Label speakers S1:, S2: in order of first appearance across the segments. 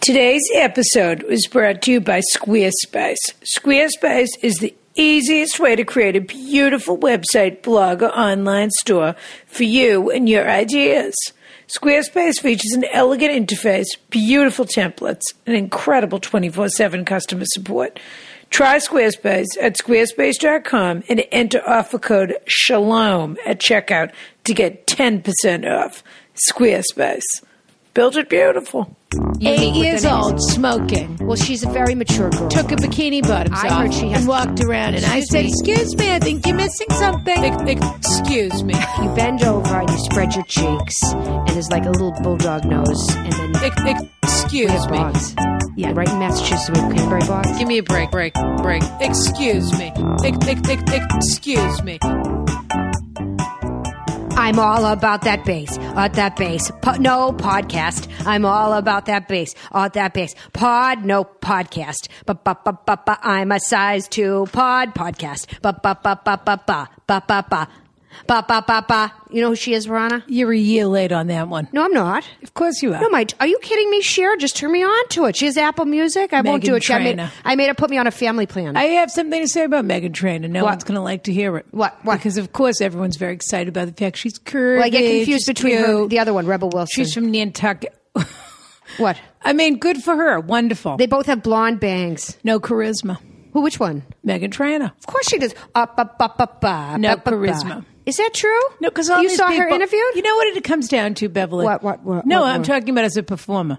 S1: Today's episode was brought to you by Squarespace. Squarespace is the easiest way to create a beautiful website, blog, or online store for you and your ideas. Squarespace features an elegant interface, beautiful templates, and incredible 24 7 customer support. Try Squarespace at squarespace.com and enter offer code SHALOM at checkout to get 10% off. Squarespace. Built it beautiful. Eight years old, smoking.
S2: Well, she's a very mature girl.
S1: Took her bikini bottoms
S2: I
S1: off
S2: heard she has
S1: and
S2: to-
S1: walked around. And I
S2: Excuse
S1: said,
S2: me.
S1: "Excuse me, I think you're missing something." E- e- Excuse me.
S2: You bend over and you spread your cheeks, and there's like a little bulldog nose, and then
S1: E- e-
S2: we
S1: Excuse
S2: have
S1: me.
S2: bogs. Yeah, right in Massachusetts, we have cranberry bogs.
S1: Give me a break, break, break. Excuse me. E- e- e- e- Excuse me.
S2: I'm all about that bass, at that bass. Po- no podcast. I'm all about that bass, at that bass. Pod, no podcast. Ba ba ba ba ba. I'm a size two pod podcast. Ba ba ba ba ba ba ba ba ba ba ba ba ba. You know who she is, Verona?
S1: You're a year late on that one.
S2: No, I'm not.
S1: Of course you are.
S2: No, my, are you kidding me? Cher just turn me on to it. She has Apple Music. I won't
S1: Meghan
S2: do it. She- I made,
S1: Trainor.
S2: I made her put me on a family plan.
S1: I have something to say about Megan Trainor. No
S2: What?
S1: one's going to like to hear it.
S2: What? What?
S1: Because of course everyone's very excited about the fact she's curvy.
S2: well, I get confused
S1: she's
S2: between her,
S1: cute.
S2: the other one, Rebel Wilson.
S1: She's from Nantucket.
S2: what?
S1: I mean, good for her. Wonderful.
S2: They both have blonde bangs.
S1: no charisma.
S2: Who? Which one?
S1: Megan Trainor.
S2: Of course she does. Uh, ba, ba, ba, ba,
S1: No
S2: ba, ba, ba.
S1: charisma.
S2: Is that true?
S1: No, because all
S2: you
S1: these
S2: saw her
S1: people-
S2: interviewed.
S1: You know what it comes down to, Beverly?
S2: What- what- what-
S1: no,
S2: what-
S1: I'm
S2: what?
S1: talking about as a performer.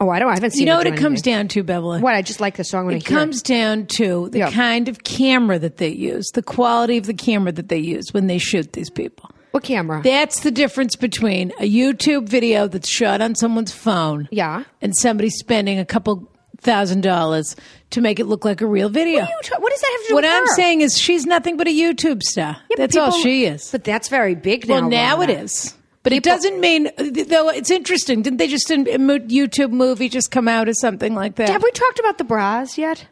S2: oh, I don't. I haven't seen.
S1: You know
S2: her
S1: what
S2: do
S1: it comes
S2: anything.
S1: down to, Beverly?
S2: What? I just like the song when
S1: It
S2: I hear
S1: comes down to the
S2: Yeah.
S1: kind of camera that they use, the quality of the camera that they use when they shoot these people.
S2: What camera?
S1: That's the difference between a YouTube video that's shot on someone's phone
S2: Yeah.
S1: and somebody spending a couple thousand dollars to make it look like a real video.
S2: What are you ta- what does that have to do
S1: What
S2: with
S1: I'm
S2: her?
S1: saying is she's nothing but a YouTube star.
S2: Yeah, but
S1: that's all
S2: people-
S1: she is.
S2: But that's very big now.
S1: Well, now it
S2: Lana.
S1: is. But it doesn't mean, though it's interesting. Didn't they just, in a mo- YouTube movie just come out or something like that?
S2: Have we talked about the bras yet?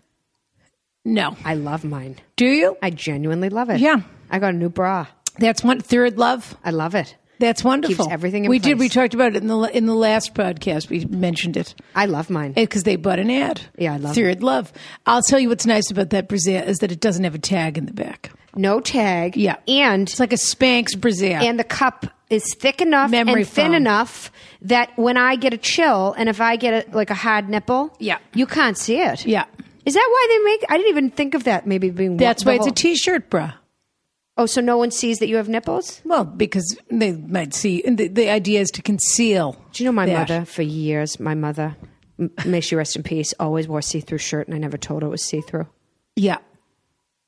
S1: no.
S2: I love mine.
S1: Do you?
S2: I genuinely love it.
S1: Yeah.
S2: I got a new bra.
S1: That's one, Third Love.
S2: I love it.
S1: That's wonderful.
S2: everything in
S1: we did.
S2: place.
S1: We talked about it in the la- in the last podcast. We mentioned it
S2: I love mine.
S1: because they bought an ad.
S2: Yeah, I love
S1: Third Love. I'll tell you what's nice about that brassiere is that it doesn't have a tag in the back.
S2: no tag.
S1: Yeah,
S2: And
S1: it's like a Spanx brassiere.
S2: and the cup is thick enough
S1: Memory
S2: and thin
S1: foam.
S2: enough that when I get a chill and if I get a, like a hard nipple,
S1: Yeah.
S2: you can't see it.
S1: yeah,
S2: Is that why they make? I didn't even think of that. Maybe being
S1: that's
S2: the
S1: why it's a
S2: whole-
S1: t-shirt bra.
S2: Oh, so no one sees that you have nipples.
S1: Well, because they might see. And the, the idea is to conceal.
S2: Do you know my
S1: that.
S2: mother? For years, my mother, m- may she rest in peace, always wore a see-through shirt, and I never told her it was see-through.
S1: Yeah,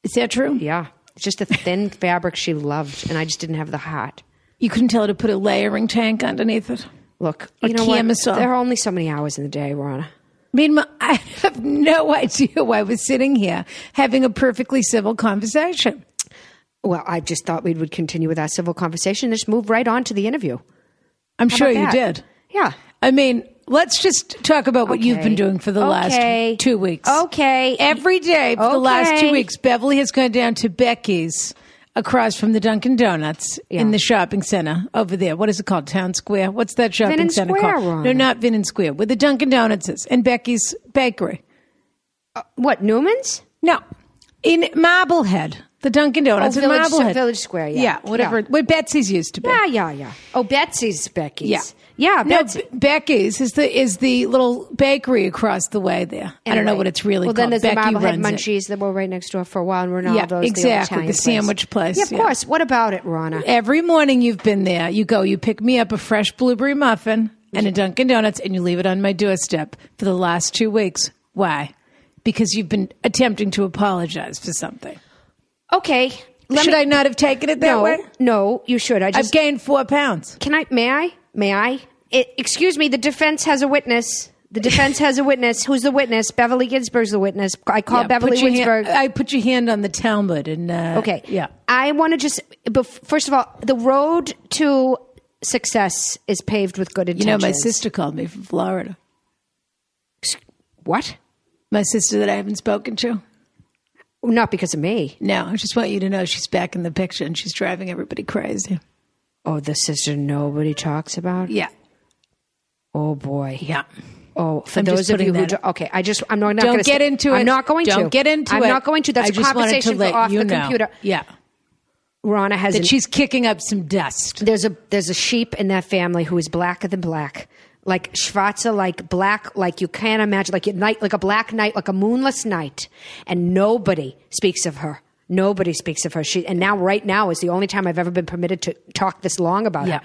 S1: is that true?
S2: Yeah, it's just a thin fabric she loved, and I just didn't have the heart.
S1: You couldn't tell her to put a layering tank underneath it.
S2: Look,
S1: A
S2: you know what?
S1: camisole.
S2: There are only so many hours in the day, Rana.
S1: Meanwhile, I have no idea why we're sitting here having a perfectly civil conversation.
S2: Well, I just thought we would continue with our civil conversation. Just move right on to the interview.
S1: I'm sure
S2: about
S1: you
S2: that?
S1: did.
S2: Yeah.
S1: I mean, let's just talk about what you've
S2: Okay.
S1: been doing for the
S2: Okay.
S1: last two weeks.
S2: Okay.
S1: Every day for the last two
S2: Okay.
S1: weeks, Beverly has gone down to Becky's across from the Dunkin' Donuts in
S2: Yeah.
S1: the shopping center over there. What is it called? Town Square? What's that shopping
S2: Vinnon
S1: center
S2: Square,
S1: called? No,
S2: Rhonda.
S1: not Vinnon Square, where the Dunkin' Donuts is and Becky's Bakery.
S2: What Newman's?
S1: No, in Marblehead, the Dunkin' Donuts
S2: Oh,
S1: in
S2: Village-
S1: Marblehead,
S2: Village Square, yeah.
S1: yeah, whatever,
S2: Yeah.
S1: where Betsy's used to be.
S2: Yeah, yeah, yeah. Oh, Betsy's Becky's.
S1: Yeah.
S2: yeah.
S1: no,
S2: Betsy.
S1: B- Becky's is the is the little bakery across the way there. I don't know
S2: Anyway.
S1: what it's really
S2: Well,
S1: called.
S2: then there's
S1: Becky
S2: the Marblehead
S1: runs it.
S2: Munchies that were right next door for a while, and Ronaldo's.
S1: Yeah,
S2: the old
S1: exactly,
S2: Italian
S1: the sandwich place,
S2: Yeah, of
S1: yeah.
S2: course. What about it, Rana?
S1: Every morning you've been there. You go, you pick me up a fresh blueberry muffin and a Dunkin' Donuts, and you leave it on my doorstep for the last two weeks. Why? Because you've been attempting to apologize for something.
S2: Okay. Let
S1: Should
S2: me-
S1: I not have taken it that
S2: No,
S1: way?
S2: no, you should. I
S1: I've
S2: just
S1: gained four pounds.
S2: can I? May I? May I? It, excuse me. The defense has a witness. The defense has a witness. Who's the witness? Beverly Ginsburg's the witness. I call
S1: Yeah,
S2: Beverly
S1: put your hand-
S2: Ginsburg.
S3: Uh,
S1: I put your hand on the Talmud and uh,
S2: Okay.
S1: yeah.
S2: I want to just, bef- first of all, the road to success is paved with good
S1: You
S2: intentions.
S1: know, my sister called me from Florida.
S2: What?
S1: My sister that I haven't spoken to.
S2: Not because of me.
S1: No, I just want you to know she's back in the picture and she's driving everybody crazy.
S2: Oh, the sister nobody talks about.
S1: Yeah,
S2: Oh boy.
S1: yeah.
S2: Oh, for
S3: I'm just
S2: those of you
S3: putting
S2: who
S3: that-
S2: do, okay, I just I'm not, not
S3: Don't
S2: gonna
S3: get
S2: say-
S3: into
S2: I'm
S3: it.
S2: not going to.
S3: Don't get into
S2: I'm
S3: it.
S2: not going to.
S3: I
S2: That's a
S3: just wanted
S2: conversation
S3: to
S2: for
S3: let
S2: off
S3: you
S2: the
S3: know.
S2: computer.
S3: Yeah,
S2: Rana has
S1: that
S2: an
S1: she's kicking up some dust.
S2: there's a there's a sheep in that family who is blacker than black like schwarzer like black like you can't imagine like a night like a black night like a moonless night and nobody speaks of her nobody speaks of her she and now right now is the only time i've ever been permitted to talk this long about
S1: Yeah.
S2: her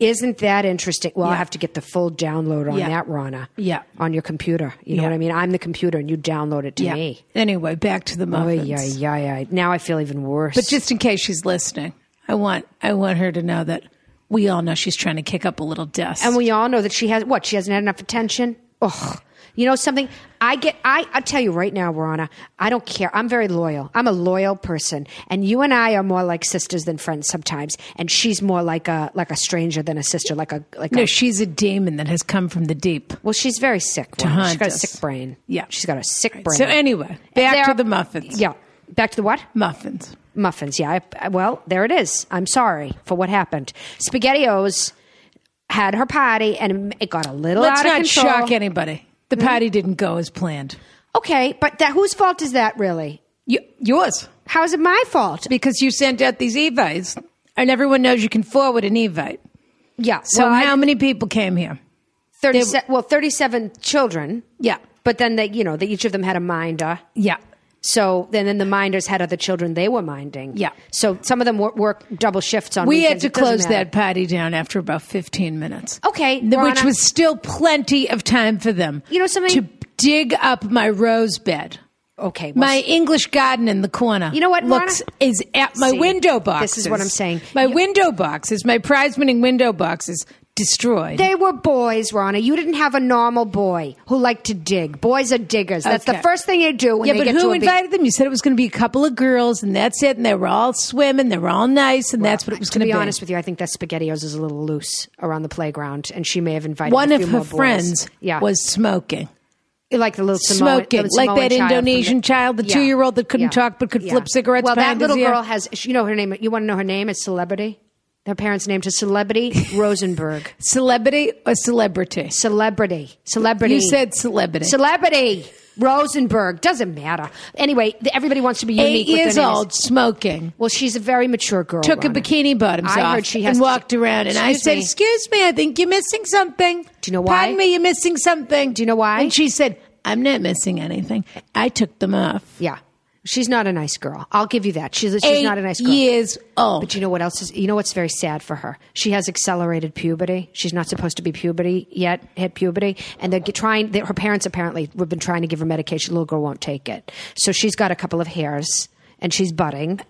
S2: isn't that interesting? Well, I
S1: Yeah.
S2: have to get the full download on
S1: Yeah.
S2: that, Rana.
S1: Yeah.
S2: On your computer. You know
S1: Yeah.
S2: what I mean? I'm the computer and you download it to
S1: Yeah.
S2: me.
S3: Anyway, back to the
S2: Oh,
S3: muffins.
S2: yeah, yeah, yeah. Now I feel even worse.
S3: But
S1: Just in case she's listening, I want I want her to know that we all know she's trying to kick up a little dust.
S2: And we all know that she has what? She hasn't had enough attention. Ugh. You know something? I get. I I tell you right now, Rana. I don't care. I'm very loyal. I'm a loyal person, and you and I are more like sisters than friends sometimes. And she's more like a like a stranger than a sister. Like a like.
S1: no,
S2: a,
S1: she's a demon that has come from the deep.
S2: well, she's very sick. Rana. She's
S1: haunt
S2: got a
S1: us.
S2: sick brain.
S1: Yeah.
S2: she's got a sick brain.
S1: So anyway,
S2: There
S1: back
S2: are-
S1: to the muffins.
S2: Yeah. Back to the what?
S1: Muffins.
S2: muffins. Yeah, I, I- well, there it is. I'm sorry for what happened. SpaghettiOs had her party, and it got a little
S1: Let's
S2: out of
S1: not
S2: control.
S1: shock anybody. The party didn't go as planned.
S2: Okay, but that whose fault is that really?
S1: Y- yours,
S2: How is it my fault?
S1: because you sent out these evites, and everyone knows you can forward an evite.
S2: Yeah.
S1: So
S2: well, I-
S1: how many people came here?
S2: 37 well, 37 children.
S1: Yeah,
S2: But then they, you know, they, each of them had a minder.
S1: yeah,
S2: So then, then the minders had other children they were minding.
S1: Yeah.
S2: So some of them work, work double shifts on
S1: We had
S2: weekends.
S1: to
S2: It doesn't
S1: close
S2: matter.
S1: that party down after about 15 minutes.
S2: Okay,
S1: Th- Which
S2: Rana.
S1: was still plenty of time for them.
S2: You know something?
S1: To dig up my rose bed.
S2: Okay. Well,
S1: My English garden in the corner.
S2: You know what, Rana?
S1: Looks is at my
S2: See,
S1: window boxes.
S2: this is what I'm saying.
S1: My
S2: You-
S1: window boxes, my prize-winning window boxes, destroyed.
S2: They were boys, Ronna. You didn't have a normal boy who liked to dig. Boys are diggers. That's
S1: Okay.
S2: the first thing they do when
S1: yeah,
S2: they
S1: but
S2: get to
S1: who
S2: a big-
S1: invited them? You said it was going to be a couple of girls, and that's it. And they were all swimming, they were all nice, and that's what it was
S2: to
S1: going
S2: be,
S1: to be.
S2: honest with you, I think that SpaghettiOs is a little loose around the playground, and she may have invited
S1: One
S2: a
S1: of
S2: few
S1: her
S2: more boys.
S1: friends
S2: Yeah,
S1: was smoking.
S2: like the little Samoan,
S1: smoking,
S2: the
S1: like
S2: Samoan
S1: that
S2: child from
S1: Indonesian child, the
S2: Yeah.
S1: two-year-old that couldn't
S2: Yeah.
S1: talk but could
S2: Yeah.
S1: flip cigarettes
S2: Well, that
S1: behind his
S2: little
S1: ear.
S2: girl has. You know her name. You want to know her name? It's celebrity. Her parents named her celebrity Rosenberg.
S1: Celebrity or celebrity?
S2: Celebrity, celebrity.
S1: You said celebrity.
S2: celebrity Rosenberg. Doesn't matter. Anyway, th- everybody wants to be
S1: Eight
S2: unique. with their
S1: years
S2: names.
S1: old, smoking.
S2: Well, she's a very mature girl.
S1: Took
S2: Rhonda.
S1: a bikini bottoms
S2: I
S1: off
S2: heard she
S1: and
S2: has to-
S1: walked around. And I
S2: Excuse
S1: said,
S2: me.
S1: "Excuse me, I think you're missing something."
S2: Do you know why?
S1: Pardon me, you're missing something.
S2: Do you know why?
S1: And she said, "I'm not missing anything. I took them off."
S2: Yeah, she's not a nice girl. I'll give you that. She's she's
S1: Eight
S2: not a nice girl.
S1: years old.
S2: But you know what else is? You know what's very sad for her? She has accelerated puberty. She's not supposed to be puberty yet, hit puberty, and they're get- trying. they her parents apparently have been trying to give her medication. The little girl won't take it, so she's got a couple of hairs and she's budding.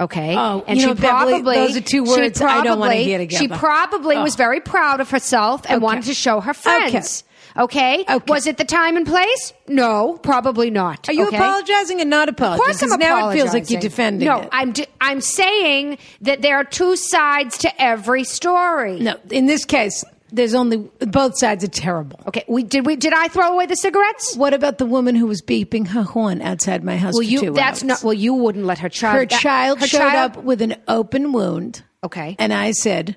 S2: Okay.
S1: Oh,
S2: and
S1: you know, Beverly, those are two
S2: she
S1: words I don't wanna
S2: probably-
S1: hear together. Oh.
S2: She probably was very proud of herself and
S1: Okay.
S2: wanted to show her friends. Okay.
S1: Okay.
S2: Was it the time and place? No, probably not.
S1: Are you
S2: okay?
S1: apologizing and not apologizing?
S2: Of course, I'm
S1: 'Cause now it feels like
S2: apologizing.
S1: you're defending
S2: No,
S1: it.
S2: I'm d am saying that there are two sides to every story.
S1: no, in this case, there's only both sides are terrible.
S2: Okay, we did we did I throw away the cigarettes?
S1: What about the woman who was beeping her horn outside my house?
S2: Well,
S1: for
S2: you
S1: two
S2: that's
S1: hours?
S2: not well. You wouldn't let her child.
S1: Her
S2: that-
S1: child
S2: her
S1: showed
S2: child-
S1: up with an open wound.
S2: Okay.
S1: and I said,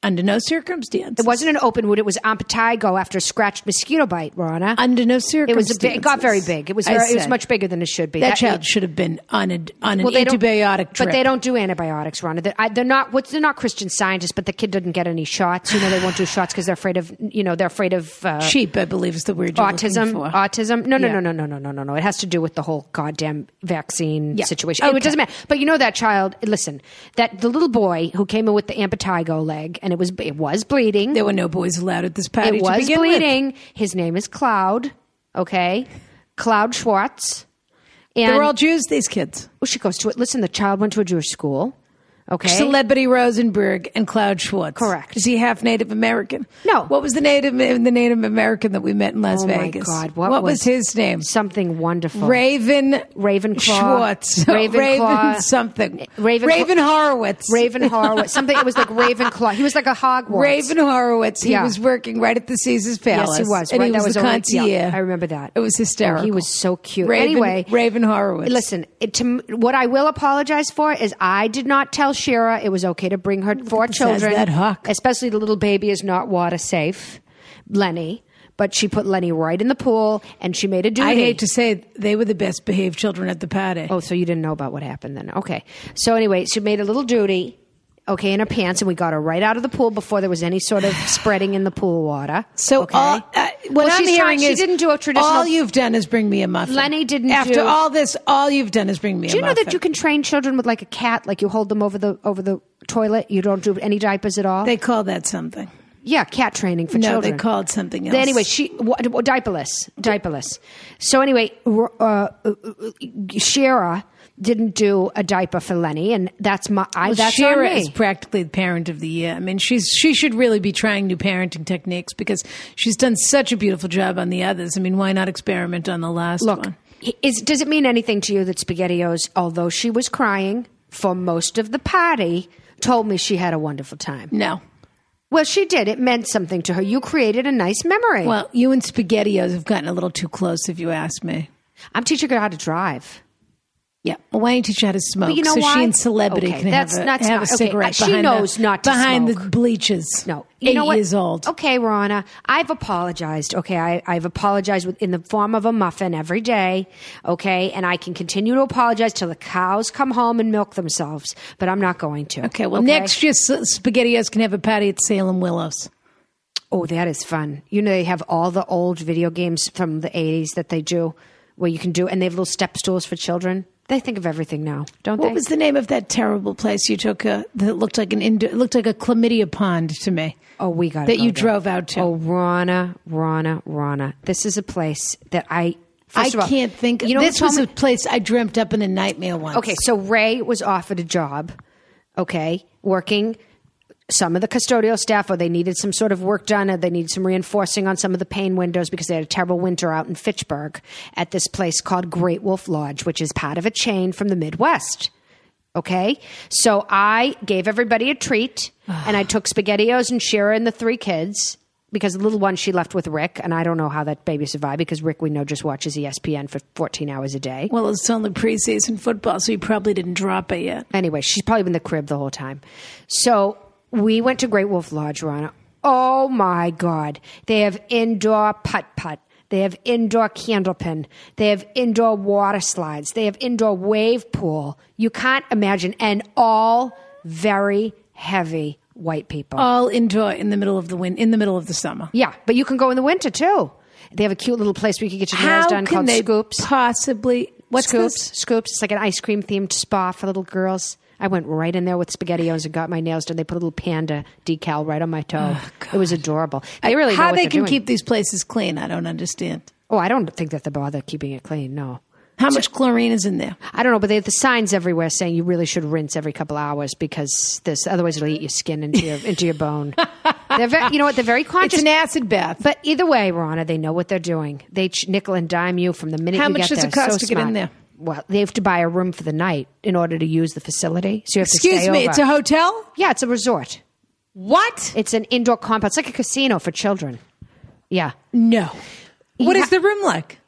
S1: under no circumstances.
S2: It wasn't an open wound. It was ampatigo after a scratched mosquito bite, Rana.
S1: under no
S2: it was.
S1: circumstances.
S2: A, big- it got very big. It was.
S1: I
S2: Very, it was
S1: said,
S2: much bigger than it should be.
S1: That, child should have been on a on an
S2: they don't-
S1: antibiotic drip.
S2: But they don't do antibiotics, Rhonda. They're, I, they're not what's they're not Christian scientists, but the kid didn't get any shots. You know, they won't do shots because they're afraid of you know they're afraid of uh,
S1: Cheap, I believe, is the word you're looking
S2: autism.
S1: for.
S2: Autism. No, no,
S1: Yeah.
S2: no, no, no, no, no, no, no. It has to do with the whole goddamn vaccine
S1: Yeah.
S2: situation. It
S1: Okay.
S2: doesn't matter. But you know that child. Listen, that the little boy who came in with the ampatigo leg, and it was it was bleeding.
S1: There were no boys allowed at this party.
S2: it was
S1: to begin with.
S2: bleeding. His name is Cloud. Okay, Cloud Schwartz. And
S1: They're all Jews. These kids.
S2: well, she goes to it. Listen, the child went to a Jewish school. Okay.
S1: Celebrity Rosenberg and Cloud Schwartz.
S2: Correct.
S1: Is he half Native American?
S2: No.
S1: What was the Native the Native American that we met in Las
S2: Oh my
S1: Vegas?
S2: God! What,
S1: was, his name?
S2: Something wonderful.
S1: Raven
S2: Ravenclaw.
S1: Schwartz.
S2: Ravenclaw.
S1: Raven something.
S2: Ravenclaw-
S1: Raven Horowitz.
S2: Raven Horowitz. Something. It was like Ravenclaw. He was like a Hogwarts.
S1: Raven Horowitz. He
S2: Yeah.
S1: was working right at the Caesar's Palace.
S2: Yes, he was.
S1: And
S2: right?
S1: he
S2: that
S1: was, the
S2: only-
S1: concierge.
S2: yeah, I remember that.
S1: It Oh, was hysterical.
S2: He was so cute.
S1: Raven,
S2: anyway,
S1: Raven Horowitz.
S2: Listen, it, to, m- what I will apologize for is I did not tell Shira it was okay to bring her four
S1: the size of
S2: children,
S1: that hawk.
S2: especially the little baby is not water safe, Lenny. But she put Lenny right in the pool and she made a duty.
S1: I hate to say they were the best behaved children at the party.
S2: Oh, so you didn't know about what happened then. Okay. So anyway, she made a little duty, okay, in her pants, and we got her right out of the pool before there was any sort of spreading in the pool water.
S1: So
S2: okay.
S1: all, uh, what
S2: Well,
S1: I'm
S2: she's
S1: hearing
S2: trying- she
S1: is
S2: didn't do a traditional-
S1: All you've done is bring me a muffin.
S2: Lenny didn't
S1: After
S2: do-
S1: all this, all you've done is bring me.
S2: do you
S1: a
S2: know
S1: muffin.
S2: that you can train children with like a cat, like you hold them over the over the toilet, you don't do any diapers at all?
S1: They call that something.
S2: yeah, cat training for
S1: No,
S2: children.
S1: they called something else.
S2: Then Anyway, she w- w- diaperless, diaperless. So anyway, r- uh, uh, Shira didn't do a diaper for Lenny, and that's my. I, that's on
S1: Shira
S2: me.
S1: is practically the parent of the year. I mean, she's she should really be trying new parenting techniques because she's done such a beautiful job on the others. I mean, why not experiment on the last
S2: Look,
S1: one?
S2: is, does it mean anything to you that SpaghettiOs, although she was crying for most of the party, told me she had a wonderful time?
S1: No.
S2: Well, she did. It meant something to her. You created a nice memory.
S1: Well, you and SpaghettiOs have gotten a little too close, if you ask me.
S2: I'm teaching her how to drive.
S1: Yeah. Well, why don't you teach her how to smoke?
S2: But you know
S1: so
S2: why?
S1: she and celebrity
S2: Okay,
S1: can
S2: that's
S1: have a,
S2: not
S1: have a
S2: smart. Okay, uh,
S1: cigarette
S2: she
S1: behind
S2: knows
S1: the,
S2: not to
S1: behind the
S2: smoke.
S1: bleachers.
S2: No, you
S1: eight
S2: know what? Oh,
S1: years old.
S2: Okay, Ronna, I've apologized. Okay, I, I've apologized with, in the form of a muffin every day. Okay, and I can continue to apologize till the cows come home and milk themselves. But I'm not going to.
S1: Okay, well, next year, S- SpaghettiOs can have a party at Salem Willows.
S2: Oh, that is fun. You know, they have all the old video games from the 80s that they do where you can do, and they have little step stools for children. They think of everything now, don't
S1: What
S2: they?
S1: was the name of that terrible place you took uh, that looked like an Indo- looked like a chlamydia pond to me?
S2: oh, we got
S1: that you drove out to.
S2: Oh, Rana, Rana, Rana. This is a place that I.
S1: I
S2: First of all,
S1: can't think.
S2: You know,
S1: this
S2: who told
S1: was
S2: me-
S1: a place I dreamt up in a nightmare once.
S2: Okay, so Ray was offered a job, okay, working some of the custodial staff, or they needed some sort of work done, or they needed some reinforcing on some of the pane windows because they had a terrible winter out in Fitchburg at this place called Great Wolf Lodge, which is part of a chain from the Midwest. Okay, so I gave everybody a treat, and I took SpaghettiOs and Shira and the three kids. Because the little one she left with Rick, and I don't know how that baby survived because Rick, we know, just watches E ESPN for 14 hours a day.
S1: Well, it's only preseason football, so you probably didn't drop it yet.
S2: Anyway, she's probably been in the crib the whole time. So we went to Great Wolf Lodge, Rana. Oh my God. They have indoor putt putt. They have indoor candlepin. They have indoor water slides. They have indoor wave pool. You can't imagine. And all very heavy white people.
S1: All indoor in the middle of the win in the middle of the summer.
S2: yeah, but you can go in the winter too. They have a cute little place where you can get your nails done called Scoops.
S1: possibly? What's
S2: scoops,
S1: this?
S2: scoops. It's like an ice cream themed spa for little girls. I went right in there with SpaghettiOs and got my nails done. They put a little panda decal right on my toe. it was adorable. They really know
S1: Oh, How
S2: what
S1: they
S2: they're
S1: can
S2: doing.
S1: keep these places clean? I don't understand.
S2: Oh, I don't think that they bother keeping it clean. No,
S1: How much chlorine is in there?
S2: I don't know, but they have the signs everywhere saying you really should rinse every couple hours because this otherwise it'll eat your skin into your into your bone. They're very, you know what? They're very
S1: It's
S2: conscious.
S1: an acid bath.
S2: but either way, Ronna, they know what they're doing. They ch- nickel and dime you from the minute
S1: How
S2: you
S1: much
S2: get
S1: does
S2: there.
S1: it cost to
S2: So
S1: get in
S2: smart.
S1: there?
S2: Well, they have to buy a room for the night in order to use the facility. So you have to
S1: Excuse
S2: stay
S1: me,
S2: over.
S1: it's a hotel.
S2: Yeah, it's a resort.
S1: What?
S2: It's an indoor compound. It's like a casino for children. Yeah.
S1: No. What
S2: You
S1: is
S2: ha-
S1: the room like?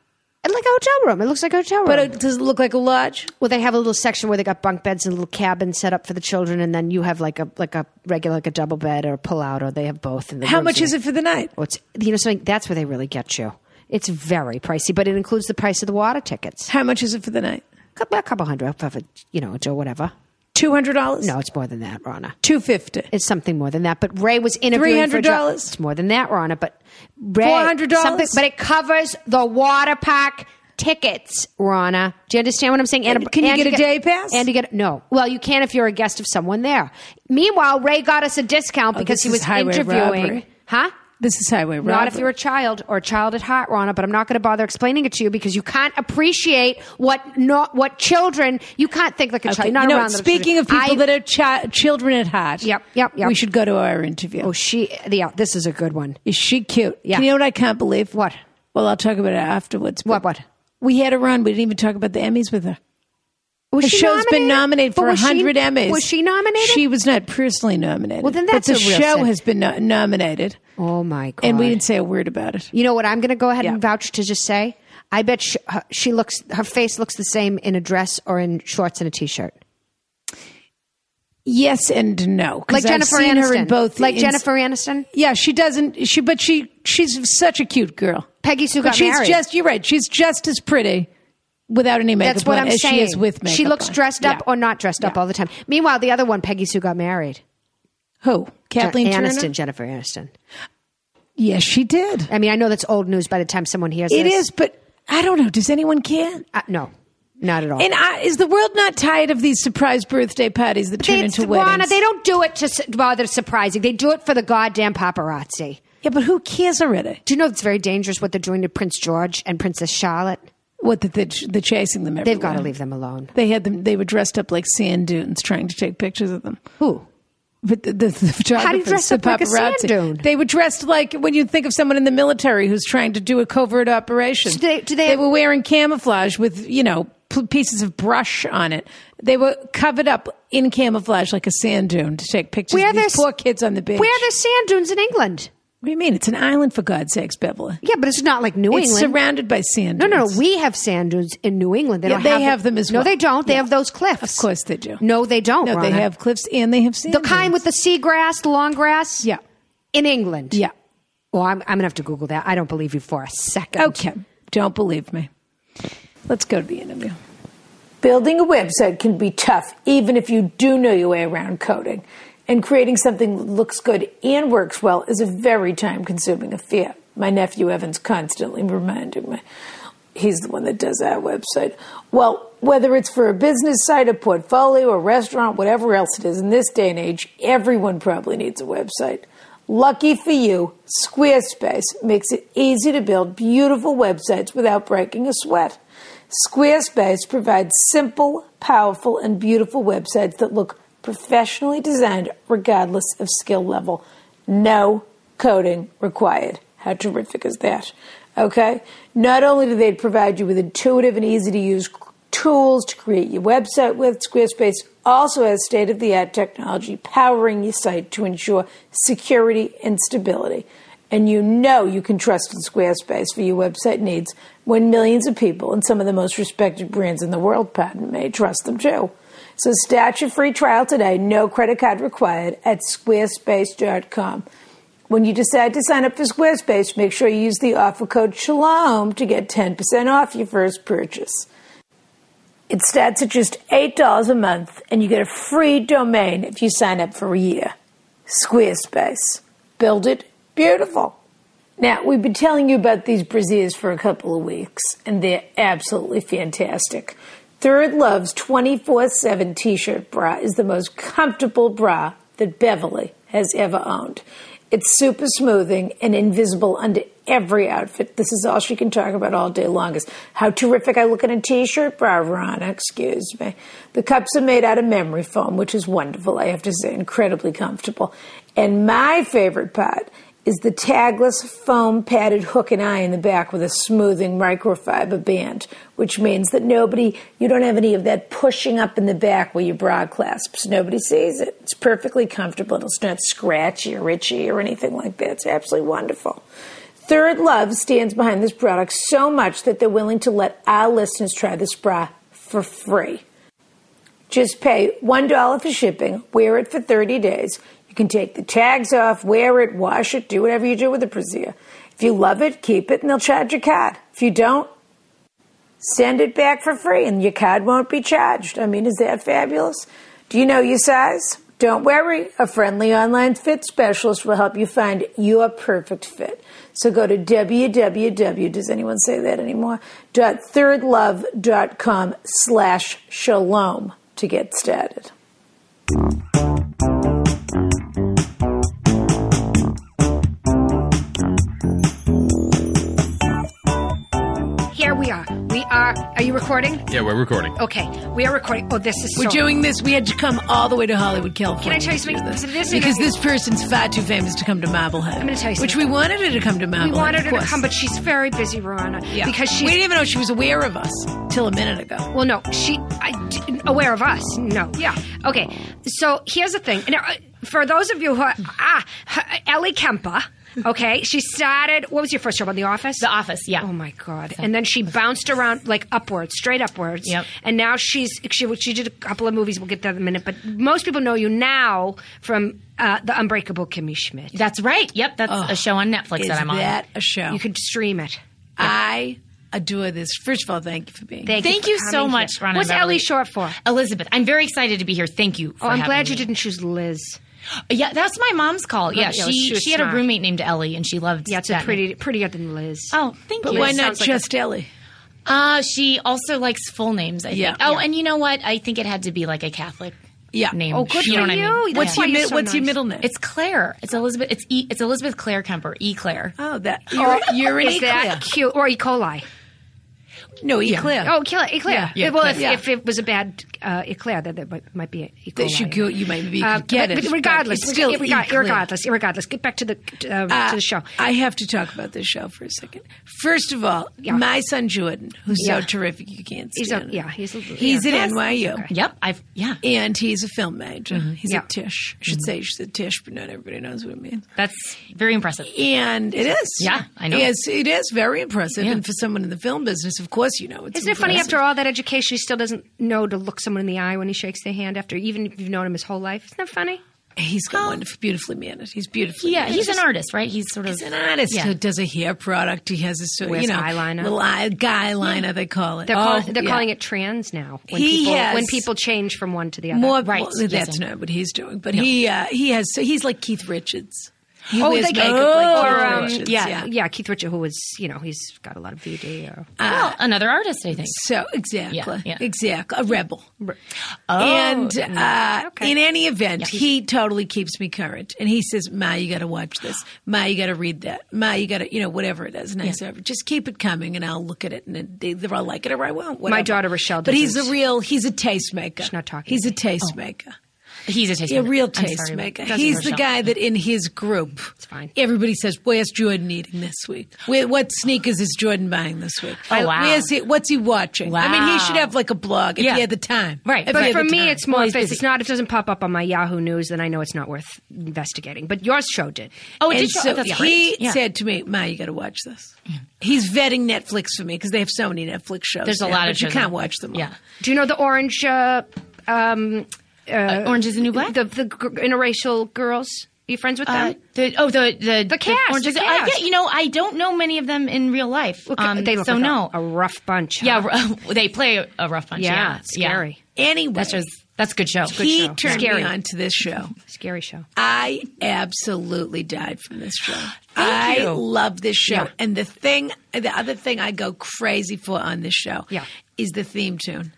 S2: And like a hotel room. It looks like a hotel room.
S1: But it, does it look like a lodge?
S2: well, they have a little section where they got bunk beds and a little cabin set up for the children, and then you have like a like a regular like a double bed or a pull out, or they have both. In the
S1: How much is it for the night?
S2: Well, it's, you know something? That's where they really get you. It's very pricey, but it includes the price of the water tickets.
S1: How much is it for the night?
S2: Couple- A couple hundred, for, you know, or whatever.
S1: Two hundred dollars.
S2: No, it's more than that, Rana.
S1: two fifty.
S2: It's something more than that. But Ray was interviewing for a job-
S1: $300?
S2: It's more than that, Ronna. But Ray,
S1: $400?
S2: something- But it covers the water park tickets, Ronna. Do you understand what I'm saying? And,
S1: Can you get a day pass?
S2: And you get no. Well, you can if you're a guest of someone there. Meanwhile, Ray got us a discount
S1: Oh, this
S2: because he
S1: is
S2: was
S1: highway
S2: interviewing,
S1: robbery.
S2: huh?
S1: This is highway robbery.
S2: Not if you're a child or a child at heart, Ronna, but I'm not going to bother explaining it to you because you can't appreciate what not what children you can't think like a child.
S1: Okay,
S2: You're Not
S1: you know,
S2: around them.
S1: speaking of people
S2: I-
S1: that are chi- children at heart.
S2: Yep, yep, yep.
S1: We should go to our interview.
S2: Oh, she. Yeah, this is a good one.
S1: is she cute?
S2: Yeah.
S1: You know what I can't believe?
S2: What?
S1: Well, I'll talk about it afterwards. but
S2: What? What?
S1: We had her on. We didn't even talk about the Emmys with her.
S2: Was
S1: The
S2: she
S1: show's been nominated
S2: But
S1: for
S2: was she-
S1: hundred Emmys.
S2: Was she nominated?
S1: She was not personally nominated.
S2: Well, then
S1: but
S2: that's
S1: the
S2: a real
S1: show
S2: sin.
S1: has been no- nominated,
S2: oh my god!
S1: and we didn't say a word about it.
S2: you know what? I'm going to go ahead
S1: Yeah.
S2: and vouch to just say, I bet she, her, she looks. Her face looks the same in a dress or in shorts and a t-shirt.
S4: Yes and no. 'cause
S2: Like
S4: I've
S2: Jennifer
S4: seen
S2: Aniston.
S4: her in both.
S2: like
S4: ins-
S2: Jennifer Aniston.
S4: Yeah, she doesn't. She but she she's such a cute girl.
S2: Peggy Sue
S4: But
S2: got
S4: she's
S2: married.
S4: just you're right. She's just as pretty without any makeup
S2: That's what
S4: on
S2: I'm
S4: as
S2: saying.
S4: she is with makeup.
S2: uh, She looks
S4: on.
S2: dressed up
S4: Yeah.
S2: or not dressed up all the time. Meanwhile, the other one, Peggy Sue, got married.
S4: Who? Kathleen
S2: Jen-
S4: Turner?
S2: Aniston, Jennifer Aniston.
S4: Yes, she did.
S2: I mean, I know that's old news by the time someone hears
S4: It
S2: this.
S4: is, but I don't know. Does anyone care?
S2: Uh, no, not at all.
S4: And I, is the world not tired of these surprise birthday parties that turn
S2: They-
S4: into
S2: Ronna,
S4: weddings?
S2: they don't do it to s- bother surprising. They do it for the goddamn paparazzi.
S4: yeah, but who cares already?
S2: Do you know it's very dangerous what they're doing to Prince George and Princess Charlotte?
S4: What that they're, ch- they're chasing them.
S2: They've got to
S4: everywhere.
S2: leave them alone.
S4: They had them. They were dressed up like sand dunes, trying to take pictures of them.
S2: Who?
S4: But the, the, the photographers,
S2: dress
S4: the
S2: up like a sand
S4: paparazzi,
S2: dune?
S4: They were dressed like when you think of someone in the military who's trying to do a covert operation.
S2: So they- do they have-
S4: were wearing camouflage with you know p- pieces of brush on it. They were covered up in camouflage like a sand dune to take pictures.
S2: Where
S4: of these
S2: there's-
S4: poor kids on the beach.
S2: Where are the sand dunes in England?
S4: what do you mean? It's an island for God's sakes, Beverly.
S2: Yeah, but it's not like New
S4: It's
S2: England.
S4: surrounded by sand.
S2: no,
S4: Dunes.
S2: no, no. We have sand dunes in New England. They
S4: Yeah,
S2: don't.
S4: they
S2: have,
S4: have them as
S2: No,
S4: well.
S2: they don't. They
S4: Yeah.
S2: have those cliffs.
S4: Of course they do.
S2: No, they don't.
S4: No, they
S2: Ronna.
S4: have cliffs and they have sand.
S2: the kind with the seagrass, the long grass.
S4: Yeah.
S2: in England.
S4: yeah.
S2: Well, I'm, I'm gonna have to Google that. I don't believe you for a second.
S4: Okay, don't believe me. Let's go to the interview.
S1: Building a website can be tough, even if you do know your way around coding. And creating something that looks good and works well is a very time consuming affair. My nephew Evan's constantly reminding me. He's the one that does our website. Well, whether it's for a business site, a portfolio, a restaurant, whatever else it is, in this day and age, everyone probably needs a website. Lucky for you, Squarespace makes it easy to build beautiful websites without breaking a sweat. Squarespace provides simple, powerful, and beautiful websites that look professionally designed regardless of skill level. No coding required. How terrific is that? Okay? Not only do they provide you with intuitive and easy to use tools to create your website with, Squarespace also has state of the art technology powering your site to ensure security and stability. And you know you can trust in Squarespace for your website needs when millions of people and some of the most respected brands in the world, pardon me, trust them too. So start your free trial today, no credit card required, at squarespace.com. When you decide to sign up for Squarespace, make sure you use the offer code SHALOM to get 10% off your first purchase. It starts at just $8 a month, and you get a free domain if you sign up for a year. Squarespace. Build it beautiful. Now, we've been telling you about these braziers for a couple of weeks, and they're absolutely fantastic. Third Love's 24 7 t shirt bra is the most comfortable bra that Beverly has ever owned. It's super smoothing and invisible under every outfit. This is all she can talk about all day long is how terrific I look in a t-shirt bra, Ron. Excuse me. The cups are made out of memory foam, which is wonderful. I have to say, incredibly comfortable. And my favorite part is the tagless foam padded hook and eye in the back with a smoothing microfiber band, which means that nobody, you don't have any of that pushing up in the back where your bra clasps. Nobody sees it. It's perfectly comfortable. It's not scratchy or itchy or anything like that. It's absolutely wonderful. Third Love stands behind this product so much that they're willing to let our listeners try this bra for free. Just pay $1 for shipping, wear it for 30 days. You can take the tags off, wear it, wash it, do whatever you do with the brassiere. If you love it, keep it and they'll charge your card. If you don't, send it back for free and your card won't be charged. I mean, is that fabulous? Do you know your size? Don't worry, a friendly online fit specialist will help you find your perfect fit. So go to www. Does anyone say that anymore? Dot thirdlove.com slash shalom to get started.
S2: Oh, Here we are. We are. Are you recording?
S5: Yeah, we're recording.
S2: Okay, we are recording. Oh, this is.
S4: We're
S2: so-
S4: doing this. We had to come all the way to Hollywood, California.
S2: Can I tell you something?
S4: to do This,
S2: This
S4: because
S2: interview-
S4: this person's far too famous to come to Marblehead. I'm
S2: gonna tell you
S4: Which we
S2: something.
S4: wanted her to come to
S2: We
S4: Marblehead.
S2: wanted
S4: of
S2: her to
S4: course.
S2: come, but she's very busy, Ronna,
S4: Yeah.
S2: because she's.
S4: we didn't even know she was aware of us till a minute ago.
S2: Well, no, she I, d- aware of us. Mm, No,
S4: Yeah.
S2: Okay, so here's the thing. Now, uh, for those of you who are, ah, Ellie Kemper Okay, she started. What was your first job on The Office?
S5: The Office, yeah.
S2: Oh my god! And then she bounced around like upwards, straight upwards.
S5: Yep.
S2: And now she's she she did a couple of movies. We'll get to that in a minute. But most people know you now from uh, the Unbreakable Kimmy Schmidt.
S5: That's right. Yep, that's a show on Netflix
S1: Is
S5: that I'm on.
S1: that a show?
S2: You could stream it.
S1: I adore this. First of all, thank you for being.
S2: Thank,
S5: Thank
S2: you,
S5: you
S2: for
S5: so
S2: coming here.
S5: much, Ron and
S2: What's Ellie
S5: Beverly.
S2: short for?
S5: Elizabeth, I'm very excited to be here. Thank you. For
S2: Oh, I'm
S5: having
S2: glad you
S5: me.
S2: didn't choose Liz.
S5: Yeah, that's my mom's call. Yeah,
S2: yeah, she
S5: she
S2: was
S5: she had a
S2: smart.
S5: roommate named Ellie, and she loved.
S2: Yeah, it's a
S5: that
S2: pretty prettier than Liz.
S5: Oh, thank
S1: but
S5: you.
S1: why
S5: It
S1: not
S5: sounds like
S1: just Ellie?
S5: a- uh, she also likes full names. I think.
S1: Yeah.
S5: oh,
S1: Yeah.
S5: and you know what? I think it had to be like a Catholic.
S1: Yeah.
S5: Name.
S1: Oh,
S2: good
S5: you
S2: for
S5: know What I
S2: you.
S5: mean?
S2: That's
S1: What's
S2: why
S1: your
S2: you're
S1: mid-
S2: so
S1: what's your
S2: nice.
S1: middle name?
S5: It's Claire. It's Elizabeth. It's e, It's Elizabeth Claire Kemper. E Claire.
S1: oh that you're, you're an
S2: Is that
S1: eclair.
S2: cute or E. coli?
S1: No eclair.
S2: Oh, kill it, eclair.
S5: Yeah,
S2: well, if,
S1: yeah.
S2: if it was a bad uh, eclair, then there might- might be an E.
S1: That you
S2: coli.
S1: go- you might be-
S2: Uh,
S1: could get
S2: but,
S1: it,
S2: but
S1: but
S2: regardless,
S1: it's still
S2: rega-
S1: E. clear.
S2: regardless, regardless. Get back to the uh, to the show.
S1: I have to talk about this show for a second. First of all,
S2: Yeah.
S1: my son Jordan, who's
S2: Yeah.
S1: so terrific, you can't
S2: He's
S1: stand
S2: a-
S1: him.
S2: yeah, he's a-
S1: he's
S2: yeah.
S1: at NYU.
S5: Yep. I've yeah.
S2: E
S1: And he's a film major. He's
S2: Mm-hmm. Yeah. Mm-hmm.
S1: a Tish. I should say she's a Tish, but not everybody knows what it means.
S5: That's very impressive.
S1: And it is.
S5: Yeah, I know.
S1: Yes, it is very impressive.
S5: Yeah.
S1: And for someone in the film business, of course, you know it's
S2: Isn't it funny? After all that education, he still doesn't know to look someone in the eye when he shakes their hand. After even if you've known him his whole life, isn't that funny?
S1: He's got wonderful, beautifully mannered. He's beautifully
S5: Yeah,
S1: mannered.
S5: he's an artist, right? He's sort of
S1: He's an artist
S5: Yeah.
S1: who does a hair product. He has a sort
S2: Wears
S1: you know
S2: eyeliner.
S1: little eye, guy liner they call it.
S2: They're,
S1: oh,
S2: call, they're
S1: yeah.
S2: calling it trans now. When
S1: He
S2: people,
S1: has-
S2: when people change from one to the other,
S1: more.
S5: right,
S1: well,
S5: yes,
S1: that's
S5: I-
S1: not what he's doing, but he uh, he has so he's like Keith Richards. He
S2: Oh,
S1: wears
S2: they
S1: makeup
S2: oh,
S1: like Keith
S2: or, um,
S1: Richards,
S2: yeah, yeah, Keith Richard, who was, you know, he's got a lot of VD. Or,
S5: well, another artist, I think.
S1: So exactly,
S5: yeah.
S1: exactly, a rebel.
S5: Oh,
S1: and uh,
S2: Okay.
S1: in any event, he totally keeps me current. And he says, "Ma, you got to watch this. Ma, you got to read that. Ma, you got to, you know, whatever it is. And I said, just keep it coming, and I'll look at it, and then they- either I'll like it or I won't. whatever."
S2: daughter, Rochelle,
S1: But he's
S2: doesn't.
S1: a real, he's a tastemaker.
S2: She's not talking
S1: He's
S2: to
S1: a
S2: me. Oh.
S1: tastemaker.
S5: he's a taste.
S1: A real
S5: I'm sorry,
S1: tastemaker.
S5: it doesn't
S1: He's
S5: Rochelle.
S1: the guy that in his group,
S2: fine.
S1: everybody says, "Where's Jordan eating this week? Where, what sneakers is Jordan buying this week?
S5: Oh, wow.
S1: Where's he, what's he watching? I mean, he should have like a blog if
S5: Yeah.
S1: he had the time.
S5: Right,
S1: If
S5: but
S1: he
S2: but
S1: had the
S2: for me,
S1: time.
S2: it's more if
S5: he's
S2: it's,
S5: busy.
S2: it's not if it doesn't pop up on my Yahoo News, then I know it's not worth investigating. But your show did.
S5: Oh, it
S1: And
S5: did show.
S1: so
S5: That's
S1: he
S5: great. Yeah.
S1: said to me, "Ma, you got to watch this." He's vetting Netflix for me because they have so many Netflix shows.
S5: There's a
S1: now,
S5: lot
S1: but
S5: of
S1: you
S5: shows
S1: can't
S5: on
S1: watch
S5: Netflix.
S1: them. All.
S5: Yeah.
S2: Do you know the orange, uh, um,
S5: Uh, Orange is the New Black.
S2: the the gr- interracial girls? Are you friends with
S5: Uh,
S2: them?
S5: the oh the the
S2: The cast,
S5: Orange is
S2: the
S5: I-
S2: cast.
S5: yeah, you know, I don't know many of them in real life.
S2: Look,
S5: um,
S2: they look
S5: so
S2: like a-
S5: no.
S2: a, rough bunch.
S5: yeah,
S2: huh?
S5: r- they play a rough bunch.
S2: yeah,
S5: Yeah,
S2: scary,
S1: Anyway,
S5: That's just that's a good show. Good
S1: he
S5: show.
S1: turned
S2: Scary.
S1: me on to this show.
S2: scary show.
S1: I absolutely died from this show. I
S5: you.
S1: love this show.
S2: Yeah.
S1: And the thing, the other thing I go crazy for on this show
S2: Yeah.
S1: is the theme tune.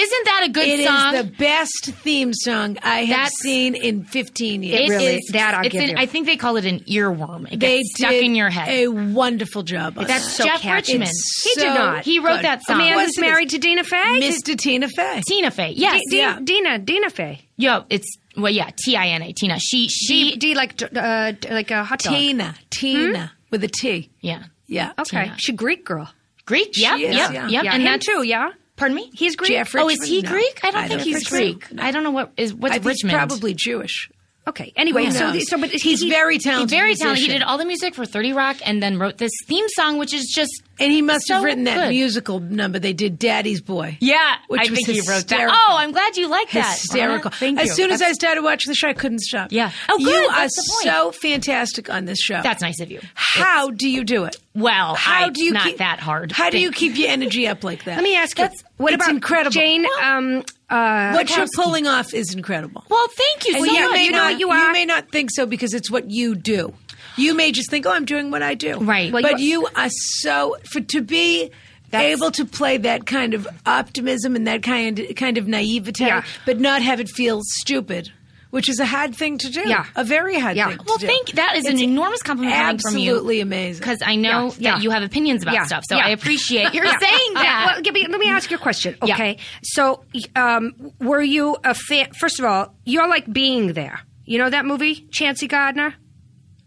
S5: Isn't that a good
S1: It is
S5: song?
S1: the best theme song I have
S5: That's-
S1: seen in 15 years.
S5: It
S2: really-
S5: is-
S2: that I'll
S5: it's
S2: give
S5: an-
S2: you.
S5: I think they call it an earworm. It
S1: they
S5: gets stuck
S1: did
S5: in your head.
S1: a wonderful job on
S5: That's
S1: that.
S2: so
S5: Jeff
S2: catchy.
S5: Richmond.
S1: It's
S2: He did
S1: so
S2: not.
S5: He wrote
S1: good.
S5: that
S2: A
S5: song.
S2: man
S1: Of course
S2: who's
S1: it is.
S2: married to Dina Fey.
S1: Mr. Tina Fey.
S5: Tina Fey. Yes.
S2: D-
S1: yeah.
S2: Dina, Dina Fey.
S5: Yo, it's well, yeah. T I N A. Tina. She. She.
S2: D, D like d- uh, d- like a hot dog.
S1: Tina. Tina.
S5: Hmm?
S1: With a T.
S5: yeah.
S1: Yeah.
S2: Okay,
S5: Tina.
S2: she Greek girl.
S5: Greek. Yep.
S1: is,
S5: yep.
S1: yeah.
S5: Yep.
S2: Yeah,
S5: and
S2: him
S5: that's
S2: too. Yeah,
S5: Pardon me.
S2: he's Greek.
S1: Jeff
S5: Oh, is
S1: Richmond?
S5: he
S1: No.
S5: Greek? I don't
S1: I
S5: think
S1: don't
S5: he's
S1: think so.
S5: Greek.
S1: No.
S5: I don't know what is what's
S1: I think he's
S5: Richmond.
S1: probably Jewish.
S2: Okay. Anyway,
S1: Who
S2: so the-
S1: knows?
S2: so but
S1: he's
S2: he-
S1: very talented.
S5: He's very talented. He
S1: musician.
S5: did all the music for Thirty Rock, and then wrote this theme song, which is just
S1: And he must have
S5: so
S1: written that
S5: good.
S1: musical number they did, Daddy's Boy.
S5: Yeah,
S1: Which
S5: I
S1: was
S5: think he wrote that.
S1: hysterical.
S5: Oh, I'm glad you like that.
S1: Hysterical.
S5: Rana. Thank you.
S1: As soon as I started watching the show, I couldn't stop.
S5: Yeah. Oh, good.
S1: You
S5: That's
S1: are
S5: the point.
S1: so fantastic on this show.
S5: That's nice of you.
S1: How do you do it?
S5: Well,
S1: How
S5: I-
S1: do you
S5: it's not
S1: keep,
S5: that hard.
S1: How do
S5: Thank
S1: you keep your energy up like that?
S2: Let me ask you.
S5: That's-
S2: what
S1: it's
S2: about
S1: incredible.
S2: Jane? Um, uh,
S1: What you're pulling off is incredible.
S5: Well, thank you.
S1: And
S5: so
S1: you
S5: much.
S1: may
S2: You know
S1: not
S2: what you are?
S1: may not think so because it's what you do. You may just think, "Oh, I'm doing what I do."
S5: Right. Well,
S1: but
S2: you
S1: you are so for to be able to play that kind of optimism and that kind kind of naivete,
S2: Yeah.
S1: but not have it feel stupid, which is a hard thing to do.
S2: Yeah.
S1: a very hard
S2: Yeah.
S1: thing. to
S5: Well,
S1: do.
S5: thank that is an enormous compliment coming from you.
S1: Absolutely amazing.
S5: Because I know
S2: Yeah, yeah.
S5: that you have opinions about
S2: Yeah,
S5: stuff, so
S2: yeah.
S5: I appreciate you're
S2: Yeah. Uh,
S5: saying that.
S2: Well, give me, let me ask you a question.
S5: Yeah.
S2: Okay. So, um, were you a fan? First of all, you're like being there. You know that movie, Chancey Gardner?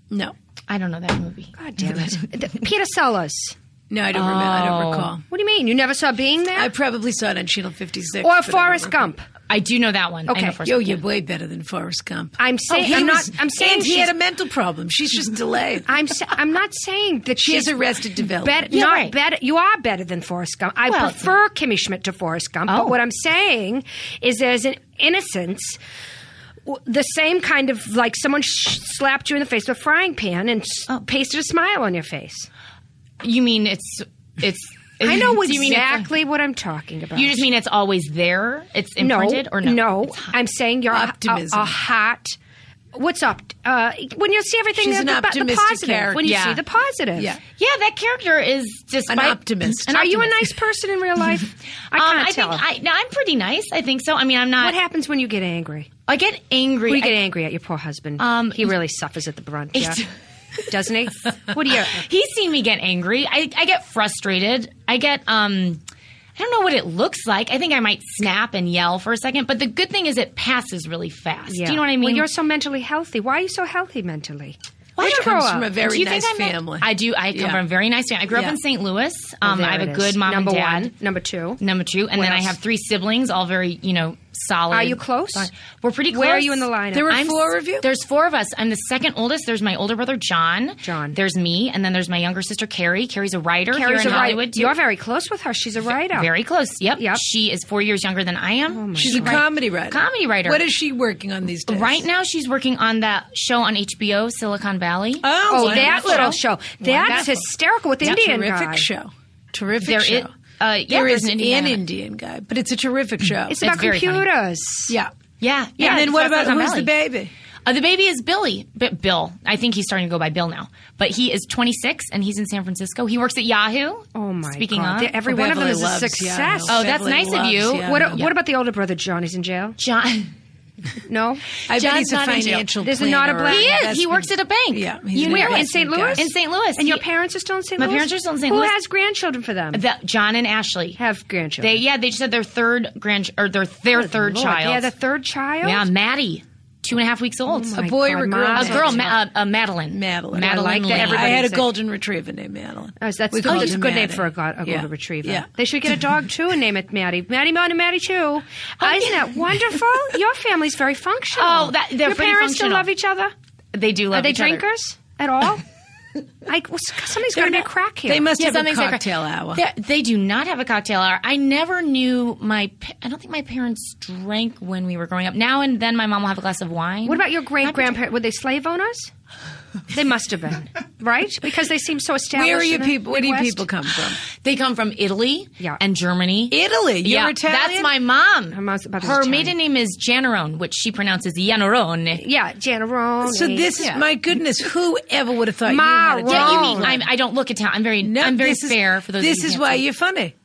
S1: No,
S5: I don't know that movie.
S2: God damn it. The- Peter Sellers. Oh.
S1: no, I don't remember. I don't recall.
S2: What do you mean? You never saw Being There?
S4: I probably saw it on Channel 56.
S2: or
S4: but I
S2: Forrest
S4: don't remember.
S2: Gump?
S5: I do know that one. I
S2: Okay.
S5: know Forrest
S4: Yo,
S5: Gump.
S4: you're way better than Forrest Gump.
S5: Oh,
S2: I'm saying
S4: He
S2: I'm
S4: was-
S2: not. I'm saying
S4: and he
S2: she's.
S4: had a mental problem. She's just delayed.
S2: I'm. sa- I'm not saying that
S4: She
S2: she's
S4: has arrested
S2: better.
S4: development.
S5: Yeah,
S2: not
S5: right.
S2: better. You are better than Forrest Gump. I
S5: Well,
S2: prefer Kimmy Schmidt to Forrest Gump.
S5: Oh.
S2: But what I'm saying is there's an innocence. w- The same kind of like someone sh- slapped you in the face with a frying pan and s
S5: Oh.
S2: pasted a smile on your face.
S5: You mean it's it's.
S2: I know
S5: do you mean it's-
S2: exactly what I'm talking about.
S5: You just mean it's always there? It's imprinted or no? It's hot.
S2: I'm saying you're a-
S4: Optimism.
S2: A, a hot. What's up? Uh, when you see everything,
S4: She's
S2: the,
S4: an
S2: the- the
S4: optimistic
S2: positive. When you
S5: character.
S2: see
S5: Yeah.
S2: the positive.
S4: Yeah.
S5: yeah, that character is just
S4: An optimist.
S2: Are you a nice person in real life? I
S5: Um,
S2: can't
S5: I think
S2: tell.
S5: I, no, I'm pretty nice. I think so. I mean, I'm not.
S2: what happens when you get angry?
S5: I get angry.
S2: When you get
S5: I-
S2: angry at your poor husband,
S5: Um,
S2: he really suffers at the brunt, yeah?
S5: It's-
S2: doesn't he? What do you?
S5: He's seen me get angry. I, I get frustrated. I get um I don't know what it looks like. I think I might snap and yell for a second, but the good thing is it passes really fast.
S2: Yeah.
S5: Do you know what I mean?
S2: Well, you're so mentally healthy. Why are you so healthy mentally?
S5: Why
S2: Where'd
S5: do
S2: you
S5: I-
S2: grow
S4: comes
S2: up?
S4: from a very
S5: Do you
S4: nice
S5: think I'm a-
S4: family.
S5: I do. I come
S4: Yeah.
S5: from a very nice family. I grew
S4: Yeah.
S5: up in St. Louis. Um,
S2: There
S5: I have
S2: it
S5: a
S2: is.
S5: good mom
S2: Number
S5: and dad.
S2: One. Number two.
S5: Number two, and
S2: What
S5: then I
S2: else?
S5: have three siblings, all very you know solid.
S2: Are you close?
S5: We're pretty close.
S2: Where are you in the lineup?
S4: There were
S5: I'm
S4: four
S5: s-
S4: of you?
S5: There's four of us. I'm the second oldest. There's my older brother John.
S2: John.
S5: There's me, and then there's my younger sister Carrie. Carrie's a writer here
S2: Carrie's
S5: in
S2: a writer.
S5: Hollywood. too.
S2: You're very close with her. She's a writer.
S5: Very close. Yep.
S2: Yep.
S5: She is four years younger than I am.
S4: She's a comedy writer.
S5: Comedy writer.
S4: Oh What is she working on these days?
S5: Right now, she's working on that show on HBO, Silicon Valley.
S4: Oh,
S2: Oh,
S4: wonderful.
S2: that little show. That's
S5: Wonderful.
S2: hysterical with the
S4: It's a
S2: Indian
S4: terrific
S2: guy.
S4: show. Terrific
S5: There
S4: show.
S5: is- uh, yeah,
S4: there
S5: there's
S4: is
S5: an
S4: an
S5: Indian
S4: Indian,
S5: guy.
S4: guy, but it's a terrific show.
S2: It's about
S5: It's very funny.
S2: computers.
S4: yeah.
S5: Yeah. Yeah.
S4: and then
S5: it's
S4: what about
S5: Silicon
S4: who's the
S5: Valley.
S4: baby?
S5: Uh, the baby is Billy. B- Bill. I think he's starting to go by Bill now. But he is 26 and he's in San Francisco. He works at Yahoo.
S2: Oh my
S5: Speaking
S2: god!
S5: of.
S2: They're- Every one of them
S4: Beverly
S2: is a
S4: loves
S2: success.
S4: Yahoo.
S5: Oh, that's
S4: Beverly
S5: nice of
S4: loves
S5: you.
S4: Yahoo.
S2: what, what about the older brother John? He's in jail.
S5: John. Uh,
S2: No,
S4: I bet
S5: John's
S4: he's a
S5: not in jail.
S4: financial
S2: There's not a
S4: planner
S2: black-
S4: or
S5: He is. He
S4: investment-
S5: works at a bank.
S4: Yeah.
S5: You
S4: an
S5: know it.
S2: in St.
S4: investment
S2: Louis.
S4: guy.
S5: In St. Louis.
S2: And your
S5: He-
S2: parents are still in St.
S5: My
S2: Louis.
S5: parents are still in St.
S2: Who
S5: Louis.
S2: has grandchildren for them?
S5: The- John and Ashley.
S2: have grandchildren.
S5: They, yeah, they just had their third grand or their their third
S2: Lord,
S5: child.
S2: Yeah, the third child.
S5: Yeah, Maddie, two and a half weeks old.
S2: Oh
S5: a
S2: my
S5: boy,
S4: boy or a
S2: God,
S4: girl?
S2: my
S5: a girl,
S2: God.
S5: Ma- uh, uh, Madeline.
S4: Madeline.
S5: Madeline.
S2: I like that
S5: Lee.
S2: everybody
S4: I had a
S2: says-
S4: golden retriever named Madeline.
S2: Oh, so that's
S4: We
S2: good.
S4: called
S2: That's a
S4: him
S2: good name
S4: Maddie.
S2: for a, go- a
S4: Yeah.
S2: golden retriever.
S4: Yeah.
S2: They should get a dog too and name it Maddie. Maddie Moon and Maddie Chew. Isn't that wonderful? Your family's very functional.
S5: Oh, that- they're
S2: Your
S5: pretty
S2: parents still
S5: functional.
S2: love each other.
S5: They do love
S2: Are they
S5: each other.
S2: drinkers at all? Like well, somebody's
S4: They're
S2: going to be
S4: not-
S2: crack here.
S4: They must
S5: Yeah,
S4: have a
S5: something's like-
S4: cocktail hour.
S5: They're- They do not have a cocktail hour. I never knew my. pa- I don't think my parents drank when we were growing up. Now and then, my mom will have a glass of wine.
S2: What about your great grandparents? Were they slave owners? They must have been, right? Because they seem so established.
S4: Where are you
S2: in the
S4: people? Where do you
S2: Midwest.
S4: people come from?
S5: They come from Italy
S2: Yeah.
S5: and Germany.
S4: Italy. You're
S5: yeah,
S4: Italian.
S5: that's my mom. Her,
S2: mom's- mother's Italian.
S5: maiden name is Janarone, which she pronounces Janarone.
S2: Yeah, Janarone.
S4: So this is my goodness. Whoever would have thought
S2: Ma,
S4: you had a
S2: wrong.
S5: Yeah, you
S2: Oh.
S5: mean I'm, I don't look Italian. I'm very,
S4: No,
S5: I'm very
S4: this is-
S5: fair for those. of
S4: This
S5: you who
S4: is
S5: can't
S4: why
S5: see.
S4: you're funny.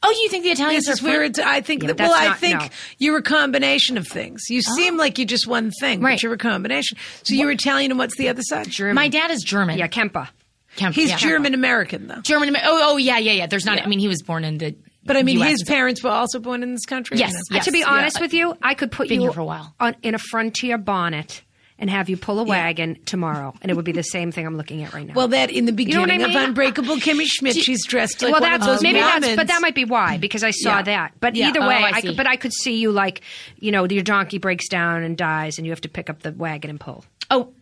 S5: Oh, you think the Italians
S4: This is
S5: are
S4: where
S5: fun?
S4: it's. I think.
S2: Yeah,
S4: that,
S2: that's
S4: well, I
S2: not-
S4: think
S2: no. Oh.
S4: you're a combination of things. You seem like you're just one thing,
S5: Right.
S4: but you're a combination. So you're Italian, and what's the other side? German.
S5: My dad is German.
S2: Yeah, Kempa. Uh,
S5: Kemp,
S4: He's
S5: yeah.
S4: German American, though.
S5: German. Amer- Oh, oh, yeah, yeah, yeah. There's not. I mean, he was born in the.
S4: But I mean,
S5: US.
S4: his parents were also born in this country.
S5: Yes,
S4: you know?
S5: yes.
S2: to be
S5: yeah.
S2: honest with you, I could put
S5: Been
S2: you
S5: here for a while.
S2: On, in a frontier bonnet and have you pull a wagon tomorrow, and it would be the same thing I'm looking at right now.
S4: Well, that in the
S2: know what I
S4: beginning
S2: mean?
S4: of Unbreakable Kimmy Schmidt, she's dressed like
S2: well,
S4: one
S2: that's
S4: of those
S2: maybe that's,
S4: Brahmins.
S2: but that might be why because I saw
S4: Yeah.
S2: that. But
S4: Yeah.
S2: either
S5: Oh,
S2: way,
S5: I
S2: I, could,
S5: see.
S2: but I could see you like you know your donkey breaks down and dies, and you have to pick up the wagon and pull.
S5: Oh,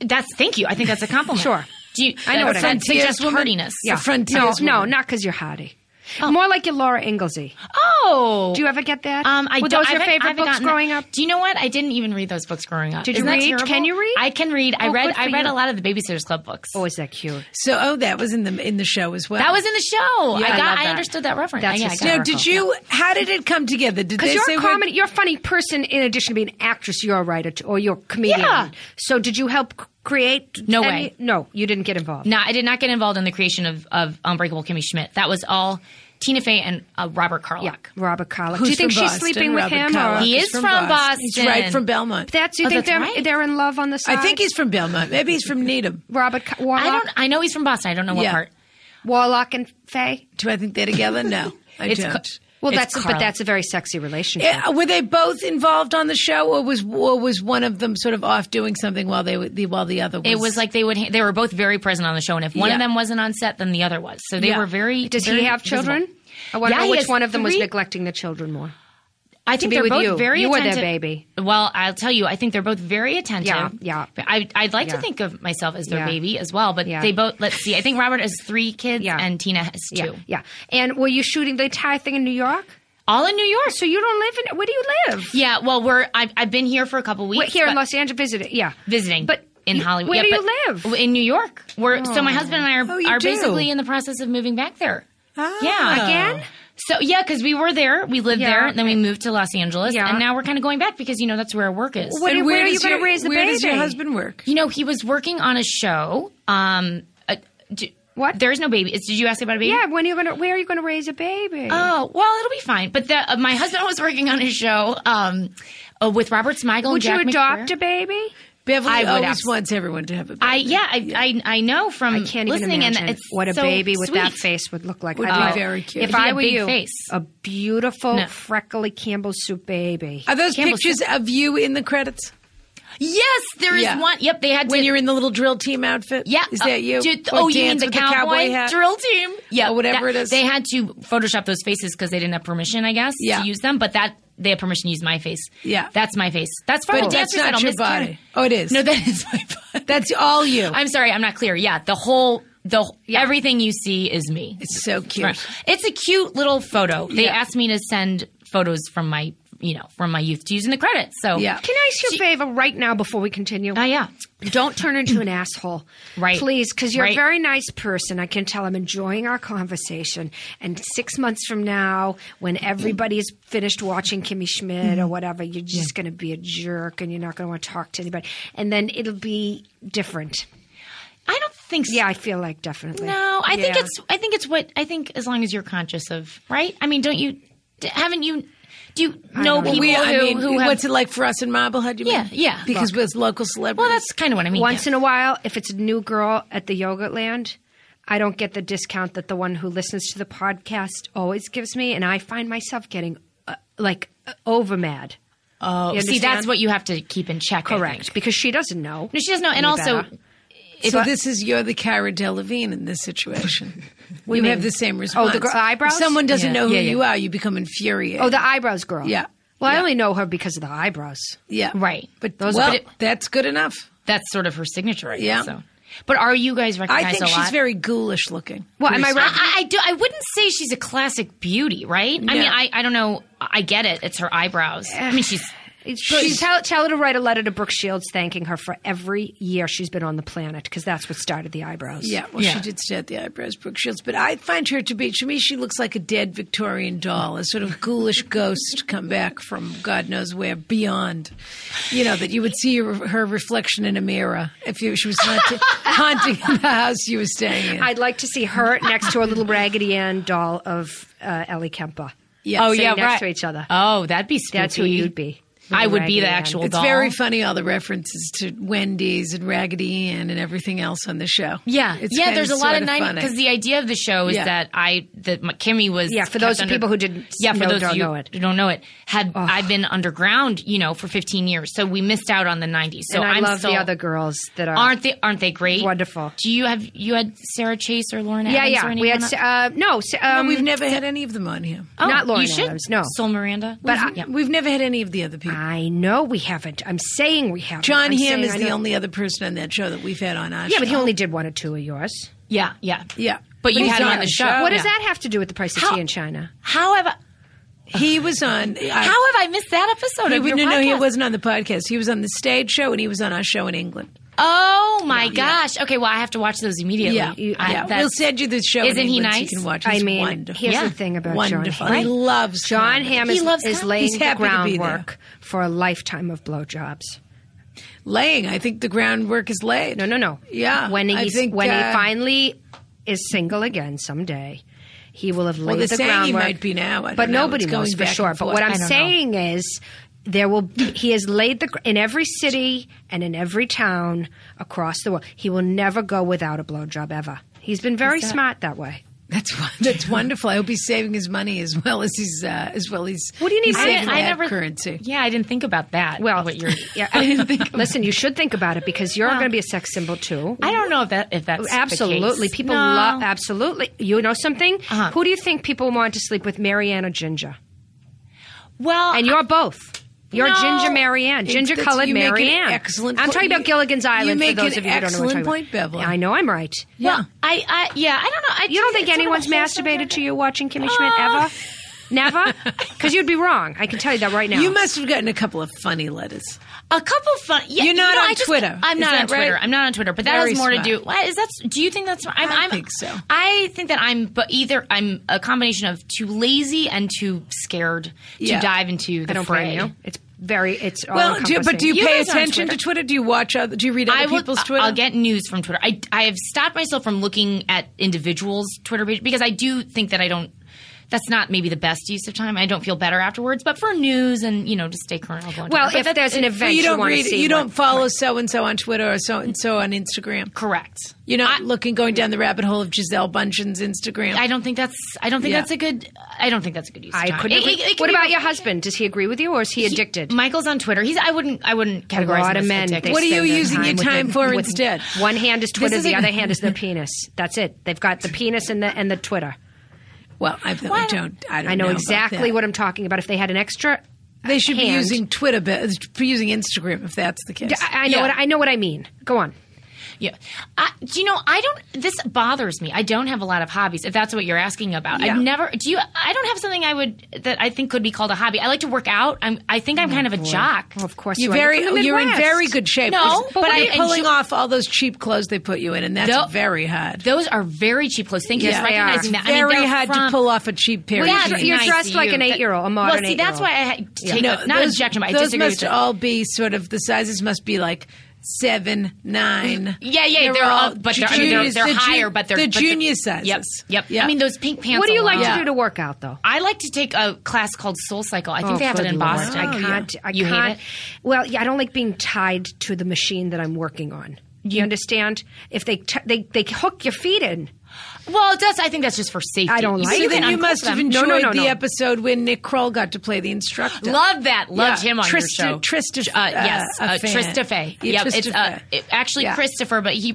S5: that's. Thank you. I think that's a compliment.
S2: Sure.
S5: Do you,
S2: I know what I
S5: that,
S2: mean.
S5: that suggests
S4: Frontierswoman.
S5: hardiness.
S4: Yeah. frontiers
S2: No, no,
S4: woman.
S2: not because you're hottie. More like your Laura Inglesy.
S5: Oh.
S2: Do you ever get that?
S5: Um, I
S2: Were
S5: don't-
S2: those your
S5: I haven't- I
S2: favorite
S5: haven't
S2: books
S5: gotten that.
S2: growing up?
S5: Do you know what? I didn't even read those books growing up.
S2: Did you
S5: Isn't that
S2: read?
S5: terrible?
S2: Can you read?
S5: I can read. I
S2: Oh,
S5: read.
S2: good for
S5: I read
S2: you.
S5: a lot of the Babysitters Club books.
S2: Oh, is that cute?
S4: So, oh, that was in the in the show as well.
S5: that was in the show.
S2: Yeah,
S5: I
S2: I
S5: got.
S2: love
S5: I
S2: that.
S5: understood that reference.
S2: That's
S5: yeah, I
S2: hysterical.
S5: got it.
S4: Now, did you? How did it come together? Did
S2: Because
S4: they say
S2: you're a
S4: we're-
S2: comedy, you're a funny person in addition to being an actress. You're a writer too, or you're a comedian.
S5: Yeah.
S2: So did you help c- create?
S5: No
S2: any-
S5: way.
S2: No, you didn't get involved.
S5: No, I did not get involved in the creation of, of Unbreakable Kimmy Schmidt. That was all Tina Fey and uh, Robert Carlock.
S2: Yeah, Robert Collick.
S4: Who's
S2: Do you think
S4: from
S2: she's
S4: Boston?
S2: sleeping with
S4: Robert
S2: him?
S4: Carlock
S2: Or
S5: He is from
S4: He's
S5: Boston.
S4: right from Belmont.
S2: that's you
S5: Oh,
S2: think
S5: that's
S2: they're
S5: right.
S2: they're in love on the side.
S4: I think he's from Belmont. Maybe he's from Needham.
S2: Robert Co- Warlock.
S5: I don't. I know he's from Boston. I don't know what
S4: Yeah.
S5: part.
S2: Warlock and Faye.
S4: Do I think they're together? No, I
S5: It's
S4: don't.
S5: co-
S2: Well,
S5: It's
S2: that's
S5: Carla.
S2: but that's a very sexy relationship.
S4: Yeah, were they both involved on the show, or was or was one of them sort of off doing something while they were- the while the other was?
S5: It was like they would. They were both very present on the show, and if one
S4: Yeah.
S5: of them wasn't on set, then the other was. So they
S4: Yeah.
S5: were very.
S2: Does
S5: very
S2: he have
S5: visible.
S2: children? I want to
S5: Yeah,
S2: know
S5: he
S2: which
S5: has
S2: one of them was
S5: three-
S2: neglecting the children more.
S5: I think
S2: be
S5: they're
S2: with
S5: both
S2: you.
S5: very.
S2: You were their
S5: attentive.
S2: baby.
S5: Well, I'll tell you. I think they're both very attentive.
S2: Yeah, yeah.
S5: But I, I'd like
S2: Yeah.
S5: to think of myself as their
S2: Yeah.
S5: baby as well, but
S2: Yeah.
S5: they both. Let's see. I think Robert has three kids,
S2: Yeah.
S5: and Tina has two.
S2: Yeah, yeah. And were you shooting the entire thing in New York?
S5: All in New York.
S2: So you don't live in? Where do you live?
S5: yeah. Well, we're. I've, I've been here for a couple weeks.
S2: Wait, here in
S5: but-
S2: Los Angeles, visiting. Yeah,
S5: visiting,
S2: But
S5: in
S2: you-
S5: Hollywood.
S2: Where
S5: Yeah,
S2: do you
S5: but-
S2: live?
S5: In New York. We're so my husband and I
S4: Oh,
S5: are,
S4: you
S5: are
S4: do? Ah.
S5: basically in the process of moving back there. Yeah,
S2: Again?
S5: So yeah, because we were there, we lived
S2: Yeah.
S5: there, and then we moved to Los Angeles,
S2: Yeah.
S5: and now we're kind of going back because you know that's where our work is.
S2: What-
S4: And
S2: where are
S4: does
S2: you gonna
S4: your-
S2: raise the
S4: Where does your
S2: baby?
S4: husband work?
S5: You know, he was working on a show. Um, uh, d-
S2: What?
S5: There is no baby. It's, did you ask about a baby?
S2: Yeah. When are you gonna? Where are you gonna raise a baby?
S5: Oh well, it'll be fine. But the, uh, my husband was working on a show um, uh, with Robert Smigel. and
S2: Would you
S5: Jack
S2: adopt
S5: McBrayer.
S2: a baby?
S4: Beverly
S5: I would
S4: always
S5: abs-
S4: wants everyone to have a baby.
S5: I yeah, I, I I know from
S2: I can't even
S5: listening
S2: imagine
S5: and it's
S2: what a
S5: so
S2: baby with that
S5: sweet.
S2: face would look like.
S4: Would
S2: I'd
S4: be
S2: love-
S4: very cute.
S2: If
S5: It'd be
S2: I
S5: a
S2: were
S5: big
S2: you,
S5: face.
S2: a beautiful
S5: No.
S2: freckly Campbell soup baby.
S4: Are those
S5: Campbell's-
S4: pictures of you in the credits
S5: Yes, there is
S4: Yeah.
S5: one. Yep, they had to.
S4: when you're in the little drill team outfit?
S5: yeah,
S4: is
S5: uh,
S4: that you?
S5: dude,
S4: Or
S5: oh, you mean
S4: dance
S5: the
S4: with
S5: cowboy,
S4: hat?
S5: drill team? Yeah,
S4: Or whatever
S5: that-
S4: it is.
S5: They had to Photoshop those faces because they didn't have permission, I guess,
S4: Yeah.
S5: to use them. But that they had permission to use my face.
S4: Yeah.
S5: that's my face. That's from
S4: But
S5: a
S4: Oh, that's
S5: dance
S4: not
S5: recital.
S4: your
S5: Miss
S4: body.
S5: Karen.
S4: Oh, it is.
S5: No, that is my body.
S4: That's all you.
S5: I'm sorry, I'm not clear. Yeah, the whole the everything you see is me.
S4: it's so cute.
S5: Right. It's a cute little photo. They asked me to send photos from my you know from my youth to use in the credits. So
S4: Yeah.
S2: Can I ask you a favor right now before we continue?
S5: Oh, yeah.
S2: Don't turn into an asshole.
S5: Right.
S2: Please, because you're
S5: Right.
S2: a very nice person. I can tell I'm enjoying our conversation. And six months from now, when everybody's finished watching Kimmy Schmidt or whatever, you're just going to be a jerk and you're not going to want to talk to anybody. And then it'll be different.
S5: I don't think so.
S2: Yeah, I feel like definitely.
S5: No, I think
S2: Yeah.
S5: it's I think it's what I think as long as you're conscious of, right? I mean, don't you d- haven't you do you know
S2: know.
S5: people
S4: We,
S5: who
S4: I mean,
S5: who have
S4: what's it like for us in Marblehead? You
S5: Yeah,
S4: mean?
S5: yeah.
S4: Because with local
S5: Well,
S4: celebrities.
S5: that's kind of what I mean.
S2: Once
S5: yeah.
S2: in a while, if it's a new girl at the yogurt land, I don't get the discount that the one who listens to the podcast always gives me, and I find myself getting uh, like uh, over mad. Oh,
S5: see that's what you have to keep in check. I
S2: correct
S5: think.
S2: because she doesn't know.
S5: No, she doesn't know, and
S2: any
S5: also
S2: better.
S5: if
S4: so this is you're the Cara Delevingne in this situation. you have the
S5: Oh,
S4: same response.
S2: gr- eyebrows?
S4: If someone doesn't
S5: Yeah.
S4: know who
S5: Yeah, yeah.
S4: you are, you become infuriated.
S2: oh, the eyebrows girl.
S4: Yeah.
S2: Well, I only know her because of the eyebrows.
S4: yeah,
S5: Right.
S4: But
S5: Those-
S4: well,
S5: but it-
S4: that's good enough.
S5: that's sort of her signature. I
S4: Yeah.
S5: guess, so. But are you guys recognized
S4: I think
S5: a lot?
S4: she's very ghoulish looking.
S2: Well, am I
S5: I,
S2: right?
S5: I- I do. I wouldn't say she's a classic beauty, right? I mean, I, I don't know. I get it. It's her eyebrows. I mean, she's
S2: She tell, tell her to write a letter to Brooke Shields thanking her for every year she's been on the planet because that's what started the eyebrows.
S4: Yeah, well, she
S5: Yeah.
S4: did stay at the eyebrows, Brooke Shields. But I find her to be, to me, she looks like a dead Victorian doll, a sort of ghoulish ghost come back from God knows where, beyond. You know, that you would see her, her reflection in a mirror if you, she was haunting, haunting the house you were staying in.
S2: I'd like to see her next to a little Raggedy Ann doll of uh, Ellie Kemper.
S4: Yeah.
S5: oh
S2: sitting
S5: yeah,
S2: next
S5: right.
S2: to each other.
S5: Oh, that'd be spooky.
S2: That's who you'd be.
S5: I would be
S2: Raggedy
S5: the
S2: Ann.
S5: actual
S4: It's
S5: doll.
S4: very funny, all the references to Wendy's and Raggedy Ann and everything else on the show.
S5: Yeah,
S4: It's
S5: yeah.
S4: kinda
S5: There's a lot of
S4: sorta
S5: '90s
S4: funny.
S5: because the idea of the show is
S4: Yeah.
S5: that I that my- Kimmy was
S2: Yeah, for
S5: kept
S2: those
S5: under-
S2: people who didn't s-
S5: yeah for
S2: know-
S5: those
S2: don't
S5: of you
S2: know it.
S5: who don't know it had I've been underground you know for 15 years so we missed out on the '90s so
S2: and I
S5: am
S2: love
S5: still,
S2: the other girls that are.
S5: aren't they aren't they great
S2: Wonderful.
S5: do you have you had Sarah Chase or Lauren
S2: yeah,
S5: Adams or
S2: yeah. We
S5: anyone
S2: had
S5: on-
S2: uh, no. s- Um,
S4: We've never had any of them on here.
S5: Oh,
S2: not Lauren
S5: you should.
S2: Adams, no.
S5: Sol Miranda
S2: But I-
S5: Yeah.
S4: We've never had any of the other people.
S2: I know we haven't. I'm saying we haven't.
S4: John
S2: I'm
S4: Hamm
S2: saying
S4: is
S2: I
S4: the
S2: know-
S4: only other person on that show that we've had on our
S2: Yeah, but he
S4: show.
S2: only did one or two of yours.
S5: yeah yeah
S4: Yeah.
S5: but you
S4: he's
S5: had him
S4: not
S5: on the show
S2: what
S5: yeah.
S2: does that have to do with the price of
S5: How-
S2: tea in China?
S5: how have I,
S4: He was on. I-
S5: how have I missed that episode
S4: He
S5: of
S4: was-
S5: your
S4: no, no, he
S5: podcast?
S4: wasn't on the podcast. He was on the stage show, and he was on our show in England.
S5: oh my gosh okay well I have to watch those immediately
S4: Yeah,
S5: I-
S4: yeah.
S5: that's-
S4: We'll send you the show. in
S5: Isn't he
S4: England so
S5: nice?
S4: you can watch.
S2: I
S4: He's
S2: mean,
S4: wonderful.
S2: here's
S5: Yeah.
S2: the thing about
S4: wonderful.
S2: John
S4: He
S2: Hamm.
S4: loves
S2: John
S4: comedy.
S2: Hamm
S5: He
S2: is,
S5: loves
S2: is
S5: comedy.
S2: laying
S4: He's
S2: the
S4: happy to be there.
S2: groundwork for a lifetime of blowjobs.
S4: Laying. I think the groundwork is laid.
S2: No, no, no.
S4: Yeah,
S2: When
S4: I
S2: he's
S4: think,
S2: when
S4: uh,
S2: he finally is single again someday, he will have laid
S4: Well, they're
S2: the
S4: saying he
S2: groundwork.
S4: might be now. I don't
S2: but
S4: know.
S2: nobody
S4: It's
S2: knows
S4: going
S2: for
S4: back and
S2: sure. But
S4: forth.
S2: what
S4: I
S2: I'm
S4: don't know.
S2: saying is, there will be, he has laid the gr- in every city and in every town across the world. He will never go without a blowjob ever. He's been very smart that way.
S4: That's won- that's wonderful. I hope he's saving his money as well as he's uh, as well as
S2: What do you need
S4: he's
S2: to-
S4: saving
S5: I
S4: that
S5: never-
S4: currency.
S5: Yeah, I didn't think about that.
S2: Well,
S5: what you're.
S2: yeah, I didn't
S5: think about-
S2: Listen, you should think about it because you're going to be a sex symbol too.
S5: I don't know if that if that's the case.
S2: Absolutely, people
S5: No.
S2: love. Absolutely, you know something?
S4: Uh-huh.
S2: Who do you think people want to sleep with, Marianne or Ginger?
S5: Well,
S2: And you're both. You're
S5: No.
S2: Ginger Marianne,
S4: It's-
S2: ginger colored
S4: you make an
S2: Marianne.
S4: excellent
S2: I'm
S4: point.
S2: talking about
S4: You-
S2: Gilligan's
S4: you
S2: Island
S4: make
S2: for those
S4: an
S2: of you who don't know what I'm talking
S4: excellent point,
S2: about.
S4: Beverly.
S2: I know I'm right.
S5: Well, I, I yeah, I don't know. I
S2: You don't
S5: just-
S2: think
S5: it's sort of a
S2: anyone's
S5: whole
S2: masturbated
S5: subject.
S2: to you watching Kimmy Schmidt
S5: Uh.
S4: Ah.
S2: ever? Never? Because you'd be wrong. I can tell you that right now.
S4: You must have gotten a couple of funny letters.
S5: A couple fun. Yeah,
S4: You're not
S5: you know,
S4: on
S5: I just-
S4: Twitter.
S5: I'm
S4: Is
S5: not
S4: that
S5: on Twitter.
S4: right?
S5: I'm not on Twitter. But that
S4: Very
S5: has more
S4: smart.
S5: to do. Why is that? s- Do you think that's? I'm,
S4: I
S5: I'm,
S4: think so.
S5: I think that I'm, but either I'm a combination of too lazy and too scared
S4: Yeah.
S5: to dive into the
S2: I don't blame
S5: fray.
S2: you. It's very. It's
S4: Well, do you, but do you,
S5: You
S4: pay
S5: guys are on
S4: attention
S5: Twitter.
S4: to Twitter? Do you watch? Other, do you read other
S5: I will, uh,
S4: people's Twitter?
S5: I'll get news from Twitter. I, I have stopped myself from looking at individuals' Twitter page because I do think that I don't. That's not maybe the best use of time. I don't feel better afterwards. But for news and you know to stay current, I'll go on
S2: Well,
S5: Twitter. But
S2: if there's an
S4: But
S2: event,
S4: you don't
S2: want
S4: read.
S2: to see.
S4: You
S2: one.
S4: don't follow so and so on Twitter or so and so on Instagram.
S5: correct.
S4: You're not looking going down the rabbit hole of Giselle Bundchen's Instagram.
S5: I don't think that's. I don't think
S4: Yeah.
S5: that's a good. I don't think that's a good use. of
S2: I
S5: time.
S2: couldn't.
S5: It-
S2: agree.
S5: it- it can
S2: what
S5: be-
S2: about your husband? Does he agree with you, or is he addicted?
S5: Michael's on Twitter. He's. I wouldn't. I wouldn't
S2: a
S5: categorize
S2: lot
S5: him
S2: of
S5: as
S2: men.
S5: addicted.
S2: they
S4: What are you
S2: spend their
S4: using
S2: time
S4: your
S2: with
S4: time
S2: their-
S4: for
S2: with-
S4: instead?
S2: One hand is Twitter,
S4: is
S2: the
S4: a-
S2: other hand is their penis. That's it. They've got the penis and the and the Twitter.
S4: Well, I don't.
S5: Why
S4: I
S5: don't-
S4: don't, I
S2: I know,
S4: about
S2: exactly
S4: that.
S2: what I'm talking about. If they had an extra,
S4: they should be
S2: hand-
S4: using Twitter, but be using Instagram if that's the case.
S2: I, I know
S5: Yeah.
S2: what I know what I mean. Go on.
S5: Yeah. I, do you know? I don't. This bothers me. I don't have a lot of hobbies. If that's what you're asking about,
S4: Yeah.
S5: I've never. Do you? I don't have something I would that I think could be called a hobby. I like to work out. I'm. I think I'm kind of a jock.
S2: Well, Oh, of course, you
S4: You're
S2: are.
S4: very,
S2: You're from the
S4: you're in
S2: Midwest.
S4: very good shape.
S5: No,
S4: but
S5: but I
S4: you're pulling
S5: enjoy-
S4: off all those cheap clothes they put you in, and that's
S5: Tho-
S4: very hard.
S5: Those are very cheap clothes. Thank you
S2: Yeah,
S5: for
S2: they are.
S5: recognizing that. I mean,
S4: very
S5: they're
S4: hard
S5: from-
S4: to pull off a cheap pair.
S5: Well,
S4: of
S5: yeah,
S4: jeans.
S5: it's
S2: you're
S5: nice
S2: dressed
S5: to
S2: like
S5: you.
S2: an eight-year-old, a
S5: Well,
S2: modern
S5: see, that's why I
S2: eight-year-old.
S5: had to take a,
S4: No,
S5: not
S4: those,
S5: objection, but I
S4: those
S5: disagree
S4: must
S5: with it.
S4: all be sort of the sizes must be like seven, nine.
S5: Yeah, yeah, they're, all, but they're, I mean, they're,
S4: juniors-
S5: they're
S4: the ju-
S5: higher, but they're
S4: the
S5: but
S4: junior
S5: they're-
S4: sizes.
S5: Yep, yep.
S4: Yeah.
S5: I mean, those pink pants.
S2: What do you like
S5: alone.
S2: to do to work out, though?
S5: I like to take a class called Soul Cycle. I think
S2: Oh,
S5: they have it
S2: good
S5: in
S2: Lord.
S5: Boston.
S2: I can't. I
S5: You hate
S2: can't.
S5: it?
S2: Well, yeah, I don't like being tied to the machine that I'm working on. Do you understand? If they t- they they hook your feet in,
S5: Well, it does. I think that's just for safety.
S2: I don't
S5: You
S2: like it.
S5: can
S4: So then
S5: unclip
S4: you must have
S5: them.
S2: No,
S4: enjoyed
S2: no, no,
S4: the
S2: no.
S4: episode when Nick Kroll got to play the instructor.
S5: Loved that. Loved
S4: Yeah.
S5: him on
S4: Trista,
S5: your show.
S4: Trista,
S5: uh, yes,
S4: uh,
S5: uh,
S4: a fan.
S5: Trista Fay.
S4: Yeah,
S5: yep, it's
S4: Trista
S5: uh,
S4: Fay.
S5: it- actually
S4: Yeah.
S5: Christopher, but he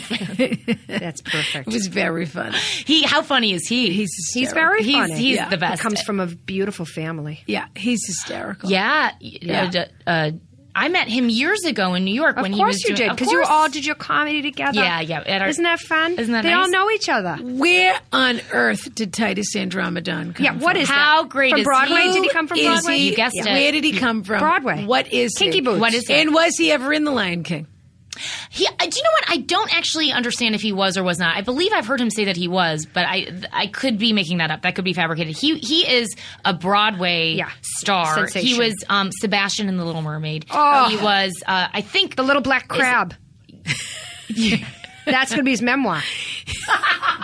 S5: Fay.
S2: that's perfect.
S4: It was very fun.
S5: He how funny is he?
S4: He's
S2: He's
S4: hysterical.
S2: very
S5: He's-
S2: funny.
S5: he's Yeah. the best.
S2: He comes from a beautiful family.
S4: Yeah, he's hysterical.
S5: yeah. yeah. Uh, uh, I met him years ago in New York
S2: of
S5: when he
S2: course
S5: was
S2: you
S5: doing,
S2: did,
S5: of
S2: because you
S5: course.
S2: all did your comedy together.
S5: Yeah, yeah, at our-
S2: Isn't that fun?
S5: Isn't that
S2: they all
S5: nice?
S2: know each other.
S4: Where on earth did Titus Andromedon come
S2: Yeah,
S4: from?
S2: what is
S5: How
S2: that?
S5: great
S2: from
S5: is
S2: Broadway?
S5: he?
S2: Did he come from
S4: Is
S2: Broadway?
S4: he-
S5: You guessed it.
S4: Where did he come from?
S2: Broadway.
S4: What is
S2: Kinky
S4: he?
S2: boots.
S5: What is he?
S4: And was he ever in The Lion King?
S5: He, uh, do you know what? I don't actually understand if he was or was not. I believe I've heard him say that he was, but I I could be making that up. That could be fabricated. He he is a Broadway
S2: Yeah.
S5: star.
S2: Sensation.
S5: He was um, Sebastian in The Little Mermaid.
S2: Oh.
S5: He was uh, I think
S2: The Little Black Crab. That's going to be his memoir.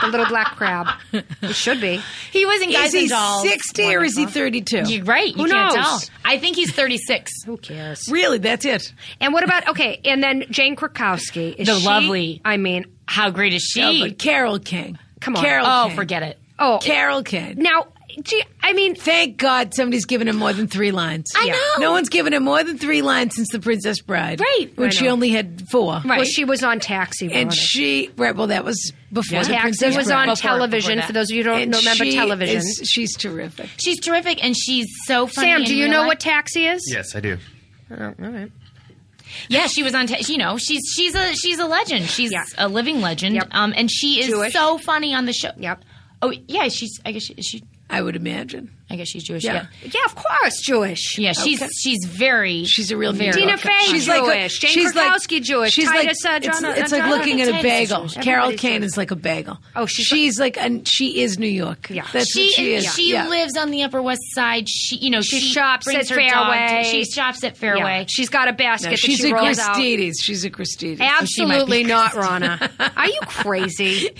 S2: the Little Black Crab. It should be.
S5: he was in Guys
S4: is he
S5: and Dolls.
S4: 60 or is he 32?
S5: You're right. You
S2: Who
S5: can't
S2: knows?
S5: tell. I think he's 36.
S2: Who cares?
S4: Really, that's it.
S2: And what about okay? And then Jane Krakowski is
S5: The
S2: she-
S5: lovely-
S2: I mean,
S5: How great is she?
S4: No,
S2: Oh,
S4: Oh, but Carol King.
S2: Come on.
S4: Carol
S5: oh,
S4: King.
S5: forget it.
S2: oh
S4: Carol King.
S2: now. Gee, I mean,
S4: Thank God somebody's given him more than three lines.
S5: I Yeah. know.
S4: No one's given him more than three lines since The Princess Bride.
S5: Right.
S4: When
S5: I
S4: she
S5: know.
S4: only had four.
S2: well, she was on Taxi.
S4: And
S2: Veronica.
S4: she, right, well, that was before The
S2: Taxi
S4: Princess
S2: was
S4: Bride.
S2: on
S5: Before-
S2: television.
S5: before that.
S2: for those of you who don't
S4: And
S2: know, remember
S4: she
S2: television.
S4: is- she's terrific.
S5: She's terrific, and she's so funny.
S2: Sam,
S5: in
S2: do you
S5: real
S2: know
S5: life.
S2: what Taxi is?
S6: Yes, I do.
S5: Yeah, she was on. T- you know, she's she's a she's a legend. She's
S2: Yeah.
S5: a living legend.
S2: Yep.
S5: Um, and she is
S2: Jewish.
S5: so funny on the show.
S2: Yep.
S5: Oh yeah, she's. I guess she. is she
S4: I would imagine.
S5: I guess she's Jewish.
S4: Yeah.
S5: Yeah.
S2: Yeah, of course, Jewish.
S5: Yeah, she's she's very.
S4: She's a real
S5: very.
S2: Tina
S4: Okay.
S2: Fey
S4: She's
S2: Jewish.
S4: like a-
S2: Jane
S4: she's like-
S2: Krakowski Jewish.
S4: She's
S2: Titus
S4: like,
S2: uh, John,
S4: it's, it's
S2: uh,
S4: like
S2: John-
S4: looking at a
S5: Titus is
S4: bagel.
S5: Jewish.
S4: Carol
S2: Everybody's
S4: Kane
S2: Jewish.
S4: is like a bagel.
S2: Oh, she's
S4: like, and she is New York.
S2: Yeah.
S4: that's
S5: She,
S4: what she
S5: is,
S4: is.
S5: she
S4: Yeah.
S5: lives on the Upper West Side. She, you know, she,
S2: shops
S5: brings
S2: at
S5: her dog to-
S2: Fairway.
S5: she shops at
S2: Yeah.
S5: Fairway.
S2: She's got a basket
S4: No,
S2: that
S4: she's
S2: she
S4: a
S2: rolls out.
S4: Christides. She's a Christides.
S2: Absolutely not, Rana. Are you crazy?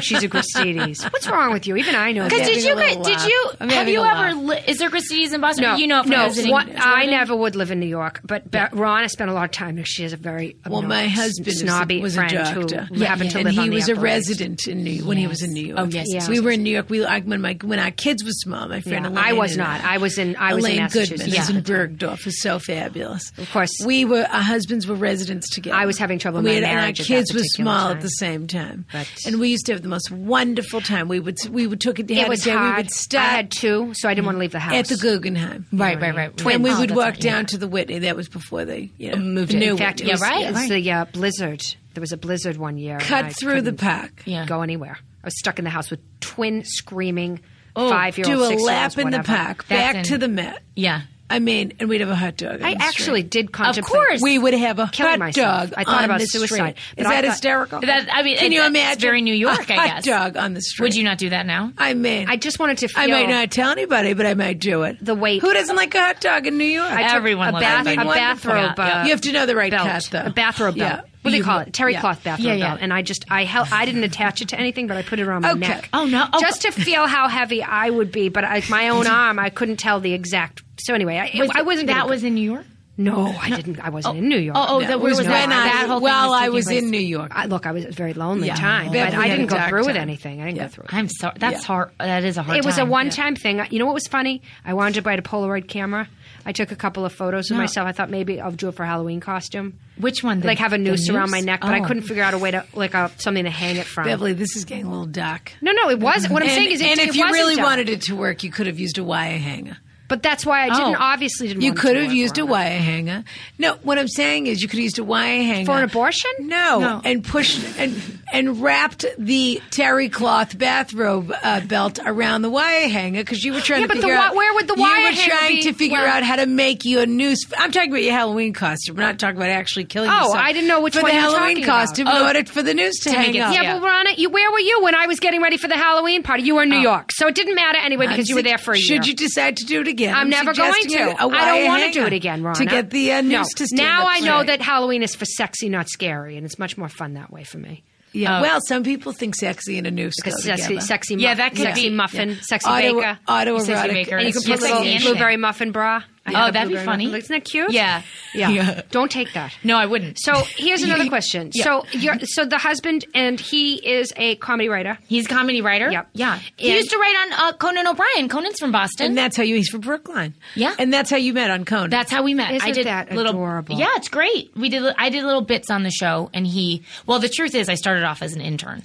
S2: She's a Christides. What's wrong with you? Even I know that.
S5: Because did you
S4: having a
S5: guys,
S4: little
S5: did
S4: laugh.
S5: you
S4: I'm
S5: have
S4: having
S5: you
S4: a
S5: ever li- is there Christie's in Boston?
S2: No,
S5: you know, from
S2: no. uh,
S5: visiting
S2: one- I
S5: Jordan?
S2: never would live in New York, but Be- Ron has spent a lot of time there. She has a very
S4: Well, my
S2: obnoxious,
S4: husband is a-
S2: snobby
S4: was a
S2: friend who
S4: doctor,
S2: happened to
S4: and
S2: live
S4: he
S2: on the
S4: was a
S2: Upper East.
S4: resident in New when he was in New York.
S5: Oh, yes, yes,
S4: we
S5: yes,
S4: were in New York. We I, when my when our kids were small, my friend.
S2: Yeah,
S4: Elaine
S2: I was
S4: and
S2: not. I was in- I was in
S4: Elaine
S2: Massachusetts
S4: Goodman.
S5: at
S4: was in Bergdorf. Is so fabulous.
S2: Of course.
S4: we were. Our husbands were residents together.
S2: I was having trouble in
S4: We
S2: my
S4: had- and
S2: marriage
S4: Our
S2: at that
S4: kids were
S2: particular
S4: small
S2: time.
S4: at the same time,
S2: But-
S4: and we used to have the most wonderful time. We would we would took it.
S2: It was
S4: day,
S2: hard.
S4: We would start
S2: I had two, so I didn't want to leave the house.
S4: at the Guggenheim.
S5: Right, right, right.
S4: And we
S5: Oh,
S4: would
S5: that's
S4: walk
S5: right,
S4: down
S5: yeah.
S4: to the Whitney. That was before they you know,
S5: Moved
S4: the
S5: it.
S4: new
S5: In
S2: fact, it
S4: Whitney.
S2: was,
S5: Yeah, right,
S2: it was
S5: right.
S2: the uh, blizzard. There was a blizzard one year. and I
S4: Cut through the
S2: couldn't
S4: pack.
S5: Yeah.
S2: Go anywhere. I was stuck in the house with twin screaming
S5: Oh,
S2: five year
S4: do
S2: old.
S4: a lap in the
S2: pack.
S4: park,
S5: That's
S4: back
S5: in-
S4: to the Met.
S5: Yeah.
S4: I mean, and we'd have a hot dog. on
S2: I
S4: the
S2: actually
S4: street.
S2: did contemplate.
S5: course.
S4: We would have a
S2: Killing
S4: hot
S2: myself.
S4: dog.
S2: I thought
S4: on
S2: about
S4: the
S2: suicide,
S4: street.
S2: but
S4: Is
S2: I
S4: that
S2: thought-
S4: hysterical?
S5: That- I mean,
S4: can you
S5: that's
S4: imagine?
S5: very New York,
S4: a
S5: I
S4: Hot
S5: guess.
S4: dog on the street.
S5: Would you not do that now?
S4: I mean,
S2: I just wanted to
S4: I
S2: feel-
S5: uh,
S4: might not tell anybody, but I might do it.
S2: The weight.
S4: Who doesn't like a hot dog in New York?
S2: I took
S5: Everyone
S2: a,
S5: loves
S2: bath,
S5: it.
S2: a
S5: Wonderful.
S2: bathrobe.
S5: Yeah.
S2: uh,
S4: You have to know the right
S2: belt,
S4: cut, though.
S2: A bathroat
S4: Yeah.
S2: belt. What do you
S4: You-
S2: call it? Terry
S4: yeah.
S2: cloth bathrobe
S5: Yeah, yeah.
S2: belt. And I just I held I didn't attach it to anything, but I put it around my
S4: Okay.
S2: neck.
S5: Oh, no. Oh,
S2: just to feel how heavy I would be, but I, my own arm I couldn't tell the exact. So anyway, I, I wasn't.
S5: That
S2: gonna,
S5: was in New York.
S2: no, I didn't. I wasn't in New York.
S5: Oh, oh,
S2: No.
S5: that
S4: It
S5: where
S4: was
S5: was
S4: when
S5: that?
S4: I,
S5: that whole thing
S4: while I
S5: taking
S4: was
S5: place.
S4: in New York.
S2: I, look, I was it was a very lonely
S4: Yeah.
S2: time,
S4: Yeah,
S2: but
S4: we
S2: I
S4: had
S2: didn't
S4: a
S2: go
S4: dark
S2: through with
S4: time.
S2: anything. I didn't
S4: Yeah.
S2: go through. It.
S5: I'm sorry. That's
S4: Yeah.
S5: hard. That is a hard.
S2: It was a
S5: time.
S2: one-time thing. You know what was funny? I wanted to buy a Polaroid camera. I took a couple of photos of
S5: No.
S2: myself. I thought maybe I'll do it for a Halloween costume.
S5: Which one? The-
S2: like have a
S5: the
S2: noose, around my
S5: noose?
S2: neck, but I
S5: Oh.
S2: couldn't figure out a way to like a something to hang it from.
S4: Beverly, this is getting a little dark.
S2: No, no, it wasn't. What I'm
S4: and,
S2: saying is, it,
S4: and
S2: it
S4: if you
S2: wasn't
S4: really
S2: done.
S4: wanted it to work, you could have used a wire hanger.
S2: but that's why I didn't.
S5: Oh.
S2: Obviously, didn't.
S4: You
S2: want
S4: could
S2: to
S4: have
S2: work
S4: used a
S2: on it.
S4: wire hanger. No, what I'm saying is you could have used a wire hanger
S2: For an abortion?
S4: No,
S2: No.
S4: and pushed and and wrapped the terry cloth bathrobe uh, belt around the wire hanger because you were trying
S2: Yeah,
S4: to
S2: but the
S4: figure
S2: wi-
S4: out
S2: where would the
S4: you
S2: wire
S4: were
S2: hanger
S4: trying
S2: be?
S4: to figure
S2: Well-
S4: out how to make your noose. I'm talking about your Halloween costume. We're not talking about actually killing
S2: Oh,
S4: yourself.
S2: I didn't know which
S4: for
S2: one
S4: the
S2: you were
S4: Halloween
S2: talking
S4: costume
S2: about. Oh.
S4: in order for the noose to,
S5: To
S4: hang
S5: make it-
S4: up.
S2: Yeah,
S5: Yeah.
S2: but Ronna, you where were you when I was getting ready for the Halloween party? You were in New York, so it didn't matter anyway
S4: I'm
S2: because you were there for a year.
S4: Oh. Uh, Should you decide to do it again?
S2: I'm never going
S4: suggesting Oh,
S2: to.
S4: a- a
S2: I don't
S4: wire
S2: want to do
S4: hanger
S2: it again, Ronna.
S4: To get the uh, noose
S2: no.
S4: to stand
S2: Now
S4: up
S2: I know
S4: straight.
S2: that Halloween is for sexy, not scary, and it's much more fun that way for me.
S5: Oh.
S4: Yeah. well, some people think sexy and a noose go
S2: Because uh, sexy,
S4: together.
S2: sexy,
S5: Yeah,
S2: muff-
S5: that could
S2: sexy
S5: be-
S2: muffin, sexy
S4: Auto-
S2: baker,
S4: autoerotic.
S5: Sexy baker.
S2: and you can
S5: Yeah,
S2: put a
S5: sexy
S2: little
S5: and
S2: blueberry muffin bra. I
S5: Oh,
S2: had a
S5: that'd be
S2: blueberry
S5: funny.
S2: muffin. Isn't that cute?
S5: Yeah.
S2: yeah,
S4: Yeah.
S2: Don't take that.
S5: No, I wouldn't.
S2: So here's another question.
S5: Yeah.
S2: So you're, so the husband and he is a comedy writer.
S5: He's a comedy writer.
S2: Yep.
S5: Yeah. He
S2: And-
S5: used to write on uh, Conan O'Brien. Conan's from Boston.
S4: And that's how you, he's from Brookline.
S5: Yeah.
S4: And that's how you met on Conan.
S5: That's how we met.
S2: Isn't
S5: I did
S2: that
S5: little,
S2: adorable?
S5: Yeah, it's great. We did. I did little bits on the show, and he. Well, the truth is, I started off as an intern.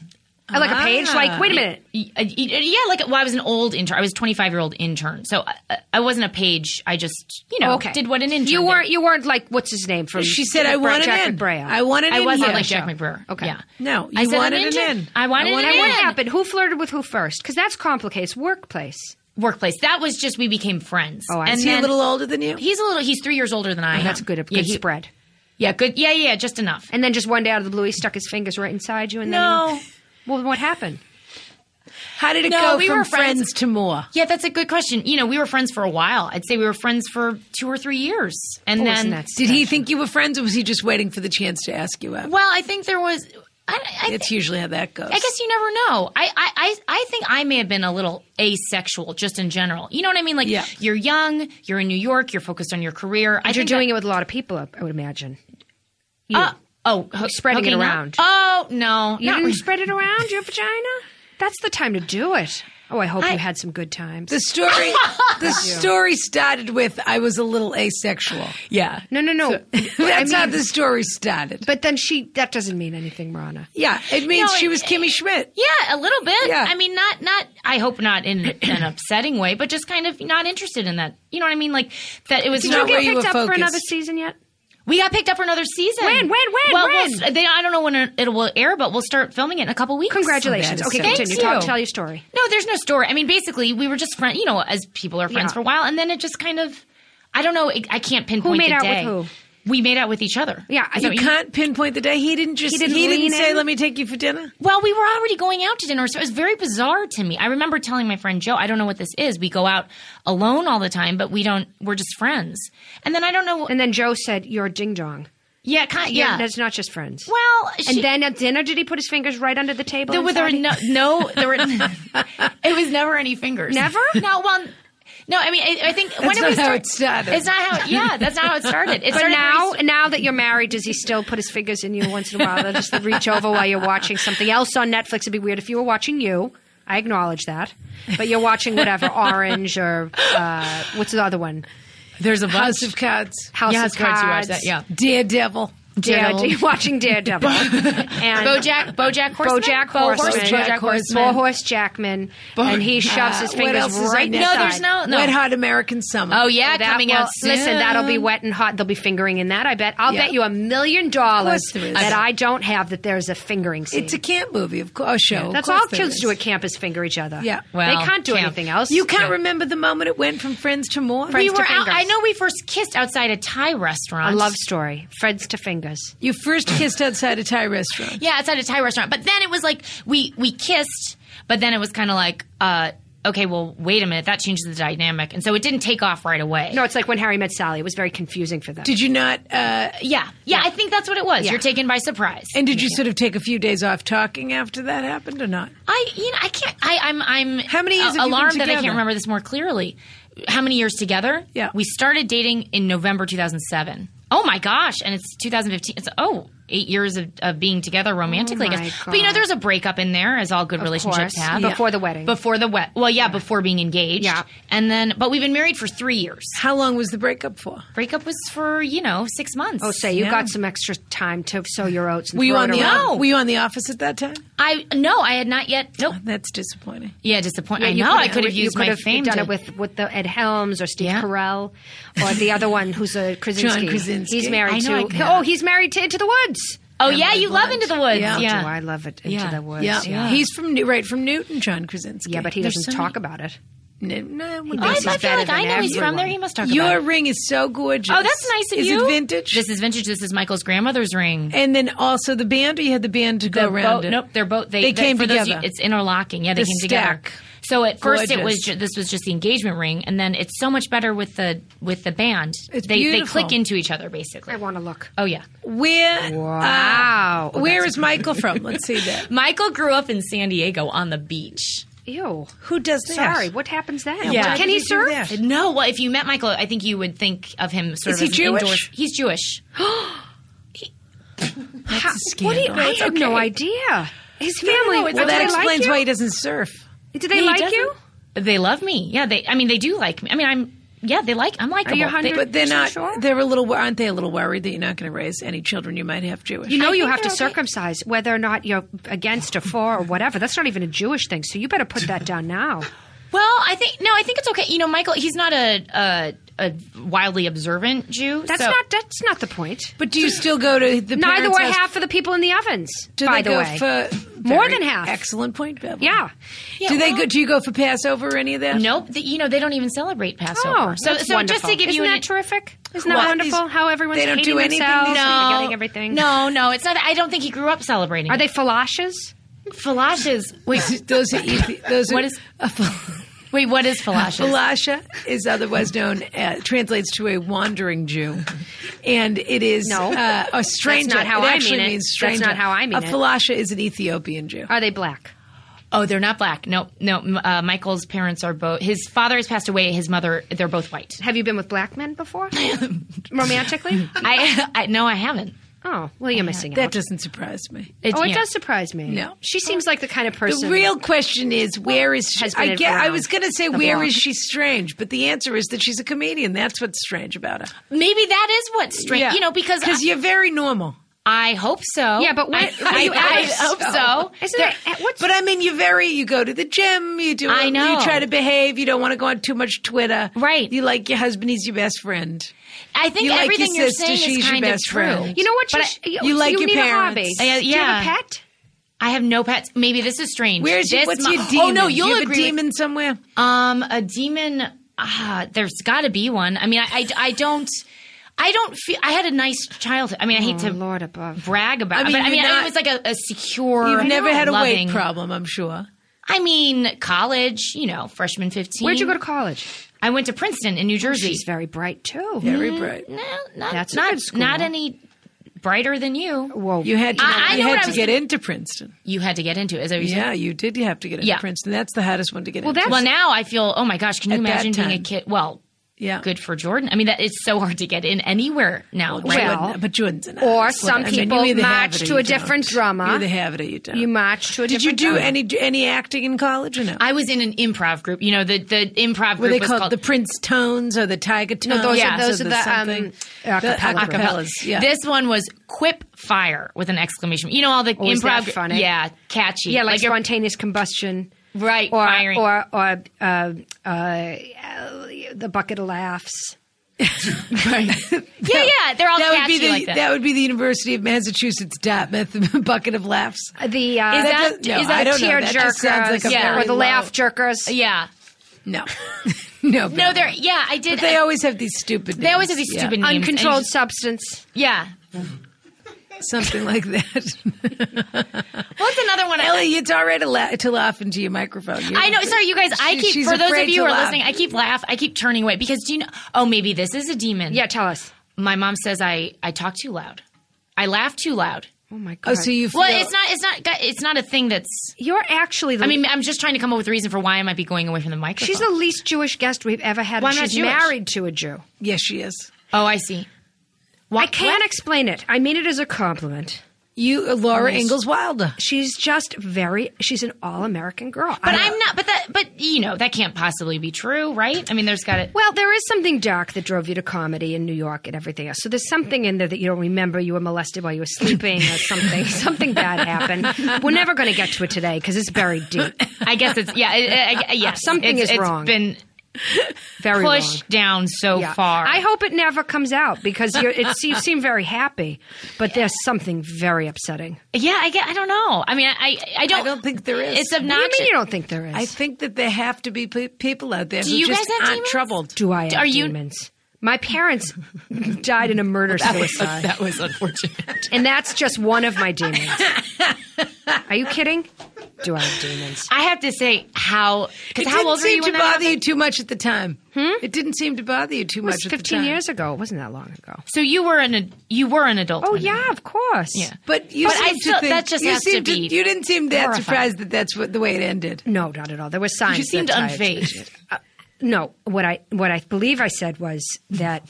S5: Ah.
S2: I like a page. Like wait a minute.
S5: Y- uh, y- Yeah, like well, I was an old intern. I was twenty five year old intern, so I, I wasn't a page. I just you know
S2: okay.
S5: did what an intern.
S2: You
S5: did.
S2: weren't. You weren't like what's his name from?
S4: she said, I
S2: Bra-
S4: wanted
S2: Jack
S4: in.
S2: McBrayer.
S4: I wanted
S5: I
S4: in
S5: wasn't
S4: here.
S5: like Jack McBrewer.
S2: Okay.
S5: Yeah.
S4: No,
S5: I
S4: you
S5: said
S4: wanted
S5: an
S4: it
S5: intern.
S4: in.
S5: I wanted,
S4: I
S5: it
S4: wanted
S2: And
S5: in.
S2: what happened? Who flirted with who first? Because that's complicated. Workplace.
S5: Workplace. That was just we became friends.
S2: Oh, I
S5: and
S4: Is he a
S5: then-
S4: little older than you?
S5: He's a little. He's three years older than I am.
S2: Oh, That's good. A good
S5: yeah, he-
S2: spread.
S5: Yeah. Good. Yeah. Yeah. Just enough.
S2: And then just one day out of the blue, he stuck his fingers right inside you. And
S5: No.
S2: Then, well, what happened?
S4: How did it
S5: No,
S4: go
S5: we
S4: from
S5: were
S4: friends.
S5: friends.
S4: to more?
S5: Yeah, that's a good question. You know, we were friends for a while. I'd say we were friends for two or three years, and
S2: Oh,
S5: then
S2: isn't that
S4: Did he think you were friends or was he just waiting for the chance to ask you out?
S5: well, I think there was. I, I,
S4: It's usually how that goes.
S5: I guess you never know. I, I, I, I think I may have been a little asexual just in general. You know what I mean? Like
S4: Yeah.
S5: you're young, you're in New York, you're focused on your career. I
S2: And you're
S5: think
S2: doing
S5: I-
S2: it with a lot of people, I I would imagine. You.
S5: Uh, oh, ho-
S2: Spreading it
S5: hooking up?
S2: around.
S5: Oh no,
S2: you
S5: not
S2: didn't
S5: re-
S2: spread it around your vagina. That's the time to do it. Oh, I hope
S5: I-
S2: you had some good times.
S4: the story the story started with I was a little asexual.
S5: yeah.
S2: no, no, no. I
S4: That's how
S2: mean,
S4: the story started.
S2: but then she—that doesn't mean anything, Rana.
S4: yeah, it means
S5: No,
S4: she
S5: it-
S4: was Kimmy Schmidt.
S5: Yeah, a little bit.
S4: Yeah.
S5: I mean, not not. I hope not in an upsetting way, but just kind of not interested in that. You know what I mean? Like that. It was
S4: Did
S5: not
S4: you get
S5: where
S2: Picked
S4: you
S2: up
S4: were
S2: for
S4: focused.
S2: another season yet?
S5: We got picked up for another season.
S2: When, when, when,
S5: Well,
S2: when?
S5: we'll- they, I don't know when it- it will air, but we'll start filming it in a couple weeks.
S2: Congratulations.
S4: that is
S2: okay,
S4: so-
S2: continue.
S5: Thank
S2: Tell,
S5: you.
S2: tell your story.
S5: No, there's no story. I mean, basically, we were just friends. You know, as people are friends
S2: Yeah.
S5: for a while, and then it just kind of. I don't know. It, I can't pinpoint.
S2: made
S5: the
S2: out with
S5: day.
S2: who?
S5: We made out with each other.
S2: Yeah,
S5: Is
S2: you
S5: that what
S4: You can't pinpoint the day. He didn't just
S2: He
S4: he
S2: didn't
S4: didn't,
S2: lean
S4: say,
S2: in?
S4: Let me take you for dinner.
S5: Well, we were already going out to dinner, so it was very bizarre to me. I remember telling my friend Joe, I don't know what this is. We go out alone all the time, but we don't, we're just friends. And then I don't know.
S2: And then Joe said, "You're a ding dong."
S5: Yeah, kind yeah.
S2: That's not just friends.
S5: well, she,
S2: and then at dinner, did he put his fingers right under the table?
S5: there were, there were
S2: inside?
S5: no, no, there were. it was never any fingers.
S2: Never?
S5: No. Well, no. I mean, I, I think when it
S4: not
S5: was
S4: how it started.
S5: It's not how. Yeah, that's not how it started. It
S2: But
S5: started
S2: now,
S5: pretty-
S2: now that you're married, does he still put his fingers in you once in a while? They'll just reach over while you're watching something else on Netflix. It'd be weird if you were watching you. I acknowledge that, but you're watching whatever Orange or uh, what's the other one?
S5: there's a bunch.
S4: House of Cards,
S2: House
S5: yeah,
S2: of
S5: it's hard to watch
S2: Cards.
S5: that. Yeah.
S4: Daredevil.
S2: Daredevil.
S5: Daredevil.
S2: You're watching Daredevil and
S5: BoJack, BoJack Horseman,
S2: BoJack
S5: Bo Horse-
S2: Horseman,
S5: BoJack Horseman.
S2: Horse Jackman, and he shoves his
S4: Uh, what
S2: fingers
S4: else is
S2: right
S4: on
S5: No,
S2: inside.
S5: there's no, no.
S4: Wet Hot American Summer.
S5: Oh yeah,
S2: That
S5: coming
S2: will-
S5: out soon.
S2: Listen, that'll be wet and hot. They'll be fingering in that. I bet. I'll
S4: Yeah.
S2: bet you a million dollars
S4: Of course there is.
S2: that I don't have that there's a fingering scene.
S4: It's a camp movie, of course. show. of
S2: That's
S4: course
S2: all
S4: there
S2: kids
S4: is.
S2: do at campus: finger each other.
S4: Yeah.
S2: they
S5: Well,
S2: can't do
S5: camp.
S2: anything else.
S4: You can't remember the moment it went from friends to more.
S5: We
S2: Friends
S5: were
S2: to
S5: out.
S2: fingers.
S5: Oh, I know we first kissed outside a Thai restaurant.
S2: a love story. Friends to fingers.
S4: you first kissed outside a Thai restaurant.
S5: Yeah, outside a Thai restaurant. But then it was like we we kissed, but then it was kind of like, uh, okay, well, wait a minute, that changes the dynamic, and so it didn't take off right away.
S2: No, it's like when Harry met Sally. It was very confusing for them.
S4: Did you not? Uh,
S5: yeah, yeah, I think that's what it was.
S2: Yeah.
S5: You're taken by surprise.
S4: and did you sort of take a few days off talking after that happened or not?
S5: I, you know, I can't. I, I'm, I'm.
S4: How many years
S5: a-
S4: have you been
S5: alarmed that I
S4: together?
S5: can't remember this more clearly. How many years together?
S4: Yeah.
S5: we started dating in November 2007. Oh my gosh! And it's 2015. It's oh. Eight years of, of being together romantically, I
S2: Oh my
S5: guess. But you know,
S2: God.
S5: there's a breakup in there, as all good relationships
S2: course.
S5: have.
S2: Yeah. Before the wedding.
S5: Before the wed. Well, yeah, before being engaged.
S2: Yeah.
S5: And then, but we've been married for three years.
S4: How long was the breakup for?
S5: Breakup was for you know six months.
S2: Oh, say you
S4: Yeah.
S2: got some extra time to sow your oats. And
S4: Were you
S2: throw
S4: on
S2: it
S4: the
S2: around.
S5: No.
S4: Were you on the office at that time?
S5: I no, I had not yet. Nope.
S4: That's disappointing.
S5: Yeah, disappointed.
S2: Oh, Yeah,
S5: I
S2: you
S5: know. I could have
S2: you
S5: used
S2: could
S5: my
S2: have
S5: fame.
S2: Done
S5: to-
S2: it with with the Ed Helms or Steve
S5: Yeah.
S2: Carell, or the other one who's a Krasinski.
S4: Krasinski.
S2: He's married
S5: I know, I
S2: to.
S5: could
S2: oh,
S5: have.
S2: he's married to Into the Woods.
S5: Oh yeah, you love Into the Woods.
S4: Yeah.
S5: Yeah.
S2: Do I love it? Into
S5: Yeah.
S2: the Woods.
S4: Yeah.
S2: yeah.
S4: he's from New- right from Newton, John Krasinski.
S2: Yeah, but he
S5: There's
S2: doesn't
S5: so
S2: talk
S5: many-
S2: about it.
S4: No, no,
S5: Oh, I,
S2: He's
S5: I feel
S2: better
S5: like I
S2: than
S5: know he's from there.
S2: everyone.
S5: He must talk
S4: Your
S5: about it.
S4: ring is so gorgeous.
S5: Oh, that's nice of
S4: is
S5: you.
S4: it vintage?
S5: This is vintage. This is Michael's grandmother's ring.
S4: and then also the band, or you had the band to
S5: The
S4: go around
S5: boat-
S4: it?
S5: Nope, they're both. They,
S4: They came
S5: for those of
S4: together.
S5: you- it's interlocking. Yeah, they
S4: The
S5: came
S4: stack.
S5: together. So at first it was
S4: Gorgeous.
S5: ju- this was just the engagement ring, and then it's so much better with the with the band.
S4: It's
S5: they
S4: beautiful.
S5: they click into each other basically.
S2: I want to look.
S5: Oh yeah,
S4: Where?
S2: Wow.
S4: uh, where is Michael from? Let's see that.
S5: Michael grew up in San Diego on the beach.
S2: Ew.
S4: Who does that?
S2: Sorry. What happens then?
S5: Yeah.
S2: Can he serve?
S5: No, well, if you met Michael, I think you would think of him sort
S4: Is
S5: of
S4: he
S5: as an indoor-
S4: Jewish?
S5: He's Jewish.
S2: How- what do you, I
S4: That's
S2: had no
S4: okay.
S2: idea. His family.
S5: no, it's
S4: Well,
S2: do
S4: that
S2: they
S4: explains
S2: like you?
S4: why he doesn't surf.
S2: Do they
S5: He
S2: like
S5: doesn't-
S2: you?
S5: They love me. Yeah, they. I mean, they do like me. I mean, I'm. Yeah, they like. I'm likable.
S2: you
S5: They-
S2: 100?
S4: But they're
S2: So
S4: not.
S2: sure.
S4: They're a little. Aren't they a little worried that you're not going to raise any children you might have Jewish?
S2: You know
S5: I
S2: you
S5: think
S2: have to
S5: they're okay.
S2: circumcise whether or not you're against or for or whatever. That's not even a Jewish thing, so you better put that down now.
S5: Well, I think no, I think it's okay. You know, Michael, he's not a a, a wildly observant Jew.
S2: That's
S5: so-
S2: not that's not the point.
S4: but do you still go to the?
S2: Neither
S4: parents'
S2: were
S4: house?
S2: half of the people in the ovens.
S4: Do
S2: by the
S4: they go
S2: way,
S4: for
S2: More
S4: very
S2: than half.
S4: Excellent point, Bev.
S2: yeah.
S4: do they
S5: well-
S4: go? Do you go for Passover or any of that?
S5: Nope. th- you know, they don't even celebrate Passover.
S2: Oh,
S5: so
S2: that's
S5: so just
S2: wonderful.
S5: to give
S2: Isn't
S5: you
S2: that
S5: an,
S2: terrific? Isn't that
S4: Well,
S2: wonderful?
S4: these-
S2: How everyone's
S4: they don't
S2: hating
S4: do anything
S2: themselves,
S4: these
S2: and
S5: no,
S2: forgetting everything.
S5: No, no, it's not. that- I don't think he grew up celebrating.
S2: Are they falashes?
S5: falashes? Wait,
S4: Those are easy. Those
S5: What
S4: are,
S5: is- wait, what is falashes?
S4: Falasha is otherwise known uh, translates to a wandering Jew, and it is
S2: No.
S4: uh, a stranger.
S2: not how
S4: it
S2: I
S4: actually
S2: mean it.
S4: means
S2: That's
S4: stranger.
S2: not how I mean
S4: a
S2: it.
S4: Falasha is an Ethiopian Jew.
S2: Are they black?
S5: oh, they're not black. No, no. m- Uh, Michael's parents are both. His father has passed away. His mother, they're both white.
S2: Have you been with black men before? Romantically?
S5: I, I no, I haven't.
S2: Oh, well, you're missing
S4: That
S2: out.
S4: doesn't surprise me.
S5: It-
S2: Oh, it
S5: yeah.
S2: does surprise me.
S4: No.
S2: She seems like the kind of person.
S4: The real question is, where is she?
S2: has been
S4: I, get, I
S2: around
S4: was going to say,
S2: the
S4: where is
S2: block.
S4: she strange? But the answer is that she's a comedian. That's what's strange about her.
S5: Maybe that is what's strange. You know, because I,
S4: you're very normal.
S5: I hope so.
S2: Yeah, but what-
S5: I,
S2: are you
S5: I- I
S2: ever-
S5: hope
S4: oh,
S5: so.
S2: Isn't
S5: There-
S2: it? What's
S4: But I mean, you're very. You go to the gym. You do.
S5: I know.
S4: You try to behave. You don't want to go on too much Twitter.
S5: Right.
S4: You like your husband. He's your best friend.
S5: I think
S4: You like
S5: everything
S4: your
S5: you're
S4: sister,
S5: saying
S4: she's
S5: is
S4: your
S5: kind
S4: best
S5: of
S4: friend.
S5: true.
S2: You know what?
S5: But
S2: you,
S4: I- you like your
S2: need
S4: parents.
S2: A hobby.
S5: Uh,
S2: Do you have a
S5: yeah.
S2: pet?
S5: I have no pets. Maybe this is strange.
S4: Where's your,
S5: This
S4: what's
S5: mo-
S4: your demon?
S5: Oh no,
S4: Do
S5: you'll
S4: you have
S5: agree.
S4: a demon somewhere.
S5: with- um, a demon. Ah, there's got to be one. I mean, I, I, I don't, I don't feel. I had a nice childhood. I mean, I hate to
S2: Oh, Lord above.
S5: brag about.
S4: I
S5: it,
S4: mean,
S5: but I
S4: you're
S5: mean, I-
S4: not-
S5: it was like a, a secure.
S4: You've never had a
S5: loving,
S4: weight problem, I'm sure.
S5: I mean, college. You know, freshman fifteen.
S2: Where'd you go to college?
S5: I went to Princeton in New Jersey. Mm.
S2: She's very bright too.
S4: Very bright.
S5: No, not
S2: That's a
S5: not
S2: good school.
S5: not any brighter than you.
S2: Whoa.
S4: You had to,
S5: I- I
S4: you
S5: know what
S4: had
S5: I
S4: to
S5: was-
S4: get into Princeton.
S5: You had to get into it. Is that what you said?
S4: Yeah, you did have to get into
S5: Yeah.
S4: Princeton. That's the hottest one to get into.
S5: Well, now I feel. Oh my gosh! Can you
S4: At that
S5: imagine being a
S4: time.
S5: kid? Well,
S4: yeah.
S5: good for Jordan. I mean, that it's so hard to get in anywhere now. right?
S2: Well,
S4: Jordan, but Jordan's an
S2: or
S4: artist.
S2: some
S4: I mean, you
S2: people
S4: either have
S2: march
S4: it or
S2: to
S4: you
S2: a different
S4: don't.
S2: drama.
S4: You either have it or you don't.
S2: You march to a
S4: Did you
S2: different
S4: do
S2: drama.
S4: any any acting in college or no?
S5: I was in an improv group. You know, the the improv group
S4: Were they
S5: was
S4: called,
S5: called
S4: the Prince Tones or the Tiger Tones?
S2: those
S5: are- Yeah.
S2: those
S4: or
S2: are the, um,
S4: something?
S2: acapella
S4: The
S2: group.
S4: acapellas. Yeah.
S5: This one was quip fire with an exclamation. You know all
S4: Oh,
S5: the
S2: is
S5: improv.
S2: that funny?
S5: Yeah, catchy.
S2: Yeah, like,
S5: you're-
S2: spontaneous combustion.
S5: Right,
S2: Or
S5: firing.
S2: or or uh, uh, the bucket of laughs.
S5: yeah, yeah. They're all
S4: that would
S5: catchy
S4: be the
S5: like that.
S4: would be the University of Massachusetts Dartmouth bucket of laughs.
S2: The uh,
S5: Is that-
S2: the,
S5: No, is that
S4: I don't know.
S2: tear
S4: That just sounds like a
S2: jerkers
S5: Yeah.
S2: or
S4: very
S2: the laugh
S4: low-
S2: jerkers?
S5: yeah.
S4: No, no,
S5: No, they're yeah. I did.
S4: But they
S5: I-
S4: always have these stupid.
S5: they always have
S4: names.
S5: these
S4: Yeah.
S5: stupid names. and
S2: Uncontrolled
S5: just-
S2: substance.
S5: Yeah.
S4: something like that.
S5: What's another one? I like?
S4: Ellie, it's all right to, la- to laugh into your microphone. You're-
S5: I know. Sorry, you guys. I
S4: She-
S5: keep
S4: she's
S5: for those of
S4: afraid
S5: you
S4: to
S5: who are
S4: laugh.
S5: listening. I keep laugh. I keep turning away because do you know? Oh, maybe this is a demon.
S2: Yeah, tell us.
S5: My mom says I I talk too loud. I laugh too loud.
S2: Oh my god.
S4: Oh, so you feel
S5: Well, it's not. It's not. It's not a thing that's.
S2: You're actually the
S5: I mean, I'm just trying to come up with a reason for why I might be going away from the microphone.
S2: she's the least Jewish guest we've ever had.
S5: Why
S2: and
S5: am I
S2: she's
S5: Jewish?
S2: married to a Jew.
S4: Yes, she is.
S5: Oh, I see.
S2: I can't explain it. I mean it as a compliment.
S4: You, uh, Laura Ingalls Wilder.
S2: She's just very she's an all American girl.
S5: But I'm not. But that. But you know that can't possibly be true, right? I mean, there's got to.
S2: Well, there is something dark that drove you to comedy in New York and everything else. So there's something in there that you don't remember. You were molested while you were sleeping or something. something bad happened. We're never going to get to it today because it's buried deep.
S5: I guess it's yeah. It, I, I- yes,
S2: Something
S5: it's,
S2: is wrong.
S5: It's been
S2: Very wrong.
S5: pushed down so
S2: Yeah.
S5: far.
S2: I hope it never comes out because you're, it, you seem very happy, but there's something very upsetting.
S5: Yeah, I get. I don't know. I mean, I I don't.
S4: I don't think there is.
S5: It's
S2: What do you
S5: obnoxious.
S2: mean you don't think there is?
S4: I think that there have to be pe- people out there who
S5: you guys
S4: just
S5: have
S4: aren't
S5: demons?
S4: troubled.
S2: Do I have
S5: Are you-
S2: demons? My parents died in a murder suicide,
S5: that was unfortunate.
S2: and that's just one of my demons. Are you kidding? Do I have demons?
S5: I have to say how
S4: It
S5: because
S4: didn't
S5: how old were
S4: seem
S5: you
S4: to
S5: when that
S4: bother
S5: happened? Hmm?
S4: you too much at the time. It didn't seem to bother you too
S2: It was
S4: much. at the
S2: 15
S4: time.
S2: years ago. It wasn't that long ago.
S5: So you were an ad- you were an adult.
S2: Oh
S5: when
S2: yeah, of course.
S5: Yeah.
S4: But you
S5: But
S4: seem
S5: I
S4: to
S5: still-
S4: think-
S5: that just
S4: you
S5: has to
S4: seemed
S5: be
S4: You didn't seem that
S5: horrifying.
S4: surprised that that's what the way it ended.
S2: No, not at all. There were signs.
S5: You seemed
S2: that I-
S5: unfazed.
S2: Uh, no, what I what I believe I said was that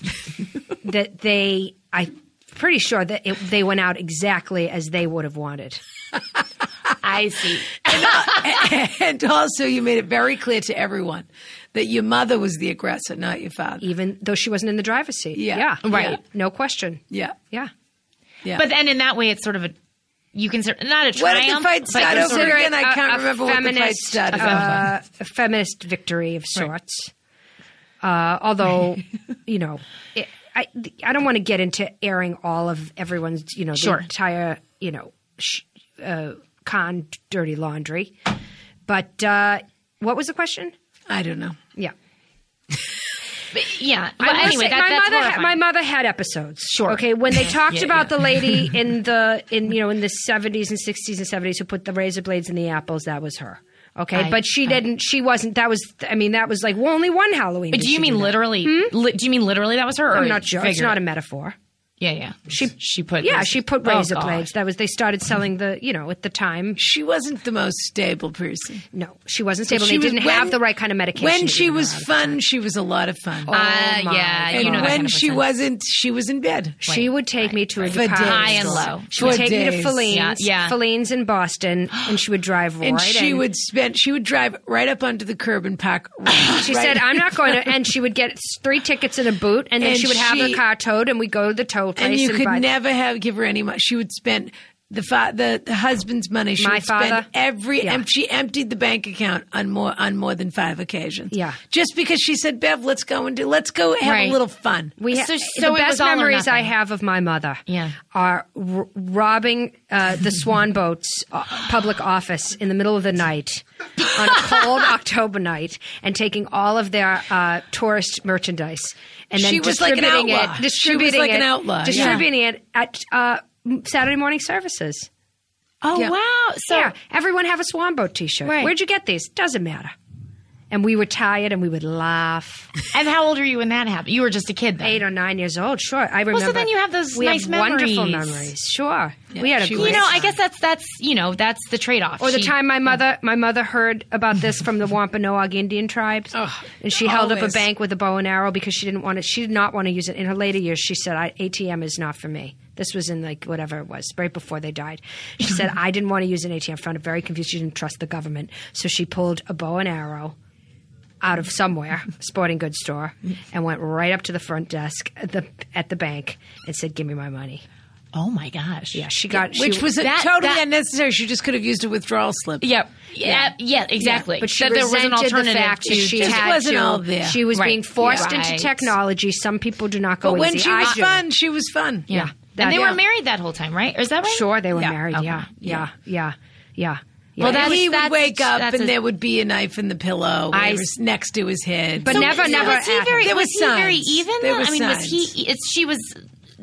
S2: that they I pretty sure that it, they went out exactly as they would have wanted.
S5: I see.
S4: and also, you made it very clear to everyone that your mother was the aggressor, not your father.
S2: even though she wasn't in the driver's seat.
S4: Yeah.
S5: Right.
S2: Yeah. No question.
S4: Yeah.
S2: Yeah.
S4: Yeah.
S5: But then in that way, it's sort of a you can sort- not a
S4: When
S5: triumph.
S4: did the fight
S5: but
S4: start
S5: it's
S4: over
S5: sort of-
S4: again? I
S2: a-
S4: can't
S2: a
S4: remember what the fight
S2: feminist,
S4: started.
S2: Uh, a feminist victory of sorts. Uh, although, you know, it, I I don't want to get into airing all of everyone's you know
S5: Sure.
S2: the entire you know sh- uh, con dirty laundry, but uh, what was the question?
S4: I don't know.
S2: Yeah.
S5: yeah.
S2: I
S5: Well,
S2: will
S5: anyway,
S2: say
S5: that,
S2: my
S5: that's
S2: mother
S5: horrifying.
S2: my mother had episodes.
S5: Sure.
S2: Okay, when they talked
S5: Yeah,
S2: about
S5: yeah.
S2: the lady in the in you know in the 70s and 60s and 70s who put the razor blades in the apples, that was her. Okay,
S5: I-
S2: but she didn't. She wasn't. That was. I mean, that was like well, only one Halloween.
S5: But
S2: did
S5: do you
S2: she
S5: mean
S2: do that.
S5: literally? Li- do you mean literally that was her? Or
S2: Hmm? I'm not sure. It's
S5: figurative?
S2: not a metaphor.
S5: Yeah, yeah. She she put
S2: Yeah,
S5: this-
S2: she put
S5: Oh,
S2: razor
S5: God.
S2: blades. That was. They started selling the. You know, at the time,
S4: She wasn't the most stable person.
S2: no, she wasn't stable.
S4: She
S2: they
S4: was-
S2: didn't
S4: when-
S2: have the right kind of medication.
S4: When
S2: to
S4: she
S2: get her
S4: was
S2: out of
S4: fun, she was a lot of fun.
S5: Uh,
S2: Oh, my
S5: yeah, you
S4: and
S5: know that
S4: when
S5: kind of
S4: she
S5: person.
S4: wasn't, she was in bed.
S2: She would take me to a
S4: For
S2: department
S4: days. High
S5: and
S2: store.
S5: low.
S2: She would
S4: For
S2: take me
S4: days.
S2: to Feline's,
S5: Yeah, yeah.
S2: Feline's in Boston, and she would drive right
S4: And she
S2: in.
S4: would spend. She would drive right up onto the curb and park.
S2: She said, "I'm not going to." And she would get three tickets and a boot, and then
S4: And
S2: she would have
S4: she-
S2: her car towed, and we would go to the tow place.
S4: and you could
S2: buy-
S4: never have give her any money. She would spend the fa- the, the husband's money. She
S2: My
S4: would spend
S2: father?
S4: every.
S2: Yeah.
S4: em- she emptied the bank account on more on more than five occasions.
S2: Yeah.
S4: just because she said, "Bev, let's go and do. Let's go have
S5: Right.
S4: a little fun."
S2: We ha-
S5: So-
S2: the
S5: so it
S2: best
S5: was all or
S2: memories I
S5: nothing.
S2: have of my mother
S5: Yeah.
S2: are r- robbing uh, the Swan Boat's uh, public office in the middle of the night on a cold October night and taking all of their uh, tourist merchandise and then
S4: She was like an
S2: distributing
S4: outlaw.
S2: it,
S4: She was
S2: distributing
S4: like
S2: it,
S4: an outlaw, yeah.
S2: distributing it at uh, Saturday morning services.
S5: Oh
S4: Yeah.
S5: wow! So
S2: yeah, everyone have a Swan Boat T-shirt.
S5: Right.
S2: Where'd you get these? Doesn't matter. and we were tired and we would laugh.
S5: And how old are you when that happened? You were just a kid then.
S2: Eight or nine years old, sure. I remember.
S5: then you have those
S2: we
S5: nice
S2: have wonderful
S5: memories.
S2: memories. Sure, we had a
S4: she
S2: great
S4: was-
S5: you know, I guess that's that's you know that's the trade off.
S2: Or the time
S4: oh.
S2: my mother my mother heard about this from the Wampanoag Indian tribes, and she held up
S4: always.
S2: a bank with a bow and arrow because she didn't want to. She did not want to use it. In her later years, she said, I, "ATM is not for me." This was in like whatever it was, right before they died. She said, "I didn't want to use an ATM." Found it very confused. She didn't trust the government, so she pulled a bow and arrow out of somewhere, sporting goods store, and went right up to the front desk at the at the bank and said, "Give me my money."
S5: oh my gosh.
S2: Yeah, she got
S4: Which
S2: she,
S4: was a
S5: That-
S4: totally
S5: that-
S4: unnecessary. She just could have used a withdrawal slip.
S5: Yeah. Yeah. Yeah. Exactly.
S2: But she
S5: That there was an
S2: resented
S5: alternative
S2: the fact that
S5: to
S2: she
S5: just-
S2: had
S4: wasn't
S2: to-
S4: all there.
S2: She was
S5: Right.
S2: being forced
S5: Yeah.
S2: into
S5: Right.
S2: technology. Some people do not go
S4: But when
S2: easy.
S4: she was
S2: I do.
S4: fun, she was fun.
S5: Yeah.
S2: That-
S5: and they
S2: yeah.
S5: were married that whole time, right? Or is that right?
S2: Sure, they were
S4: Yeah.
S2: married.
S5: Okay.
S2: Yeah, yeah, yeah, yeah. yeah.
S5: Well,
S4: And
S5: that's-
S4: he would
S5: that's-
S4: wake up,
S5: that's
S4: and
S5: a-
S4: there would be a knife in the pillow where
S2: I-
S4: it was next to his head.
S2: But
S4: So-
S2: never,
S5: so
S2: never.
S5: Was he
S2: happened.
S5: very?
S4: There
S5: was,
S4: was
S5: he
S4: signs.
S5: very even?
S4: There
S5: though?
S4: was
S5: I mean,
S4: signs.
S5: was he? It's she was.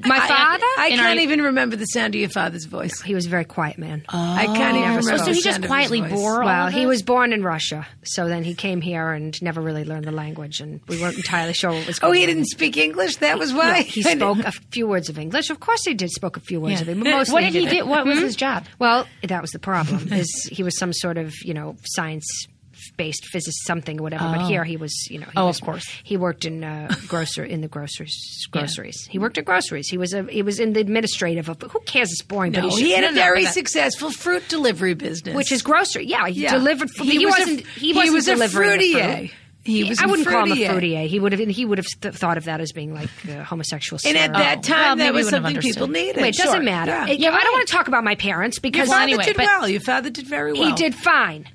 S2: My
S5: I-
S2: father.
S4: I
S5: in
S4: can't
S5: our-
S4: even remember the sound of your father's voice.
S2: he was a very quiet man.
S4: I can't even remember.
S5: Oh, so he
S4: the
S5: just
S4: sound of his
S5: quietly
S4: voice.
S5: bore. all
S2: well,
S5: of
S2: he
S5: it?
S2: was born in Russia, so then he came here and never really learned the language, and we weren't entirely sure what was
S4: Oh,
S2: going on.
S4: he didn't speak English. That was
S2: No,
S4: why
S2: he spoke a few words of English. Of course, he did spoke a few words of
S5: Yeah.
S2: English. but Mostly Hmm?
S5: What did he
S2: didn't.
S5: do? What was his job?
S2: Well, that was the problem. Is he was some sort of you know science based physicist something or whatever. But here he was you know. He
S5: Oh,
S2: was-
S5: of course.
S2: He worked in uh, grocer in the groceries groceries. He worked at groceries. He was a he was in the administrative of who cares? It's boring.
S4: No,
S2: but
S4: he had
S2: no,
S4: a
S2: no, no,
S4: very
S2: but that-
S4: successful fruit delivery business,
S2: which is grocery. Yeah, he
S4: Yeah.
S2: delivered. Food. He,
S4: was a-
S2: wasn't. he wasn't
S4: was a
S2: delivering the
S4: fruitier.
S2: fruit.
S4: He was.
S2: I
S4: a
S2: wouldn't call him a
S4: fruitier.
S2: fruitier. He would have. He would have th- thought of that as being like uh, homosexual.
S4: And
S2: slur.
S4: at that
S5: well,
S4: time, that
S5: maybe
S4: was
S5: wouldn't have
S4: something people
S5: understood.
S4: needed.
S2: Wait, it doesn't
S4: Sure.
S2: matter.
S4: Yeah.
S2: It-
S5: Yeah,
S2: I
S5: right.
S2: don't want to talk about my parents
S4: Your
S2: because
S4: father
S5: anyway,
S4: did
S5: but-
S4: well. Your father did very well.
S2: he did fine.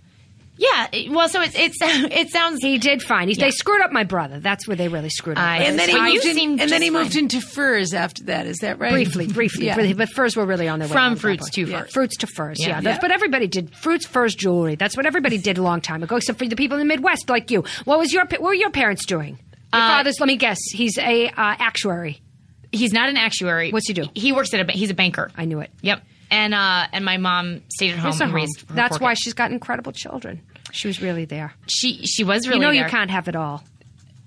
S5: Yeah. it- Well, so it's it's it sounds.
S2: He did fine. He, They screwed up my brother. That's where they really screwed up.
S5: I-
S2: But
S4: And then he
S5: Oh, you
S4: moved, in-
S5: seem
S4: and then
S5: just
S4: he moved
S5: fine.
S4: into furs after that. Is that right?
S2: briefly, briefly,
S4: Yeah.
S2: briefly, but furs were really on their way.
S5: From
S2: out at that
S5: fruits
S2: point.
S5: to
S2: Yeah,
S5: furs.
S2: Fruits to furs. Yeah,
S5: Yeah.
S2: that's what everybody did. Fruits, furs, jewelry. That's what everybody did a long time ago, except for the people in the Midwest like you. What was your pa- what were your parents doing? Your
S5: Uh,
S2: father's. Let me guess. He's a uh, actuary.
S5: He's not an actuary.
S2: What's he do?
S5: He works at a. ba- He's a banker.
S2: I knew it.
S5: Yep. And uh, and my mom stayed at home
S2: It's a
S5: and
S2: home.
S5: raised. her
S2: That's
S5: four
S2: why
S5: kids.
S2: she's got incredible children. She was really there.
S5: she she was really.
S2: you know
S5: there.
S2: you can't have it all.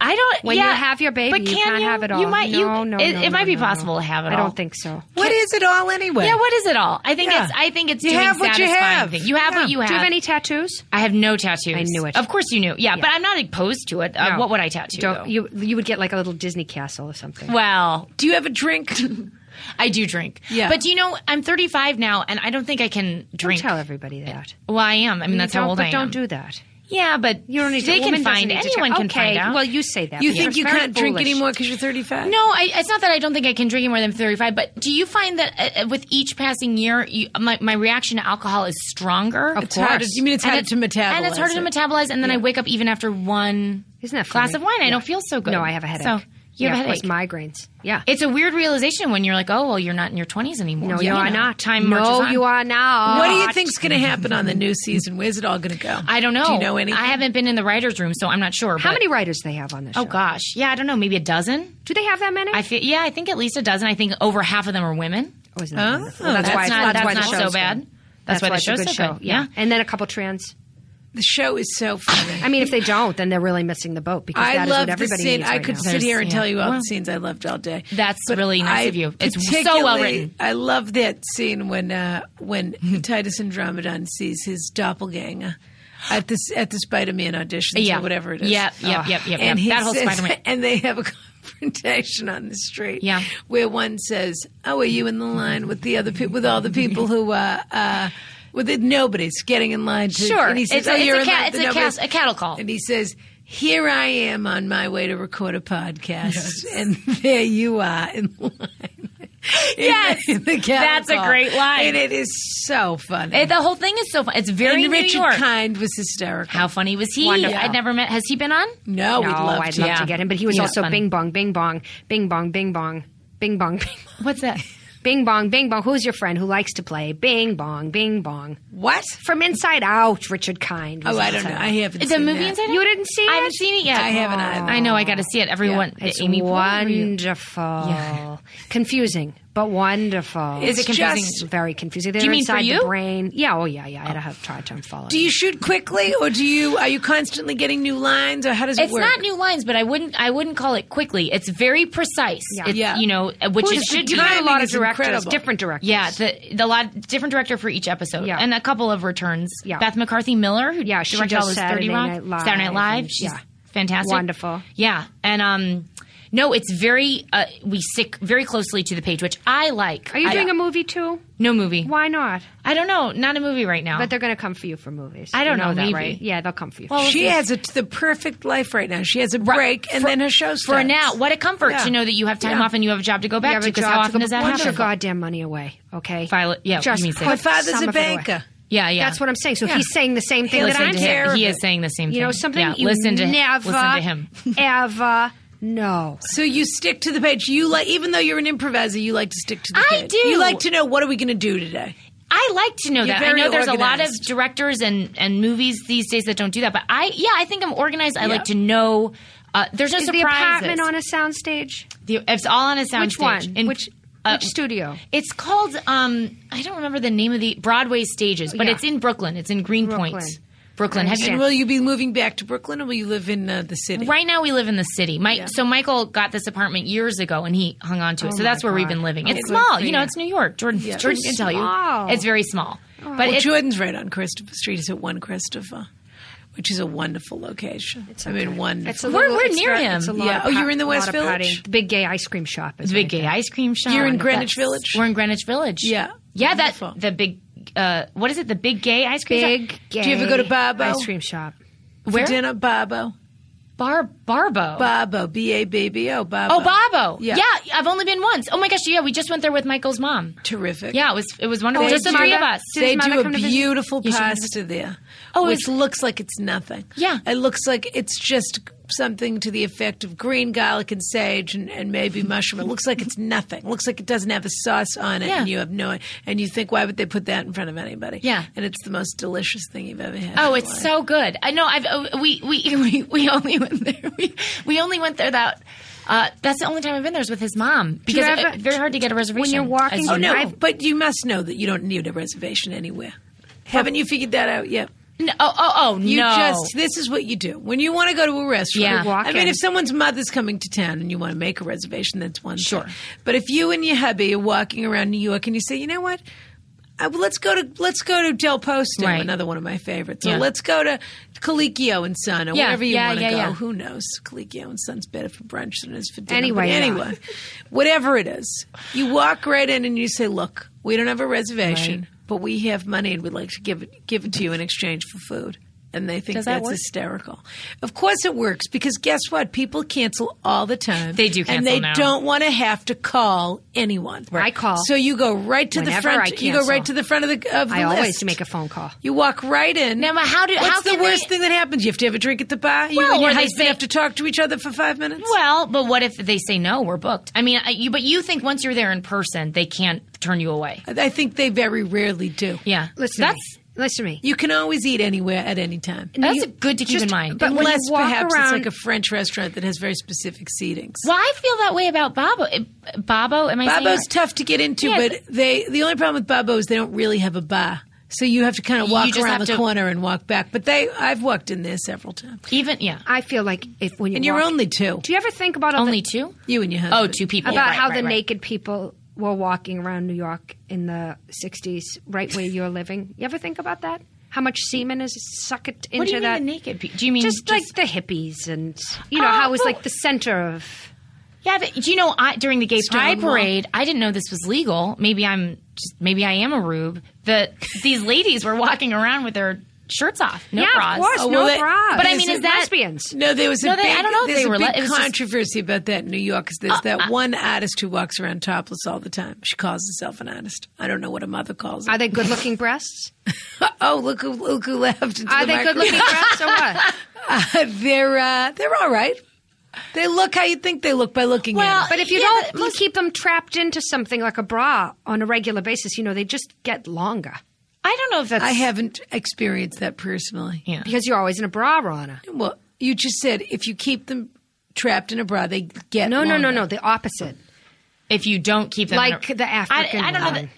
S5: I don't.
S2: When
S5: yeah,
S2: you have your baby,
S5: but
S2: you
S5: can
S2: can't have it all.
S5: You might.
S2: No,
S5: you,
S2: no, no,
S5: It, it
S2: no,
S5: might be
S2: no,
S5: possible
S2: no.
S5: to have it.
S2: I
S5: all.
S2: don't think so.
S4: What is it all anyway?
S5: Yeah. What is it all? I think
S4: Yeah.
S5: it's. I think it's.
S4: You
S5: doing
S4: have what you
S5: satisfying
S4: have.
S5: things. You have
S4: Yeah.
S5: what you
S2: Do
S5: have.
S2: you have any tattoos?
S5: I have no tattoos. I
S2: knew it.
S5: Of course you knew. Yeah, but I'm not opposed to it. Uh,
S2: No.
S5: What would I tattoo?
S2: Don't-
S5: though?
S2: you you would get like a little Disney castle or something.
S5: well,
S4: Do you have a drink?
S5: I do drink.
S4: Yeah.
S5: But do you know, I'm 35 now, and I don't think I can drink.
S2: Don't tell everybody that.
S5: Well, I am. I mean, that's
S2: don't,
S5: how old
S2: but
S5: I am.
S2: don't do that.
S5: Yeah, but
S2: You don't need
S5: they
S2: to. a
S5: can
S2: woman doesn't
S5: find
S2: need to
S5: anyone
S2: tell-
S5: can
S2: okay,
S5: find out.
S2: Well, you say that.
S4: You
S2: but
S4: think
S2: you're
S4: you
S2: very
S4: can't drink
S2: foolish.
S4: anymore because you're 35?
S5: No, I, it's not that I don't think I can drink any more than 35, but do you find that uh, with each passing year, you, my, my reaction to alcohol is stronger?
S2: Of
S5: It's
S2: course.
S4: harder- you mean it's
S5: And
S4: harder to
S5: And it's harder
S4: metabolize
S5: to metabolize, and then I wake up even after one
S2: Isn't that
S5: glass
S2: funny?
S5: of wine. I
S2: Yeah.
S5: don't feel so good.
S2: No, I have a headache.
S5: So you
S2: yeah,
S5: have a
S2: of course,
S5: headache.
S2: migraines. Yeah.
S5: it's a weird realization when you're like, oh, well, you're not in your 20s anymore.
S2: no,
S5: You
S2: you are
S5: know,
S2: not.
S5: Time marches
S2: No,
S5: on.
S2: you are not.
S4: What do you think's going to happen on the new season? Where's it all going to go?
S5: I don't know.
S4: Do you know anything?
S5: I haven't been in the writer's room, so I'm not sure.
S2: How
S5: but-
S2: many writers they have on this show?
S5: Oh, gosh. Yeah, I don't know. Maybe a dozen?
S2: Do they have that many?
S5: I feel, yeah, I think at least a dozen. I think over half of them are women.
S2: oh, isn't that wonderful? Well,
S5: That's,
S2: why.
S5: not,
S2: that's
S5: that's
S2: why the
S5: not so
S2: show's
S5: bad.
S2: good.
S5: That's, why the
S2: it's a
S5: show's
S2: good
S5: so
S2: show.
S5: good. Yeah.
S2: And then a couple trans.
S4: The show is so funny.
S2: I mean, if they don't, then they're really missing the boat because
S4: I
S2: that is
S4: love
S2: what
S4: the
S2: everybody
S4: scene.
S2: needs
S4: I
S2: right
S4: could
S2: now.
S4: sit here and
S5: yeah.
S4: tell you all the
S5: Well,
S4: scenes I loved all day.
S5: that's really nice of you. It's so
S4: particularly-
S5: well written.
S4: I love that scene when uh, when Titus Andromedon sees his doppelganger at this at the Spider Man audition
S5: yeah.
S4: or whatever it is. Ah.
S5: Yep, yep, yep, yep. yep.
S4: and he
S5: That whole
S4: says-
S5: Spider Man.
S4: And they have a confrontation on the street.
S5: Yeah.
S4: where one says, "Oh, are you in the line with the other pe- with all the people who uh, uh, with it, nobody's getting in line?" To,
S5: Sure.
S4: and he says,
S5: It's a-
S4: "Oh,
S5: it's
S4: you're
S5: a
S4: in
S5: ca-
S4: line
S5: it's
S4: with
S5: a
S4: nobody's-"
S5: cas- a cattle call.
S4: And he says, "Here I am on my way to record a podcast, and there you are in line."
S5: Yes.
S4: In the cattle
S5: That's a
S4: call.
S5: great line.
S4: and it is so funny.
S5: Eh, The whole thing is so fun. It's very
S4: and
S5: New
S4: Richard
S5: York.
S4: Kind was hysterical.
S5: How funny was he?
S2: Wonderful.
S5: I'd never met. Has he been on?
S4: no, we'd
S2: No,
S4: love
S2: I'd
S4: to.
S2: love
S5: Yeah.
S2: to get him, but he was
S5: Yeah.
S2: also
S5: Fun.
S2: Bing Bong, Bing Bong, Bing Bong, Bing Bong, Bing Bong, Bing Bong.
S5: What's that?
S2: Bing Bong, Bing Bong. Who's your friend who likes to play? Bing Bong, Bing Bong.
S4: What?
S2: From Inside Out, Richard Kind. was
S4: Oh, I
S2: in
S4: don't know.
S2: Inside
S4: I
S2: Out.
S4: haven't.
S5: It's a
S4: seen
S5: movie
S4: that.
S5: inside. Out?
S2: You didn't see
S5: I
S2: it?
S5: haven't seen it yet.
S4: I haven't either.
S5: I know. I got to see it. Everyone.
S2: It's
S5: Amy Poehler, you-
S2: wonderful. Confusing, but wonderful.
S5: Is it confusing?
S2: It's very confusing. They're
S5: you mean for
S2: inside
S5: you?
S2: the brain. Yeah. Oh, yeah, yeah. I had a hard time following.
S4: Do you shoot quickly, or do you are you constantly getting new lines, or how does it
S5: It's
S4: work?
S5: not new lines, but I wouldn't. I wouldn't call it quickly. It's very precise.
S2: Yeah.
S5: It's,
S4: Yeah.
S5: You know, which
S2: Well,
S5: it
S2: it's-
S5: should
S2: you
S5: be.
S2: got a lot
S4: timing
S2: of
S4: is
S2: directors,
S4: incredible.
S2: different directors.
S5: Yeah, the the lot different director for each episode,
S2: Yeah.
S5: and a couple of returns.
S2: Yeah.
S5: Beth McCarthy Miller, who
S2: Yeah, she
S5: directed
S2: does
S5: all those Thirty
S2: Saturday
S5: Rock,
S2: Night Live
S5: Saturday Night Live.
S2: and-
S5: She's
S2: yeah.
S5: fantastic,
S2: Wonderful.
S5: Yeah, and um, no, it's very uh, we stick very closely to the page, which I like.
S2: Are you
S5: I-
S2: doing a movie too?
S5: no movie?
S2: Why not?
S5: I don't know, not a movie right now.
S2: But they're going to come for you for movies.
S5: I don't
S2: You
S5: know,
S2: that,
S5: maybe.
S2: right? Yeah, they'll come for you.
S4: she has a, the perfect life right now. She has a
S5: Right.
S4: break, and
S5: For-
S4: then her show starts.
S5: for now, what a comfort
S4: Yeah.
S5: to know that you have time
S4: Yeah.
S5: off and you have a job to go back
S2: you have
S5: to.
S2: a
S5: Because
S2: job
S5: how
S2: to
S5: often
S2: go-
S5: does that
S2: put
S5: happen?
S2: your goddamn money away, okay?
S5: File it- yeah,
S2: Just
S5: you mean save
S2: put
S5: it. My
S4: father's
S2: some
S4: a
S2: of it away.
S4: banker.
S5: Yeah, yeah.
S2: That's what I'm saying. So he's saying the same thing
S5: Listen
S2: that I'm
S5: to
S2: saying.
S5: him. He
S4: of
S5: is
S4: it.
S5: saying the same thing.
S2: You know something
S5: Yeah,
S2: you
S5: listen to him.
S2: never
S5: Listen to him.
S2: ever know.
S4: so you stick to the page. You like, even though you're an improviser, you like to stick to the
S5: I
S4: page.
S5: do.
S4: You like to know what are we going to do today?
S5: I like to know that. I
S4: very
S5: know there's a lot of
S4: organized.
S5: directors and and movies these days that don't do that, but I yeah, I think I'm organized. I like to know. Uh, there's no
S2: Is the
S5: surprises.
S2: apartment on a soundstage?
S5: The- it's all on a soundstage.
S2: Which one?
S5: In-
S2: which
S5: uh,
S2: which studio?
S5: It's called um I don't remember the name of the Broadway stages, but
S2: Yeah.
S5: it's in Brooklyn. It's in Greenpoint,
S2: Brooklyn.
S5: Brooklyn. Have you
S4: And will you be moving back to Brooklyn, or will you live in uh, the city?
S5: Right now, we live in the city. My, So Michael got this apartment years ago, and he hung on to
S2: Oh
S5: it. so that's where we've been living. It's small, you know. It's New York. Jordan, Jordan can tell
S2: small. Oh.
S5: you, it's very small. But
S4: Well,
S5: it's,
S4: Jordan's right on Christopher Street. Is at One Christopher, which is a wonderful location. I mean, wonderful.
S2: It's a
S5: We're-
S2: little
S5: we're
S2: extra-
S5: near him.
S2: It's a lot
S4: Yeah.
S2: of
S4: Oh,
S2: pot-
S4: you're in the
S2: lot
S4: West
S2: of
S4: Village?
S2: potting. The big gay ice cream shop. Is
S5: the big gay ice cream shop.
S4: You're in
S5: That's-
S4: Greenwich Village?
S5: We're in Greenwich Village.
S4: Yeah.
S5: yeah. That
S4: Wonderful.
S5: the big. Uh, what is it? The big gay ice cream
S2: Big
S5: shop?
S2: gay.
S4: Do you ever go to Babo?
S2: Ice cream shop.
S4: For
S5: Where?
S4: dinner, Babo,
S5: Bar Barbo.
S4: Babo, B A B B O, Babo.
S5: oh, Babo.
S4: Yeah.
S5: Yeah. I've only been once. Oh my gosh. Yeah, we just went there with Michael's mom.
S4: Terrific.
S5: Yeah, it was it was wonderful. just the
S4: do-
S5: three of us.
S2: Did his
S4: They
S2: mother
S4: do a
S2: come to visit?
S4: beautiful
S5: Yeah, she came to
S4: pasta there.
S5: Oh,
S4: which
S5: it's-
S4: looks like it's nothing.
S5: Yeah.
S4: It looks like it's just something to the effect of green garlic and sage and, and maybe mushroom. It looks like it's nothing. It looks like it doesn't have a sauce on it
S5: Yeah.
S4: and you have no and you think why would they put that in front of anybody?
S5: Yeah.
S4: And it's the most delicious thing you've ever had.
S5: Oh,
S4: in your
S5: it's
S4: life.
S5: so good. I know. I've uh, we, we we we only went there. We, we only went there that. Uh, that's the only time I've been there is with his mom because
S2: have
S5: it's
S2: a-
S5: very hard to get a reservation.
S2: you're walking-
S5: as you
S4: Oh no,
S5: know.
S2: I've-
S4: but you must know that you don't need a reservation anywhere. Haven't you figured that out yet?
S5: No, oh, oh, oh,
S4: You
S5: no.
S4: just this is what you do when you want to go to a
S5: Yeah.
S4: restaurant.
S5: You walk
S4: I mean,
S2: in.
S4: if someone's mother's coming to town and you want to make a reservation, that's one
S5: Sure.
S4: thing. But if you and your hubby are walking around New York and you say, you know what. Uh, well, let's go to let's go to Del Posto,
S5: Right.
S4: another one of my favorites. Or
S5: Yeah.
S4: let's go to Colicchio and Son, or
S5: Yeah,
S4: wherever you
S5: yeah,
S4: want to
S5: yeah,
S4: go.
S5: yeah.
S4: Who knows? Colicchio and Son's better for brunch than it is for dinner.
S2: Anyway,
S4: but
S2: yeah.
S4: anyway, whatever it is, you walk right in and you say, "Look, we don't have a reservation, but we have money and we'd like to give it give it to you in exchange for food." And they think
S5: Does that
S4: that's
S5: work?
S4: hysterical. Of course it works because guess what? People cancel all the time.
S5: They do
S4: and
S5: cancel
S4: they
S5: now.
S4: don't want to have to call anyone.
S2: I call.
S4: So you go right to the
S2: Whenever
S4: front.
S2: I
S4: you go
S2: cancel.
S4: right to the front of the of the
S2: I
S4: list.
S2: always make a phone call.
S4: You walk right in.
S5: Now, but how do-
S4: What's
S5: how
S4: the
S5: can
S4: worst
S5: they-
S4: thing that happens? You have to have a drink at the bar. You
S5: Well,
S4: and your
S5: or they
S4: husband
S5: say-
S4: have to talk to each other for five minutes.
S5: Well, but what if they say no? We're booked. I mean, I, you, but you think once you're there in person, they can't turn you away.
S4: I think they very rarely do.
S5: Yeah,
S2: Listen, to
S5: that's
S2: me. listen to me.
S4: You can always eat anywhere at any time.
S5: that's
S2: you-
S5: good to keep
S2: just-
S5: in mind.
S2: but- when you
S4: Unless
S2: walk
S4: perhaps it's
S2: around-
S4: like a French restaurant that has very specific seatings.
S5: well, I feel that way about Babo. Eh, Babo, am I saying
S4: Babo's
S5: right?
S4: tough to get into,
S5: Yeah,
S4: but they the only problem with Babo is they don't really have a bar. So you have to kind of
S5: You
S4: walk
S5: just
S4: around
S5: have
S4: the
S5: to-
S4: corner and walk back. But they I've walked in there several times.
S5: Even yeah,
S2: I feel like if when you
S4: And you're
S2: walk-
S4: only two.
S2: Do you ever think about all the-
S5: only two.
S4: You and your husband.
S5: Oh, two people.
S2: about
S5: Right,
S2: how
S5: right,
S2: the
S5: right.
S2: naked people were walking around New York in the '60s, right where you're living? You ever think about that? How much semen is sucked into
S5: What do you mean
S2: that?
S5: the naked? pe- Do you mean
S2: just, like the hippies, and you know
S5: Oh,
S2: how it was
S5: well-
S2: like the center of.
S5: Yeah, but do you know I, during the Gay Pride
S4: Stonewall.
S5: parade, I didn't know this was legal. Maybe I'm just maybe I am a rube. That these ladies were walking around with their shirts off, no
S2: yeah,
S5: bras.
S2: of course, no
S4: Oh, well, that-
S2: bras.
S5: But I mean, is that-
S2: lesbians?
S4: No, there was a
S5: No, they-
S4: big,
S5: I don't know if
S4: there's
S5: they
S4: a
S5: were
S4: big
S5: let- it was just- Uh,
S4: controversy about that in New York because there's that one artist who walks around topless all the time. She calls herself an artist. I don't know what her mother calls her.
S2: Are they good-looking breasts?
S4: oh, look who, look who left. into
S2: Are
S4: the
S2: they
S4: microphone.
S2: good-looking breasts or what?
S4: they're uh, they're all right. They look how you think they look by looking
S5: Well,
S4: at
S2: But
S4: them.
S2: if you
S5: Yeah,
S2: don't
S5: but most-
S2: keep them trapped into something like a bra on a regular basis, you know they just get longer
S5: I don't know if that's
S4: I haven't experienced that personally.
S5: yeah.
S2: because you're always in a bra, Rana.
S4: Well, you just said if you keep them trapped in a bra, they get
S2: No, no, no,
S4: longer.
S2: no. The opposite.
S5: if you don't keep them in a-
S2: Like the
S5: I-
S2: African
S5: I, don't know.
S2: one.
S5: That,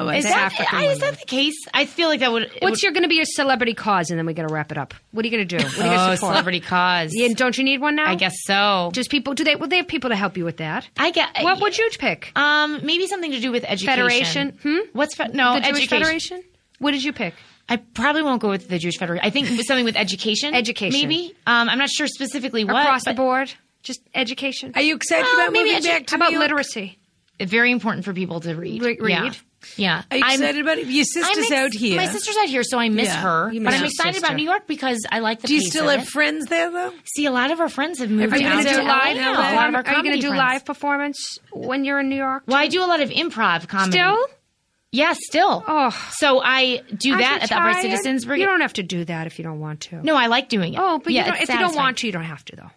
S4: Oh,
S5: is
S4: the
S5: that,
S4: African
S5: I- is that the case? I feel like that would. it
S2: What's your going to be your celebrity cause, and then we got to wrap it up. What are you going to do? What are you
S5: would,
S2: going
S5: oh
S2: to support?
S5: celebrity cause?
S2: Yeah, don't you need one now?
S5: I guess so.
S2: Just people. Do they? Well, they have people to help you with that.
S5: I get.
S2: What would you pick?
S5: Um, maybe something to do with education.
S2: Federation? Hmm?
S5: What's fe- no
S2: the Jewish
S5: Oh, education.
S2: Federation. What did you pick?
S5: I probably won't go with the Jewish Federation. I think with something with education.
S2: Education.
S5: Maybe. Um, I'm not sure specifically what.
S2: Across the
S5: but
S2: board, just education.
S4: Are you excited
S5: Well,
S4: about
S5: Oh, maybe
S4: moving
S5: I should-
S4: back to
S2: How about
S4: New York?
S2: literacy?
S5: Very important for people to read.
S2: Re- read.
S5: Yeah. yeah.
S4: Are you
S5: I'm-
S4: excited about it? Your
S5: I'm
S4: sister's
S5: ex-
S4: out here.
S5: My sister's out here, so I miss
S4: Yeah,
S5: her.
S4: you
S5: But
S4: miss
S5: I'm
S4: your
S5: excited
S2: sister.
S5: about New York because I like the.
S4: Do you
S5: pace
S4: still
S5: of
S4: have
S5: it.
S4: friends there though?
S5: See, a lot of our friends have moved
S4: Everybody
S5: down
S4: Is
S5: to
S4: there
S2: do
S5: LA
S2: live?
S5: now. A
S4: LA?
S5: lot of our
S2: Are you
S5: comedy
S2: to do
S5: friends. Mm-hmm.
S2: live performance when you're in New York?
S5: Well, I do a lot of improv comedy.
S2: Still?
S5: Yeah, still.
S2: Oh.
S5: So I do
S2: Aren't
S5: that
S2: you
S5: at the Upper
S2: tired?
S5: Citizens Brigade.
S2: You don't have to do that if you don't want to.
S5: no, I like doing it.
S2: Oh, but
S5: yeah,
S2: you don't,
S5: it's
S2: if you don't
S5: satisfying.
S2: want to, you don't have to though.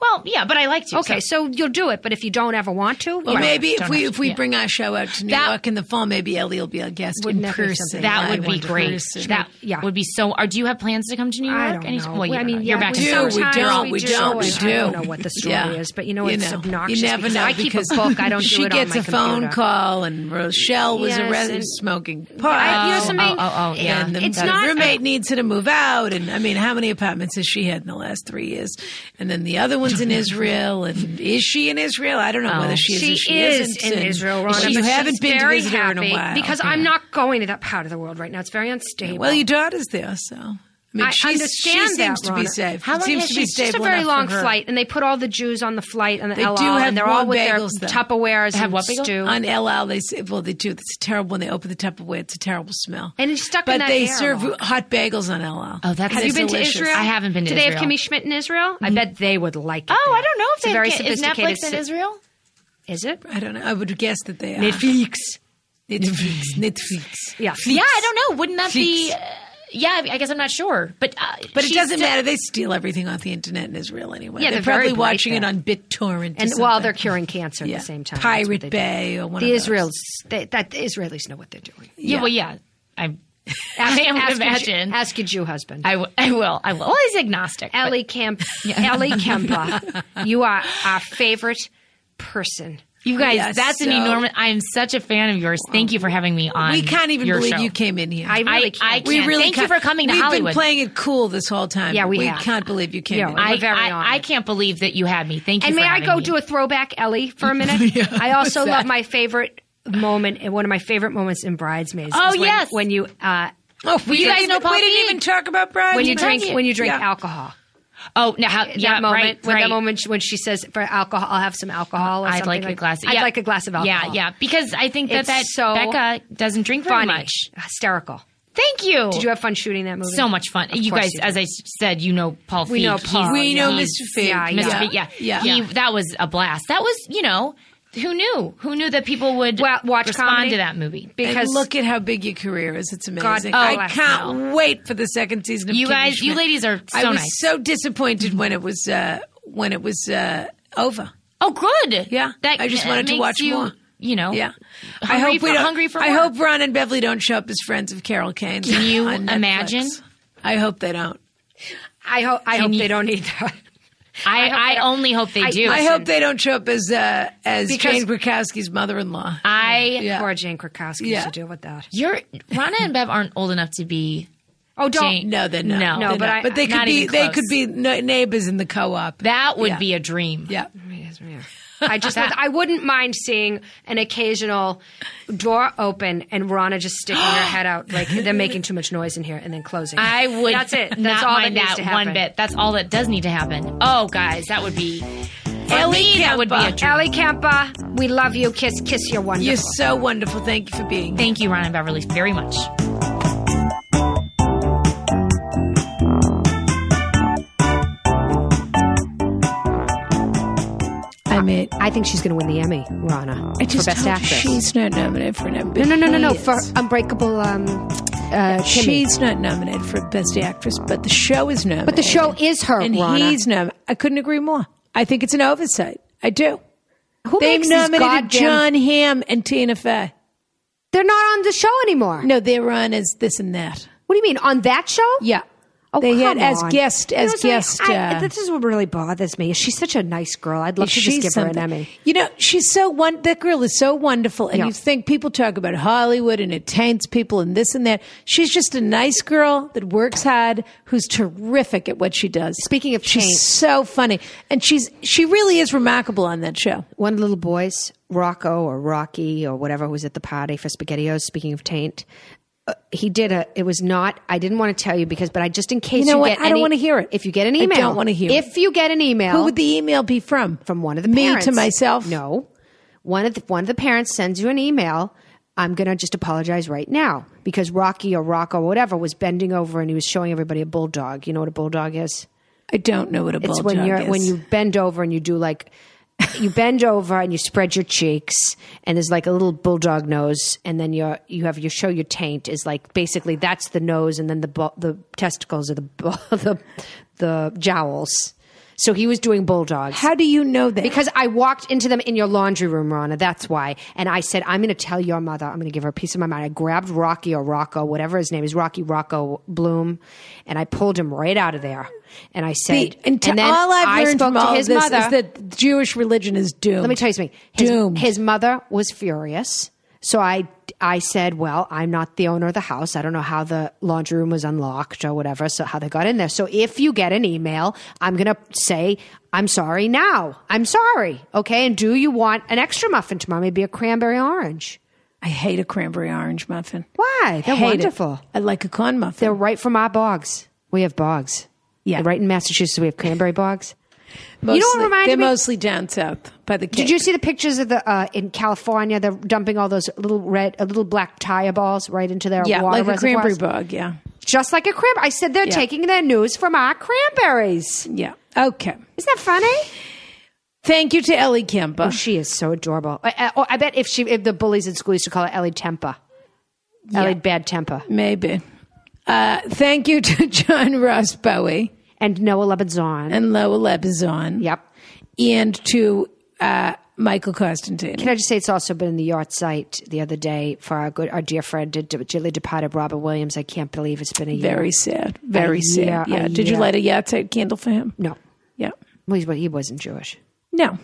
S5: Well, yeah, but I like to.
S2: Okay, so, you'll do it, but if you don't ever want to,
S4: Well,
S2: you know,
S4: maybe if
S5: don't
S4: we
S5: have
S4: if we
S5: to, yeah.
S4: bring our show out to New
S2: That-
S4: York in the fall, maybe Ellie will be a guest
S2: Wouldn't
S4: in
S2: that be
S4: person.
S2: something?
S5: That
S2: I
S5: would be
S4: Live in
S5: great.
S4: person.
S5: That
S2: Yeah.
S5: would be so. Or do you have plans to come to New York?
S2: I don't
S5: Any-
S2: know.
S5: Well, you
S2: I
S5: don't
S2: mean,
S5: know.
S2: yeah,
S5: you're back
S2: we
S5: in
S4: do, we
S5: Florida.
S2: sometimes
S4: don't, we don't, we
S2: always- I don't
S4: do.
S2: know what the story
S4: Yeah.
S2: is, but you know
S4: You
S2: it's
S4: know.
S2: obnoxious.
S4: You never
S2: because
S4: know,
S2: I keep
S4: because
S2: a book. I don't do
S4: she
S2: it
S4: gets
S2: on my
S4: a phone
S2: computer.
S4: call, and Rochelle was
S2: Yes,
S4: arrested
S2: and-
S4: for smoking
S2: I-
S4: pot.
S2: you know
S5: Oh,
S2: something?
S5: oh, oh, oh, yeah.
S4: and the,
S2: it's
S4: the
S2: not
S4: roommate needs her to move out. And I mean, how many apartments has she had in the last three years? And then the other one's in Israel. And is she in Israel? I don't know whether she is. or
S2: Oh. She,
S4: she
S2: is
S4: isn't.
S2: in
S4: And
S2: Israel, Rhonda.
S4: You
S2: but
S4: haven't
S2: she's
S4: been to
S2: very
S4: visit her in a
S2: happy
S4: while
S2: because I'm not going to that part of the world right now. It's very unstable.
S4: Well, your daughter's there, so I mean,
S2: I
S4: she's-
S2: understand
S4: she
S2: that,
S4: seems to be
S2: Rhonda.
S4: safe.
S5: How
S4: It
S5: long
S4: seems
S5: has
S4: to be
S5: she-
S2: it's just a
S4: stable
S2: very
S4: enough for
S2: long
S4: her.
S2: flight, and they put all the Jews on the flight and the
S4: They
S2: LL,
S4: do have
S2: and they're all
S4: warm
S2: with their
S4: bagels, though.
S2: Tupperwares
S5: Have
S2: and
S5: what bagel?
S2: stew.
S4: on LL, they say, well, they do. It's terrible when they open the Tupperware. It's a terrible smell.
S2: And it's stuck in
S4: but
S2: that
S4: they
S2: airlock.
S4: serve hot bagels on LL.
S5: Oh, that's-
S4: And
S2: have you
S4: it's
S2: been
S4: delicious.
S2: to Israel?
S5: I haven't been to
S2: Do they have
S5: Israel.
S2: Kimmy Schmidt in Israel? I bet they would like it.
S5: Oh,
S2: there.
S5: I don't know if
S2: it's a
S5: they
S2: very
S5: have, is
S2: sophisticated.
S5: Netflix in
S2: ci-
S5: Israel.
S2: Is it?
S4: I don't know. I would guess that they are.
S2: Netflix.
S4: Netflix. Netflix.
S2: Yeah.
S5: Yeah, I don't know. Wouldn't that be?
S4: Fix.
S5: Uh, yeah, I guess I'm not sure. But uh,
S4: But it
S5: she's
S4: doesn't
S5: still-
S4: matter. They steal everything off the internet in Israel anyway.
S2: Yeah,
S4: they're,
S2: they're very
S4: probably
S2: bright
S4: watching it
S2: there.
S4: on BitTorrent. or
S2: And while
S4: something.
S2: they're curing cancer
S4: Yeah.
S2: at the same time. that's what
S4: Pirate
S2: they do.
S4: Bay or one
S2: The
S4: of those.
S2: Israels, they, that the Israelis know what they're doing.
S5: Yeah, well, yeah. I, I
S2: ask
S5: am going to
S2: Your,
S5: imagine.
S2: Jew- ask your Jew husband.
S5: I, w- I will. I will. Well, he's agnostic. but-
S2: Ellie Kemp, Ellie Kempa, you are our favorite person.
S5: You guys,
S4: Yes,
S5: that's an
S4: so-
S5: enormous. I am such a fan of yours. Thank you for having me on.
S4: We can't even
S5: your
S4: believe
S5: show.
S4: you came in here.
S2: I
S5: I,
S2: really
S5: I
S2: can't.
S5: can't.
S4: we really
S5: Thank
S4: can't.
S5: you for coming to
S4: We've
S5: Hollywood.
S4: been playing it cool this whole time.
S2: Yeah, we
S4: We
S2: have.
S4: can't believe you came
S2: Yeah,
S4: in.
S2: We're
S5: I,
S2: very
S5: I,
S2: honored.
S5: I can't believe that you had me. Thank you.
S2: And
S5: for
S2: may I
S5: having
S2: go
S5: me.
S2: do a throwback, Ellie, for a minute? I also love my favorite moment, and one of my favorite moments in Bridesmaids.
S5: Oh,
S2: is when,
S5: yes.
S2: when you uh,
S4: Oh, we
S5: You
S4: didn't
S5: guys
S4: even-
S5: know Paul
S4: we didn't
S5: Feig.
S4: even talk about Brad.
S2: when you
S5: Did
S2: drink
S5: you?
S2: when you drink
S4: Yeah.
S2: alcohol.
S5: Oh, now how,
S2: That
S5: yeah,
S2: moment
S5: right,
S2: when that
S5: right.
S2: moment sh- when she says for alcohol, I'll have some alcohol. Or
S5: I'd
S2: something
S5: like, a glass.
S2: I'd
S5: yeah.
S2: like a glass of alcohol.
S5: Yeah, yeah. Because I think that
S2: It's
S5: that
S2: so
S5: Becca doesn't drink very
S2: Funny,
S5: much.
S2: hysterical.
S5: Thank you.
S2: Did you have fun shooting that movie?
S5: so much fun?
S2: Of
S5: you
S2: course
S5: guys,
S2: you did.
S5: as I s- said, you know Paul.
S2: We know
S5: Feig.
S2: Paul,
S5: He's-
S4: we know
S5: he's-
S4: Mr. Feig.
S2: yeah,
S5: Mr.
S2: yeah.
S5: Feig, yeah,
S4: Yeah.
S5: He,
S4: Yeah.
S5: that was a blast. That was, you know, who knew? Who knew that people would
S2: Well, watch
S5: respond
S2: comedy?
S5: to that movie?
S2: because
S4: and look at how big your career is. It's amazing.
S2: God
S4: I
S2: bless
S4: can't wait for the second season of
S5: oh, You
S4: Kimmy
S5: guys- you
S4: Schmidt.
S5: ladies are
S4: I
S5: so
S4: was
S5: nice.
S4: so disappointed when it was uh, when it was uh, over.
S5: Oh, good.
S4: Yeah.
S5: That,
S4: I just
S5: uh,
S4: wanted to
S5: makes
S4: watch
S5: you,
S4: more.
S5: You know.
S4: Yeah, I
S5: Oh. Hungry
S4: hope we
S5: for-
S4: don't.
S5: hungry for
S4: I
S5: more.
S4: hope Ron and Beverly don't show up as friends of Carol Kane.
S5: Can you
S4: on Netflix.
S5: imagine?
S4: I hope they don't.
S2: I hope I hope
S5: you-
S2: they don't either.
S5: I,
S2: hope they
S5: I,
S2: don't-
S5: only hope they
S2: I-
S5: do.
S4: I hope they don't show up as uh, as
S2: Because-
S4: Jane Krakowski's mother-in-law.
S5: I.
S4: Yeah.
S2: Poor Jane Krakowski
S4: Yeah.
S2: used to deal with that.
S5: You're Rana and Bev aren't old enough to be.
S2: Oh, don't.
S5: Jane-
S4: no, they're not.
S5: No. No,
S4: They're
S2: but
S4: not.
S2: I-
S4: but they
S5: not
S4: could be.
S5: even
S4: They
S5: close.
S4: could be no- neighbors in the co-op.
S5: That would
S4: Yeah.
S5: be a dream.
S4: yeah.
S2: I just I wouldn't mind seeing an occasional door open and Rana just sticking her head out like they're making too much noise in here and then closing.
S5: I would.
S2: That's it. That's
S5: not
S2: all
S5: mind
S2: that, needs
S5: that,
S2: to happen.
S5: one bit. That's all that does need to happen. Oh, guys, that would be. For
S4: Ellie
S5: me, that would be a
S4: Kempa.
S5: dream.
S2: Ellie Kempa, we love you. Kiss, kiss your wonderful.
S4: You're so wonderful. Thank you for being here.
S5: Thank you, Ron and Beverly, very much.
S1: I mean,
S2: I think she's going to win the Emmy, Rana,
S1: I just
S2: for best
S1: hope
S2: actress.
S1: she's not nominated for an Emmy.
S2: no, no, no, no, no, for
S1: Please.
S2: Unbreakable. Um, uh, Kimmy.
S1: She's not nominated for Best Actress, but the show is nominated.
S2: But the show is her,
S1: and
S2: Rana.
S1: he's nominated. I couldn't agree more. I think it's an oversight. I do.
S2: who
S1: They
S2: makes these
S1: nominated
S2: goddamn?
S1: John Hamm and Tina Fey.
S2: They're not on the show anymore.
S1: No, they were on as this and that.
S2: What do you mean on that show?
S1: Yeah.
S2: Oh,
S4: They had
S2: come
S4: as
S2: on.
S4: guest-
S2: You
S4: as
S2: know, something-
S4: guest,
S2: I-
S4: uh,
S2: this is what really bothers me. She's such a nice girl. I'd love to just
S4: She's
S2: give her
S4: something.
S2: an Emmy.
S4: You know, she's so one. That girl is so wonderful, and
S2: Yeah.
S4: you think people talk about Hollywood and it taints people and this and that. She's just a nice girl that works hard, who's terrific at what she does.
S2: Speaking of
S4: she's
S2: taint.
S4: so funny, and she's she really is remarkable on that show.
S2: one of the little boys, Rocco or Rocky or whatever was at the party for SpaghettiOs. Speaking of taint, uh, he did a. It was not. I didn't want to tell you because, but I just in case
S4: You know what?
S2: get
S4: I don't
S2: any-
S4: wanna hear it.
S2: If you get an
S4: I don't
S2: email,
S4: wanna hear it.
S2: If you get an email,
S4: Who would the email be from?
S2: from one of the
S4: me
S2: parents.
S4: to myself.
S2: No, one of the one of the parents sends you an email. I'm gonna just apologize right now because Rocky or Rocco or whatever was bending over and he was showing everybody a bulldog. You know what a bulldog is?
S4: I don't know what a
S2: It's
S4: bulldog
S2: when you're
S4: is.
S2: when you bend over and you do like you bend over and you spread your cheeks and there's like a little bulldog nose and then your you have your show your taint is like basically that's the nose and then the bu- the testicles are the bu- the the jowls. So he was doing bulldogs.
S4: How do you know that?
S2: Because I walked into them in your laundry room, Rana. That's why. And I said, I'm going to tell your mother. I'm going to give her a piece of my mind. I grabbed Rocky or Rocco, whatever his name is, Rocky Rocco Bloom, and I pulled him right out of there. And I said,
S4: The- and, to- all I've
S2: I
S4: learned
S2: spoke
S4: from all
S2: to his
S4: this
S2: mother.
S4: is that Jewish religion is doomed.
S2: let me tell you something. His,
S4: Doomed.
S2: his mother was furious. So I, I said, well, I'm not the owner of the house. I don't know how the laundry room was unlocked or whatever. So how they got in there. So if you get an email, I'm going to say, I'm sorry now. I'm sorry. Okay. And do you want an extra muffin tomorrow? Maybe a cranberry orange.
S4: I hate a cranberry orange muffin.
S2: Why? They're
S4: Hate it.
S2: wonderful.
S4: I like a corn muffin.
S2: They're right from our bogs. We have bogs.
S4: Yeah.
S2: Right in Massachusetts, we have cranberry bogs.
S4: Mostly,
S2: you know what reminded
S4: They're
S2: me?
S4: mostly down south by the.
S2: Did
S4: Cape.
S2: you see the pictures of the uh, in California? They're dumping all those little red, uh, little black tire balls right into their
S4: Yeah,
S2: water
S4: like a cranberry
S2: reservoirs.
S4: bog. Yeah,
S2: just like a cranberry. I said they're
S4: Yeah.
S2: taking their news from our cranberries.
S4: yeah. Okay.
S2: Isn't that funny?
S4: Thank you to Ellie Kemper.
S2: She is so adorable. I, I, oh, I bet if she, if the bullies in school used to call her Ellie Temper, Ellie Bad Temper,
S4: Maybe. Uh, thank you to John Ross Bowie
S2: and Noah Lebanon.
S4: and Loa Lebazon.
S2: yep.
S4: And to uh, Michael Constantine.
S2: Can I just say it's also been in the yard site the other day for our good, our dear friend, d- d- dearly departed Robert Williams. I can't believe it's been a year.
S4: Very sad. Very
S2: A
S4: sad.
S2: year,
S4: yeah.
S2: a
S4: Did you
S2: year.
S4: light a Yahtite candle for him?
S2: no,
S4: Yeah.
S2: well, he, he wasn't Jewish.
S4: No.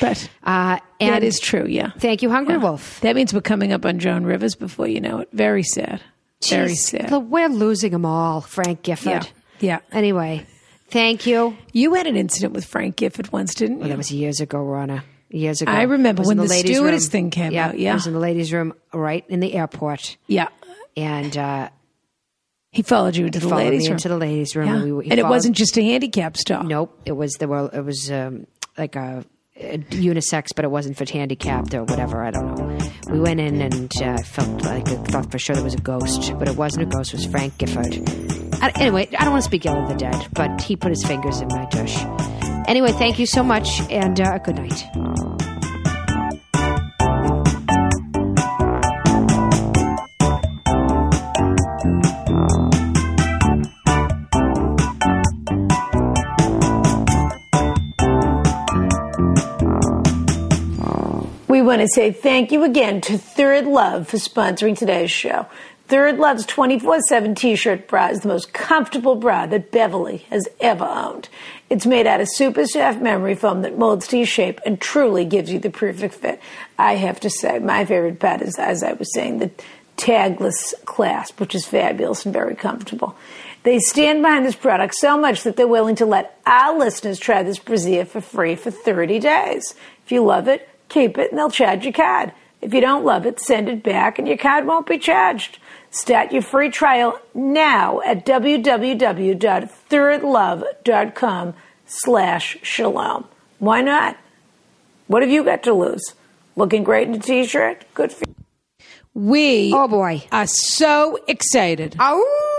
S4: But
S2: Uh, and
S4: that is true. Yeah.
S2: Thank you, Hungry Wolf.
S4: That means we're coming up on Joan Rivers before you know it. Very sad. Very
S2: Jeez,
S4: sad.
S2: look, We're losing them all, Frank Gifford.
S4: Yeah, yeah.
S2: Anyway, thank you.
S4: You had an incident with Frank Gifford once, didn't you?
S2: That was years ago, Rana. Years ago.
S4: I remember
S2: It was
S4: when
S2: in
S4: the
S2: ladies'
S4: stewardess
S2: room.
S4: thing came out, yeah.
S2: It was in the ladies' room right in the airport.
S4: yeah.
S2: And uh,
S4: He followed you into the
S2: followed
S4: ladies'
S2: me
S4: room.
S2: into the ladies' room.
S4: Yeah.
S2: And, we, were- he
S4: and it
S2: followed-
S4: wasn't just a handicap stall.
S2: Nope. It was, there were, it was um, like a, a unisex, but it wasn't for handicapped or whatever. I don't know. We went in and uh, I felt like I thought for sure there was a ghost, but it wasn't a ghost. It was Frank Gifford. I, anyway, I don't want to speak ill of the dead, but he put his fingers in my tush. Anyway, thank you so much and uh, good night.
S4: We want to say thank you again to Third Love for sponsoring today's show. Third Love's 24 7 t shirt bra is the most comfortable bra that Beverly has ever owned. It's made out of super soft memory foam that molds to your shape and truly gives you the perfect fit. I have to say, my favorite part is, as I was saying, the tagless clasp, which is fabulous and very comfortable. They stand behind this product so much that they're willing to let our listeners try this brassiere for free for 30 days. If you love it, keep it and they'll charge your card. If you don't love it, send it back and your card won't be charged. Start your free trial now at www.thirdlove.com slash shalom. Why not? What have you got to lose? Looking great in a t-shirt? Good for you. We
S2: Oh, boy.
S4: are so excited.
S2: Oh,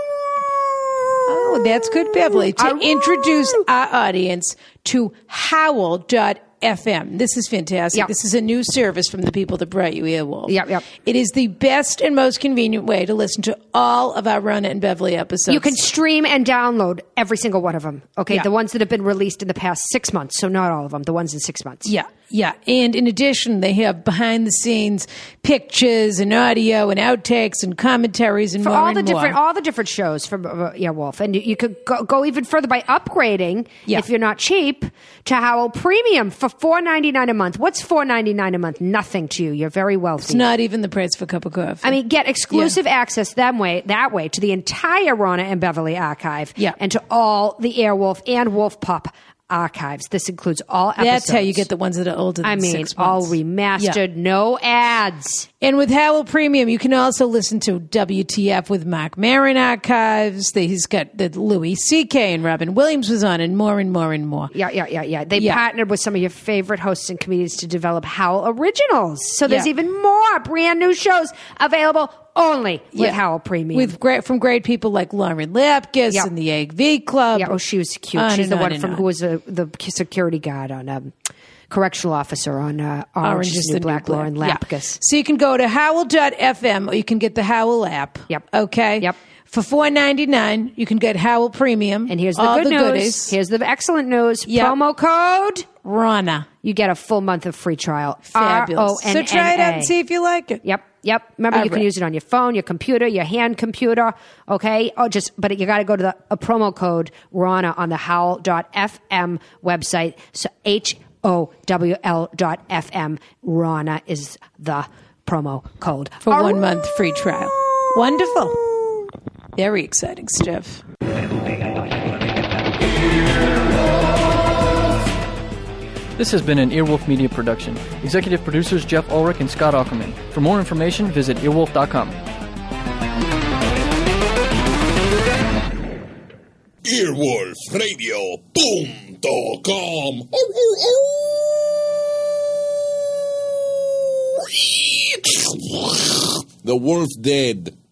S4: Oh, that's good, Beverly. To
S2: Ow.
S4: introduce our audience to howl.fm. This is fantastic.
S2: Yep.
S4: This is a new service from the people that brought you Earwolf.
S2: Yep, yep.
S4: It is the best and most convenient way to listen to all of our Rona and Beverly episodes.
S2: You can stream and download every single one of them. Okay, the ones that have been released in the past six months. So not all of them. The ones in six months.
S4: Yeah. Yeah, and in addition, they have behind the scenes pictures and audio and outtakes and commentaries and
S2: for
S4: more
S2: all
S4: and
S2: the
S4: more.
S2: different all the different shows from uh, yeah Wolf, and you, you could go, go even further by upgrading
S4: Yeah.
S2: if you're not cheap to Howl Premium for four ninety nine a month. What's four ninety nine a month? Nothing to you. You're very wealthy.
S4: It's not even the price for a cup of coffee.
S2: I mean, get exclusive access that way, that way to the entire Rona and Beverly archive,
S4: Yeah.
S2: and to all the Airwolf and Wolf Pup archives. This includes all. Episodes.
S4: that's how you get the ones that are older than
S2: I mean,
S4: six
S2: all
S4: months.
S2: remastered,
S4: Yeah.
S2: no ads.
S4: And with Howl Premium, you can also listen to WTF with Mark Marin archives. They- He's got the Louis C.K. and Robin Williams was on, and more and more and more.
S2: Yeah, yeah, yeah, yeah. They
S4: Yeah.
S2: partnered with some of your favorite hosts and comedians to develop Howl Originals. So there's
S4: Yeah.
S2: even more brand new shows available only with
S4: Yeah.
S2: Howl Premium.
S4: with great from great people like Lauren Lapkus
S2: Yeah.
S4: and the Egg V Club.
S2: yeah, oh, she was cute.
S4: On
S2: She's
S4: and
S2: the
S4: on
S2: one
S4: and
S2: from
S4: on.
S2: who was a, the security guard on um, correctional officer on uh, Orange,
S4: Orange
S2: is the New Black, Lauren
S4: Yeah.
S2: Lapkus.
S4: So you can go to howl.fm or you can get the Howl app.
S2: Yep.
S4: Okay.
S2: Yep.
S4: For four ninety nine, you can get Howl Premium.
S2: And here's the
S4: all
S2: good
S4: the
S2: news.
S4: goodies.
S2: Here's the excellent news.
S4: Yeah.
S2: Promo code.
S4: Rana.
S2: You get a full month of free trial.
S4: Fabulous. So
S2: R-O-N-N-A.
S4: try it out Oh, and see if you like it.
S2: Yep, yep. Remember,
S4: All
S2: you can
S4: right.
S2: use it on your phone, your computer, your hand computer. Okay. Oh, just but you got to go to the a promo code Rana on the Howl.fm website. So H O W L dot FM. Rana is the promo code
S4: For one month free trial. Wonderful. Very exciting stuff.
S6: This has been an Earwolf Media production. Executive producers Jeff Ulrich and Scott Ackerman. For more information, visit earwolf.com.
S7: Earwolfradio.com. The wolf dead.